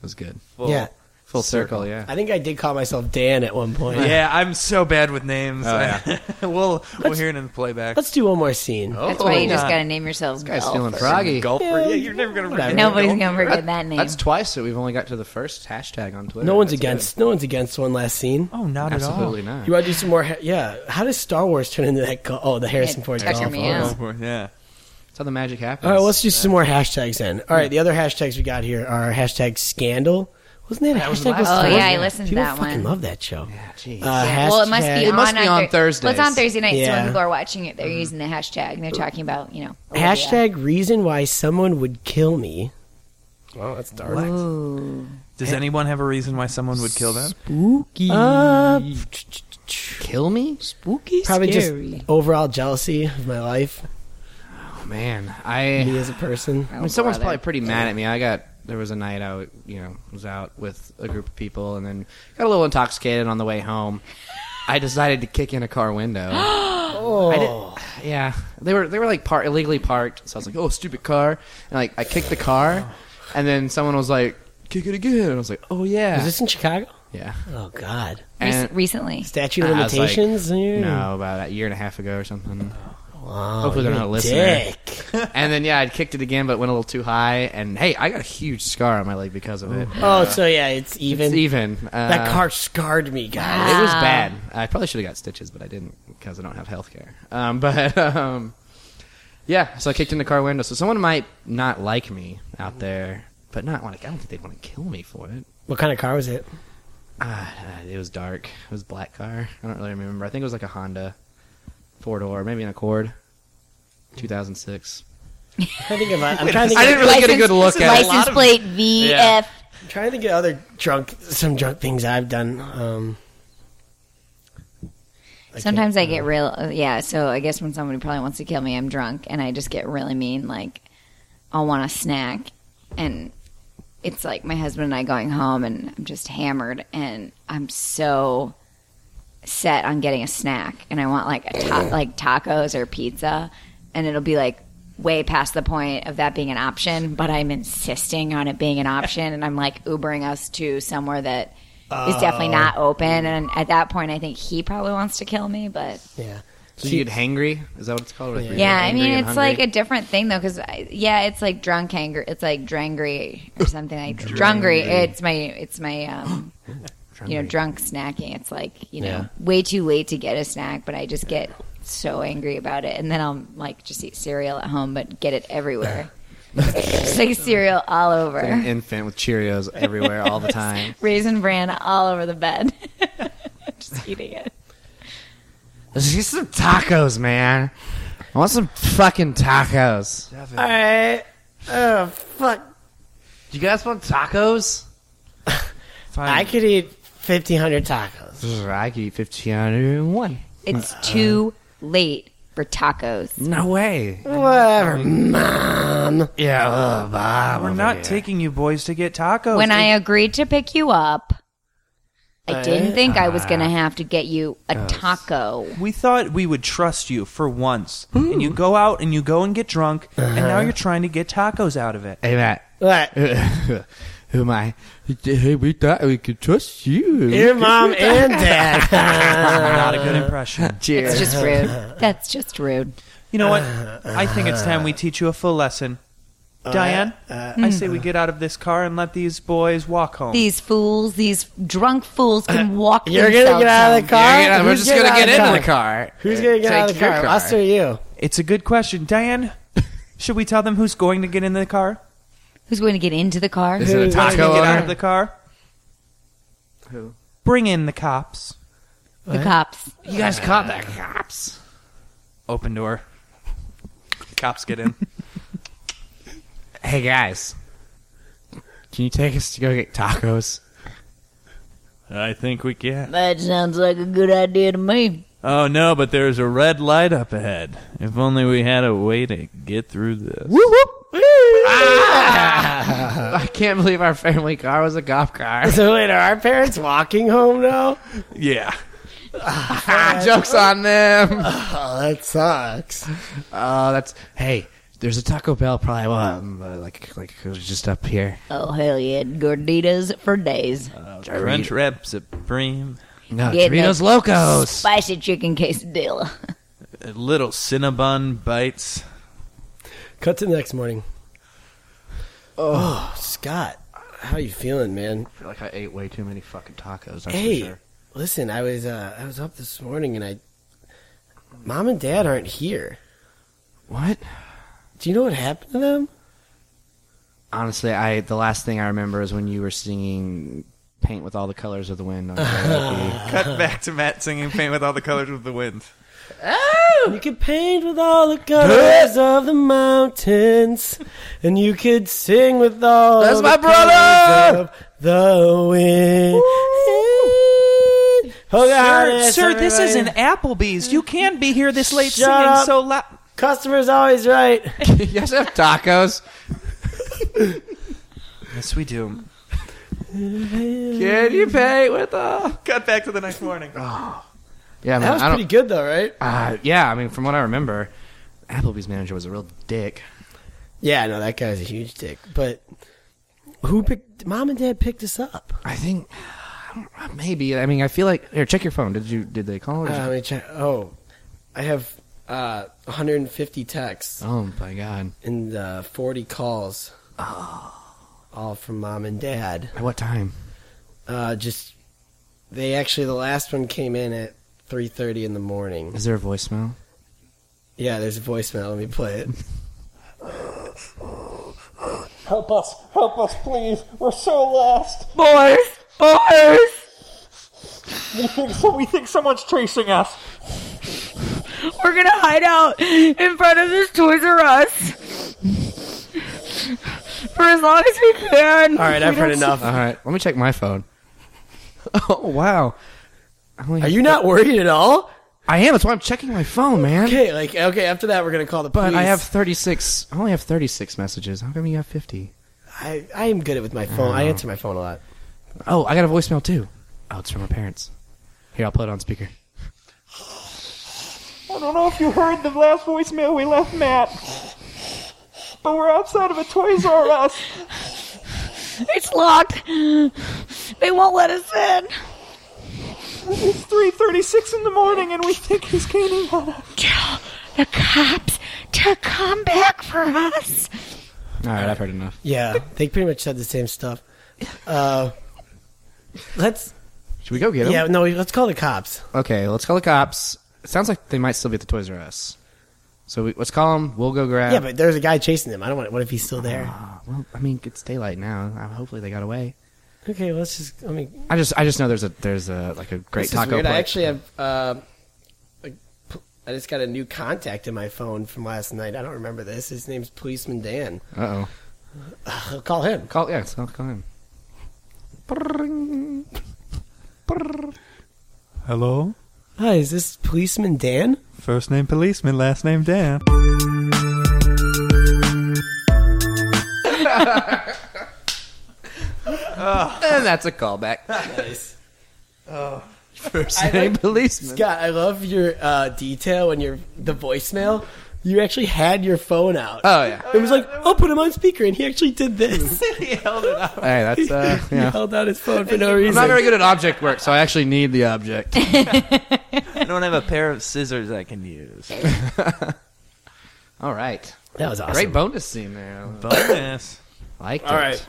[SPEAKER 9] was good.
[SPEAKER 3] Full,
[SPEAKER 2] Yeah.
[SPEAKER 1] Full circle, yeah.
[SPEAKER 2] I think I did call myself Dan at one point.
[SPEAKER 3] Yeah, I'm so bad with names.
[SPEAKER 1] Oh, yeah.
[SPEAKER 3] we'll we'll hear it in the playback.
[SPEAKER 2] Let's do one more scene.
[SPEAKER 4] That's why you just
[SPEAKER 3] God.
[SPEAKER 4] got to name yourselves
[SPEAKER 1] Oh, Guy's
[SPEAKER 4] golf.
[SPEAKER 1] stealing Froggy.
[SPEAKER 3] Gulp. Yeah, you're never gonna forget.
[SPEAKER 4] Nobody's going to forget that name.
[SPEAKER 1] That's twice that we've only got to the first hashtag on Twitter.
[SPEAKER 2] No one's
[SPEAKER 1] That's
[SPEAKER 2] against. No one's against one last scene.
[SPEAKER 3] Oh, not
[SPEAKER 1] good. Absolutely not.
[SPEAKER 2] You want to do some more? ha- Yeah. How does Star Wars turn into that? Go- oh, the Harrison
[SPEAKER 4] It
[SPEAKER 2] Ford
[SPEAKER 4] took
[SPEAKER 2] golf.
[SPEAKER 4] me
[SPEAKER 2] ball.
[SPEAKER 4] out.
[SPEAKER 3] at all. Yeah.
[SPEAKER 1] That's how the magic happens.
[SPEAKER 2] All right, let's do some more hashtags then. All right, the other hashtags we got here are hashtag scandal. Wasn't that a
[SPEAKER 1] was
[SPEAKER 2] hashtag?
[SPEAKER 1] last
[SPEAKER 4] Oh,
[SPEAKER 2] with
[SPEAKER 4] yeah, I
[SPEAKER 2] Scandal?
[SPEAKER 4] listened to
[SPEAKER 2] People
[SPEAKER 4] that
[SPEAKER 2] fucking
[SPEAKER 4] one.
[SPEAKER 2] love that show. Uh, Yeah,
[SPEAKER 1] jeez.
[SPEAKER 4] Uh, well, it must be,
[SPEAKER 1] It must
[SPEAKER 4] on,
[SPEAKER 1] be on
[SPEAKER 4] Thursday. Well, it's on
[SPEAKER 1] Thursdays. Mm.
[SPEAKER 4] Thursday nights so
[SPEAKER 2] Yeah.
[SPEAKER 4] when people are watching it. They're using the hashtag and they're talking about, you know. Olivia.
[SPEAKER 2] Hashtag reason why someone would kill me. Well, Oh, that's dark.
[SPEAKER 3] Does anyone have a reason why someone would kill them?
[SPEAKER 2] Uh,
[SPEAKER 1] Kill me?
[SPEAKER 11] Spooky,
[SPEAKER 2] probably
[SPEAKER 11] scary.
[SPEAKER 2] just overall jealousy of my life,
[SPEAKER 1] Oh, man. I.
[SPEAKER 2] me as a person.
[SPEAKER 1] I mean, someone's probably pretty mad at me. I got there was a night I w- you know was out with a group of people and then got a little intoxicated on the way home. I decided to kick in a car window. oh. yeah, they were they were like par- illegally parked. So I was like, "Oh, stupid car!" And like I kicked the car, and then someone was like, "Kick it again!" And I was like, "Oh yeah,
[SPEAKER 2] Is this in Chicago?
[SPEAKER 1] yeah."
[SPEAKER 2] Oh God,
[SPEAKER 4] Rec-
[SPEAKER 1] And
[SPEAKER 4] recently.
[SPEAKER 2] statute of
[SPEAKER 1] I was like,
[SPEAKER 2] limitations. Yeah.
[SPEAKER 1] no, about a year and a half ago or something.
[SPEAKER 2] Wow,
[SPEAKER 1] Hopefully they're
[SPEAKER 2] you're
[SPEAKER 1] not
[SPEAKER 2] a
[SPEAKER 1] listening.
[SPEAKER 2] dick.
[SPEAKER 1] and then yeah, I kicked it again, but went a little too high. And hey, I got a huge scar on my leg because of it.
[SPEAKER 2] Oh, so yeah, it's even.
[SPEAKER 1] It's even. Uh,
[SPEAKER 2] that car scarred me, guys.
[SPEAKER 1] It was bad. I probably should have got stitches, but I didn't because I don't have health care. Um, but um, yeah, so I kicked in the car window. So someone might not like me out there, but not want to. I don't think they'd want to kill me for it.
[SPEAKER 2] What kind of car was it?
[SPEAKER 1] Uh, it was dark. It was a black car. I don't really remember. I think it was like a Honda four door, maybe an Accord. 2006.
[SPEAKER 2] I think of, I'm trying to think.
[SPEAKER 1] I
[SPEAKER 2] of-
[SPEAKER 1] didn't really get a good look at it.
[SPEAKER 9] License plate VF.
[SPEAKER 2] I'm trying to think of other drunk, some drunk things I've done. Um, I
[SPEAKER 4] Sometimes I get real. uh, Yeah, so I guess when somebody probably wants to kill me, I'm drunk and I just get really mean. Like, I'll want a snack. And it's like my husband and I going home and I'm just hammered and I'm so set on getting a snack and I want like a ta- like tacos or pizza and it'll be like way past the point of that being an option but I'm insisting on it being an option and I'm like ubering us to somewhere that is definitely not open and at that point I think he probably wants to kill me but
[SPEAKER 2] can't- Yeah.
[SPEAKER 1] So you get hangry? Is that what it's called? Like,
[SPEAKER 4] yeah, I mean, it's like a different thing though, because yeah, it's like drunk anger. It's like drangry or something like drungry. It's my it's my um, you know drunk snacking. It's like you know
[SPEAKER 2] Yeah.
[SPEAKER 4] way too late to get a snack, but I just get so angry about it, and then I'll like just eat cereal at home, but get it everywhere. It's like cereal all
[SPEAKER 1] an
[SPEAKER 4] over,
[SPEAKER 1] infant with Cheerios everywhere all the time.
[SPEAKER 4] raisin bran all over the bed. just eating it.
[SPEAKER 1] Let's get some tacos, man. I want some fucking tacos.
[SPEAKER 2] All right. Oh fuck!
[SPEAKER 1] Do you guys want tacos?
[SPEAKER 2] I could eat fifteen hundred tacos.
[SPEAKER 1] I could eat 1501.
[SPEAKER 4] It's too late for tacos.
[SPEAKER 1] No way.
[SPEAKER 2] Whatever, mom.
[SPEAKER 1] Yeah, uh, ugh, Bob.
[SPEAKER 3] We're not taking you boys to get tacos.
[SPEAKER 4] when I agreed to pick you up, I didn't think I was going to have to get you a taco.
[SPEAKER 3] we thought we would trust you for once, and you go out and you go and get drunk, and now you're trying to get tacos out of it.
[SPEAKER 1] Hey, Matt.
[SPEAKER 2] What?
[SPEAKER 1] Who am I? Hey, we thought we could trust you.
[SPEAKER 2] Your mom and dad.
[SPEAKER 3] Not a good impression.
[SPEAKER 4] It's just rude. That's just rude.
[SPEAKER 3] You know what? I think it's time we teach you a full lesson. Diane, I say we get out of this car and let these boys walk home.
[SPEAKER 4] These fools, these drunk fools, can walk.
[SPEAKER 2] You're gonna get out of the car.
[SPEAKER 1] we're
[SPEAKER 2] Who's
[SPEAKER 1] just
[SPEAKER 2] getting
[SPEAKER 1] gonna
[SPEAKER 2] out
[SPEAKER 1] get
[SPEAKER 2] of
[SPEAKER 1] into the car.
[SPEAKER 2] Who's gonna get
[SPEAKER 1] Take
[SPEAKER 2] out of the
[SPEAKER 1] your
[SPEAKER 2] car? Us or you?
[SPEAKER 3] It's a good question. Diane, should we tell them who's going to get in the car?
[SPEAKER 4] Who's going to get into the car?
[SPEAKER 1] Is it a
[SPEAKER 2] Who's gonna
[SPEAKER 1] taco
[SPEAKER 3] Get out of
[SPEAKER 1] owner?
[SPEAKER 3] the car?
[SPEAKER 1] Who?
[SPEAKER 3] Bring in the cops.
[SPEAKER 4] The cops.
[SPEAKER 1] You guys caught that cops.
[SPEAKER 3] Open door. Cops get in.
[SPEAKER 1] Hey, guys. Can you take us to go get tacos?
[SPEAKER 3] I think we can.
[SPEAKER 9] That sounds like a good idea to me.
[SPEAKER 3] Oh no, but there's a red light up ahead. If only we had a way to get through this.
[SPEAKER 1] I can't believe our family car was a golf car.
[SPEAKER 2] So wait, are our parents walking home now?
[SPEAKER 3] Yeah.
[SPEAKER 1] Jokes on them.
[SPEAKER 2] Oh, that sucks.
[SPEAKER 1] Uh, Oh, that's hey. th- there's a Taco Bell probably well, um, uh, like like it was just up here.
[SPEAKER 4] Oh hell yeah, gorditas for days.
[SPEAKER 3] Crunch Wrap Supreme.
[SPEAKER 1] No,
[SPEAKER 4] Get in
[SPEAKER 1] Doritos
[SPEAKER 4] the-
[SPEAKER 1] Locos.
[SPEAKER 4] Spicy chicken quesadilla.
[SPEAKER 3] Uh, Little Cinnabon Bites.
[SPEAKER 2] Cut to the next morning. Oh, Scott, how you feeling, man?
[SPEAKER 1] I feel like I ate way too many fucking tacos. That's
[SPEAKER 2] hey,
[SPEAKER 1] for sure.
[SPEAKER 2] listen, I was uh, I was up this morning and I, mom and dad aren't here.
[SPEAKER 1] what?
[SPEAKER 2] Do you know what happened to them?
[SPEAKER 1] Honestly, I the last thing I remember is when you were singing "Paint with All the Colors of the Wind." On karaoke.
[SPEAKER 3] Cut back to Matt singing Paint with All the Colors of the Wind.
[SPEAKER 2] You could paint with all the colors of the mountains, and you could sing with all.
[SPEAKER 1] That's
[SPEAKER 2] the
[SPEAKER 1] my
[SPEAKER 2] colors of the wind. Pocahontas, everybody.
[SPEAKER 6] Applebee's. You can't be here this late
[SPEAKER 2] Shut up.
[SPEAKER 6] loud.
[SPEAKER 2] Customer's always right.
[SPEAKER 1] you guys have tacos.
[SPEAKER 3] Yes, we do.
[SPEAKER 1] Can you paint with all?
[SPEAKER 3] Cut back to the next morning.
[SPEAKER 1] Yeah,
[SPEAKER 2] That
[SPEAKER 1] man.
[SPEAKER 2] was
[SPEAKER 1] I don't,
[SPEAKER 2] pretty good, though, right?
[SPEAKER 1] uh, yeah, I mean, from what I remember, Applebee's manager was a real dick.
[SPEAKER 2] Yeah, no, that guy's a huge dick. But who picked? Mom and Dad picked us up.
[SPEAKER 1] I think I don't- maybe. I mean, I feel like here. Check your phone. Did you? Did they call? Or
[SPEAKER 2] Uh, let me check. Oh, I have uh, 150 texts
[SPEAKER 1] oh my god!
[SPEAKER 2] and uh, 40 calls. Oh. All from mom and dad.
[SPEAKER 1] At what time?
[SPEAKER 2] Uh, just they actually the last one came in at 3:30 in the morning.
[SPEAKER 1] Is there a voicemail?
[SPEAKER 2] Yeah, there's a voicemail. Let me play it.
[SPEAKER 6] Help us. Help us, please. We're so lost.
[SPEAKER 1] Boys, boys.
[SPEAKER 6] We think, so we think someone's chasing us.
[SPEAKER 5] We're gonna hide out in front of this Toys R Us for as long as we can.
[SPEAKER 2] All right, I've heard enough.
[SPEAKER 1] All right, let me check my phone. Oh wow! I only-
[SPEAKER 2] Are you not worried at all?
[SPEAKER 1] I am. That's why I'm checking my phone, man.
[SPEAKER 2] Okay, like okay. After that, we're gonna call the police.
[SPEAKER 1] But I have 36. I only have 36 messages. How come you have 50?
[SPEAKER 2] I, I am good at with my phone. I answer my phone a lot.
[SPEAKER 1] Oh, I got a voicemail too. Oh, it's from her parents. Here, I'll put it on speaker.
[SPEAKER 6] I don't know if you heard the last voicemail we left, Matt. But we're outside of a Toys R Us.
[SPEAKER 5] It's locked. They won't let us in.
[SPEAKER 6] It's 3.36 in the morning and we think he's gaining on us.
[SPEAKER 5] Tell the cops to come back for us.
[SPEAKER 1] All right, I've heard enough.
[SPEAKER 2] Yeah, they pretty much said the same stuff. Uh, let's
[SPEAKER 1] Should we go get him?
[SPEAKER 2] yeah no let's call the cops.
[SPEAKER 1] Okay, let's call the cops. It sounds like they might still be at the Toys R Us. So we, let's call them. We'll go grab.
[SPEAKER 2] Yeah, but there's a guy chasing them. I don't want. What if he's still there?
[SPEAKER 1] Ah, well, I mean, it's daylight now. Uh, hopefully, they got away.
[SPEAKER 2] Okay, well, let's just. I mean,
[SPEAKER 1] I just, I just know there's a, there's a like a great
[SPEAKER 2] this is
[SPEAKER 1] taco.
[SPEAKER 2] weird. I
[SPEAKER 1] place.
[SPEAKER 2] actually have. Uh, a p- I just got a new contact in my phone from last night. I don't remember this. His name's Policeman Dan.
[SPEAKER 1] Uh oh.
[SPEAKER 2] I'll call him.
[SPEAKER 1] Call yeah. So I'll call him.
[SPEAKER 3] Hello?
[SPEAKER 2] Hi, is this Policeman Dan?
[SPEAKER 3] First name policeman, last name Dan.
[SPEAKER 1] And that's a callback.
[SPEAKER 2] Nice.
[SPEAKER 1] First name policeman.
[SPEAKER 2] Oh. Scott, I love your uh, detail and your the voicemail. You actually had your phone out.
[SPEAKER 1] Oh yeah.
[SPEAKER 2] It was like, I'll put him on speaker, and he actually did this.
[SPEAKER 1] Hey, that's uh.
[SPEAKER 2] he
[SPEAKER 1] Yeah.
[SPEAKER 2] held out his phone for no
[SPEAKER 1] I'm
[SPEAKER 2] reason.
[SPEAKER 1] not very good at object work, so I actually need the object.
[SPEAKER 3] I don't have a pair of scissors I can use.
[SPEAKER 1] All right.
[SPEAKER 2] that was awesome.
[SPEAKER 1] Great bonus scene there.
[SPEAKER 3] Bonus.
[SPEAKER 1] Liked
[SPEAKER 2] All
[SPEAKER 1] it.
[SPEAKER 2] right.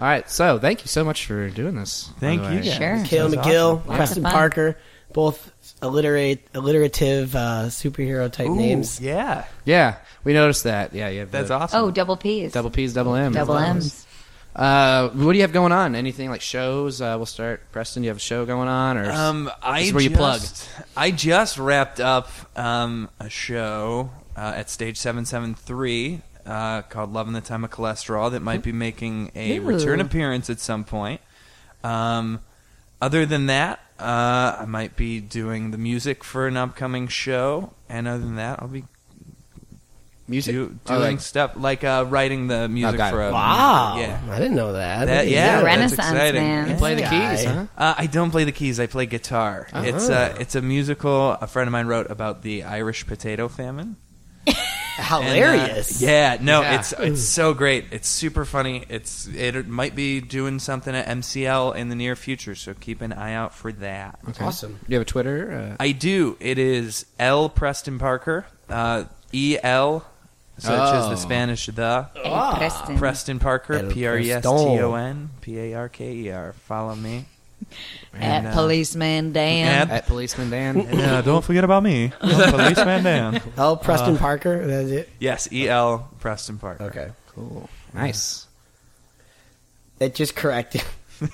[SPEAKER 1] All right. So thank you so much for doing this. by
[SPEAKER 3] Thank
[SPEAKER 1] the
[SPEAKER 3] you
[SPEAKER 1] way.
[SPEAKER 3] guys.
[SPEAKER 12] Sure.
[SPEAKER 2] Kayla McGill, Preston
[SPEAKER 12] fun.
[SPEAKER 2] Parker, both alliterate, alliterative uh, superhero type names.
[SPEAKER 3] Yeah.
[SPEAKER 1] Yeah, we noticed that. Yeah, yeah.
[SPEAKER 3] That's
[SPEAKER 1] the
[SPEAKER 3] awesome.
[SPEAKER 12] Oh, double P's.
[SPEAKER 1] Double P's, double M.
[SPEAKER 12] Double M's.
[SPEAKER 1] Uh, what do you have going on? Anything like shows? Uh, we'll start. Preston, do you have a show going on? Or
[SPEAKER 3] Um, I
[SPEAKER 1] is where you
[SPEAKER 3] just,
[SPEAKER 1] plug.
[SPEAKER 3] I just wrapped up um, a show uh, at Stage Seven Seven Three uh, called "Love in the Time of Cholesterol" that might be
[SPEAKER 1] Hmm.
[SPEAKER 3] making a return appearance at some point. Um, other than that, uh, I might be doing the music for an upcoming show, and other than that, I'll be
[SPEAKER 1] music?
[SPEAKER 3] do, doing
[SPEAKER 1] Oh, like-
[SPEAKER 3] stuff like uh, writing the music
[SPEAKER 1] got
[SPEAKER 3] for
[SPEAKER 1] it.
[SPEAKER 3] a
[SPEAKER 2] Wow.
[SPEAKER 3] yeah.
[SPEAKER 2] I didn't know that.
[SPEAKER 3] That-
[SPEAKER 2] Look at
[SPEAKER 3] yeah,
[SPEAKER 2] that.
[SPEAKER 3] that's
[SPEAKER 12] Renaissance
[SPEAKER 3] exciting.
[SPEAKER 12] man.
[SPEAKER 1] You play the
[SPEAKER 2] Guy.
[SPEAKER 1] keys, huh?
[SPEAKER 3] Uh, I don't play the keys. I play guitar.
[SPEAKER 9] Oh.
[SPEAKER 3] It's a it's a musical a friend of mine wrote about the Irish potato famine.
[SPEAKER 2] Hilarious.
[SPEAKER 3] And, uh, yeah, no,
[SPEAKER 9] Yeah.
[SPEAKER 3] it's it's so great. It's super funny. It's it might be doing something at MCL in the near future, so keep an eye out for that.
[SPEAKER 2] Awesome.
[SPEAKER 9] Do you have a Twitter? Uh,
[SPEAKER 3] I do. It is L Preston Parker. Uh, e L, such as
[SPEAKER 9] Oh.
[SPEAKER 3] the Spanish the
[SPEAKER 4] El Preston.
[SPEAKER 3] Preston Parker.
[SPEAKER 2] El
[SPEAKER 3] P R E S T O N P A R K E R. Follow me.
[SPEAKER 4] At
[SPEAKER 3] uh,
[SPEAKER 4] Policeman Dan.
[SPEAKER 1] uh,
[SPEAKER 3] Yep.
[SPEAKER 9] at Policeman Dan.
[SPEAKER 3] And, uh, don't forget about me. I'm Policeman Dan.
[SPEAKER 2] Oh, Preston Parker. That's it.
[SPEAKER 3] Yes, E L Preston Parker.
[SPEAKER 2] Okay.
[SPEAKER 9] cool. Nice.
[SPEAKER 2] It just corrected.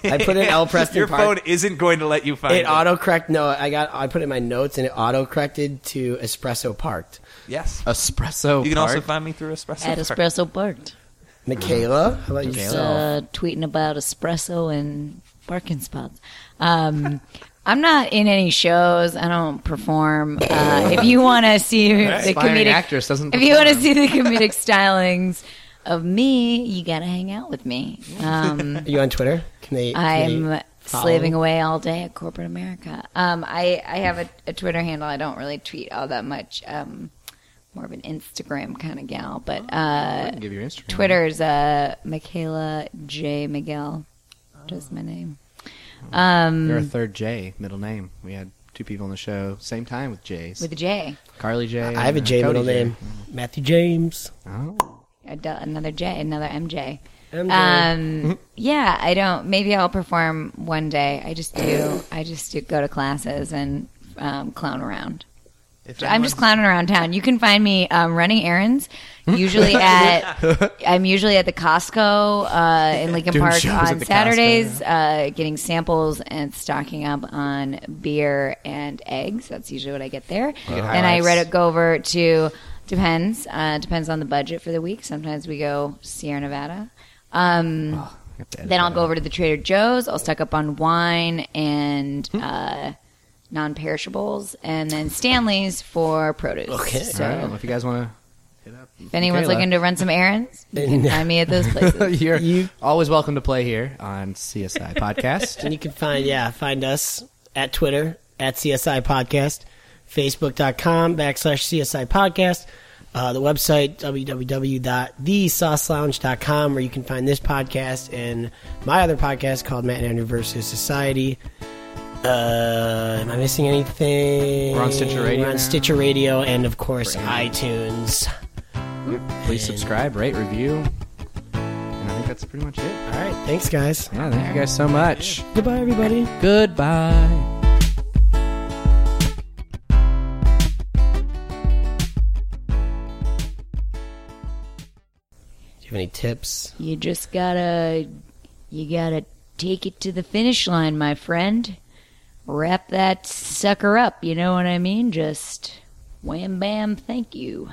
[SPEAKER 2] I put in L Preston
[SPEAKER 3] Your
[SPEAKER 2] Parker.
[SPEAKER 3] phone isn't going to let you find it.
[SPEAKER 2] It auto correct. No, I got. I put it in my notes, and it auto corrected to espresso parked.
[SPEAKER 3] yes.
[SPEAKER 9] Espresso.
[SPEAKER 3] You can also
[SPEAKER 9] Park.
[SPEAKER 3] find me through Espresso.
[SPEAKER 4] At
[SPEAKER 3] Park.
[SPEAKER 4] Espresso Parked.
[SPEAKER 2] Michaela, how about
[SPEAKER 4] Just,
[SPEAKER 2] yourself?
[SPEAKER 4] uh, tweeting about espresso and parking spots. Um, I'm not in any shows. I don't perform. Uh, if you want to see the
[SPEAKER 9] Aspiring
[SPEAKER 4] comedic,
[SPEAKER 9] actress doesn't.
[SPEAKER 4] if you want to
[SPEAKER 9] perform.
[SPEAKER 4] see the comedic stylings of me, you gotta hang out with me. Um,
[SPEAKER 2] Are you on Twitter? Can they? can they
[SPEAKER 4] I'm
[SPEAKER 2] follow?
[SPEAKER 4] slaving away all day at corporate America. Um, I, I have a, a Twitter handle. I don't really tweet all that much. Um, more of an Instagram kind of gal, but
[SPEAKER 9] I
[SPEAKER 4] uh,
[SPEAKER 9] can give your Instagram.
[SPEAKER 4] Twitter is uh, Michaela J Miguel. Just my name. Um,
[SPEAKER 9] You're a third J middle name. We had two people on the show same time with J's.
[SPEAKER 4] with a J,
[SPEAKER 9] Carly J.
[SPEAKER 2] I have a
[SPEAKER 9] and, uh,
[SPEAKER 2] J
[SPEAKER 9] Cody
[SPEAKER 2] middle
[SPEAKER 9] J.
[SPEAKER 2] name, Matthew James.
[SPEAKER 9] Oh.
[SPEAKER 4] A del- another J, another MJ.
[SPEAKER 2] MJ.
[SPEAKER 9] Mm-hmm.
[SPEAKER 4] Um, yeah, I don't. Maybe I'll perform one day. I just do. I just do go to classes and um, clown around.
[SPEAKER 3] If
[SPEAKER 4] I'm
[SPEAKER 3] anyone-
[SPEAKER 4] just clowning around town. You can find me um, running errands,
[SPEAKER 9] Hmm?
[SPEAKER 4] usually at I'm usually at the Costco uh, in Lincoln
[SPEAKER 9] Doing
[SPEAKER 4] Park
[SPEAKER 9] shows at
[SPEAKER 4] on
[SPEAKER 9] the Costco,
[SPEAKER 4] Saturdays, uh, getting samples and stocking up on beer and eggs. That's usually what I get there. And I
[SPEAKER 9] highlights.
[SPEAKER 4] read it go over to depends uh, depends on the budget for the week. Sometimes we go Sierra Nevada. Um,
[SPEAKER 9] I have to edit
[SPEAKER 4] then I'll
[SPEAKER 9] that
[SPEAKER 4] go
[SPEAKER 9] out.
[SPEAKER 4] over to the Trader Joe's. I'll stock up on wine and uh, non-perishables, and then Stanley's for produce.
[SPEAKER 2] Okay.
[SPEAKER 4] So
[SPEAKER 9] All right, well, if you guys want
[SPEAKER 4] if anyone's
[SPEAKER 9] Michaela.
[SPEAKER 4] looking to run some errands, you can find me at those
[SPEAKER 9] to,
[SPEAKER 4] places.
[SPEAKER 9] you're
[SPEAKER 2] You-
[SPEAKER 9] always welcome to play here on CSI Podcast.
[SPEAKER 2] And you can find yeah, find us at Twitter at CSI Podcast, Facebook.com backslash CSI Podcast, uh, the website www.thesaucelounge.com where you can find this podcast and my other podcast called Matt and Andrew versus Society. Uh, am I missing anything?
[SPEAKER 9] We're on Stitcher Radio
[SPEAKER 2] We're on
[SPEAKER 9] now.
[SPEAKER 2] Stitcher Radio and of course iTunes.
[SPEAKER 9] Please subscribe, rate, review, and I think that's pretty much it.
[SPEAKER 2] All right, thanks guys.
[SPEAKER 9] Yeah, thank you guys so much.
[SPEAKER 2] Goodbye, everybody.
[SPEAKER 9] Goodbye.
[SPEAKER 2] Do you have any tips?
[SPEAKER 4] you just gotta, you gotta take it to the finish line, my friend. Wrap that sucker up. You know what I mean? Just wham bam. Thank you.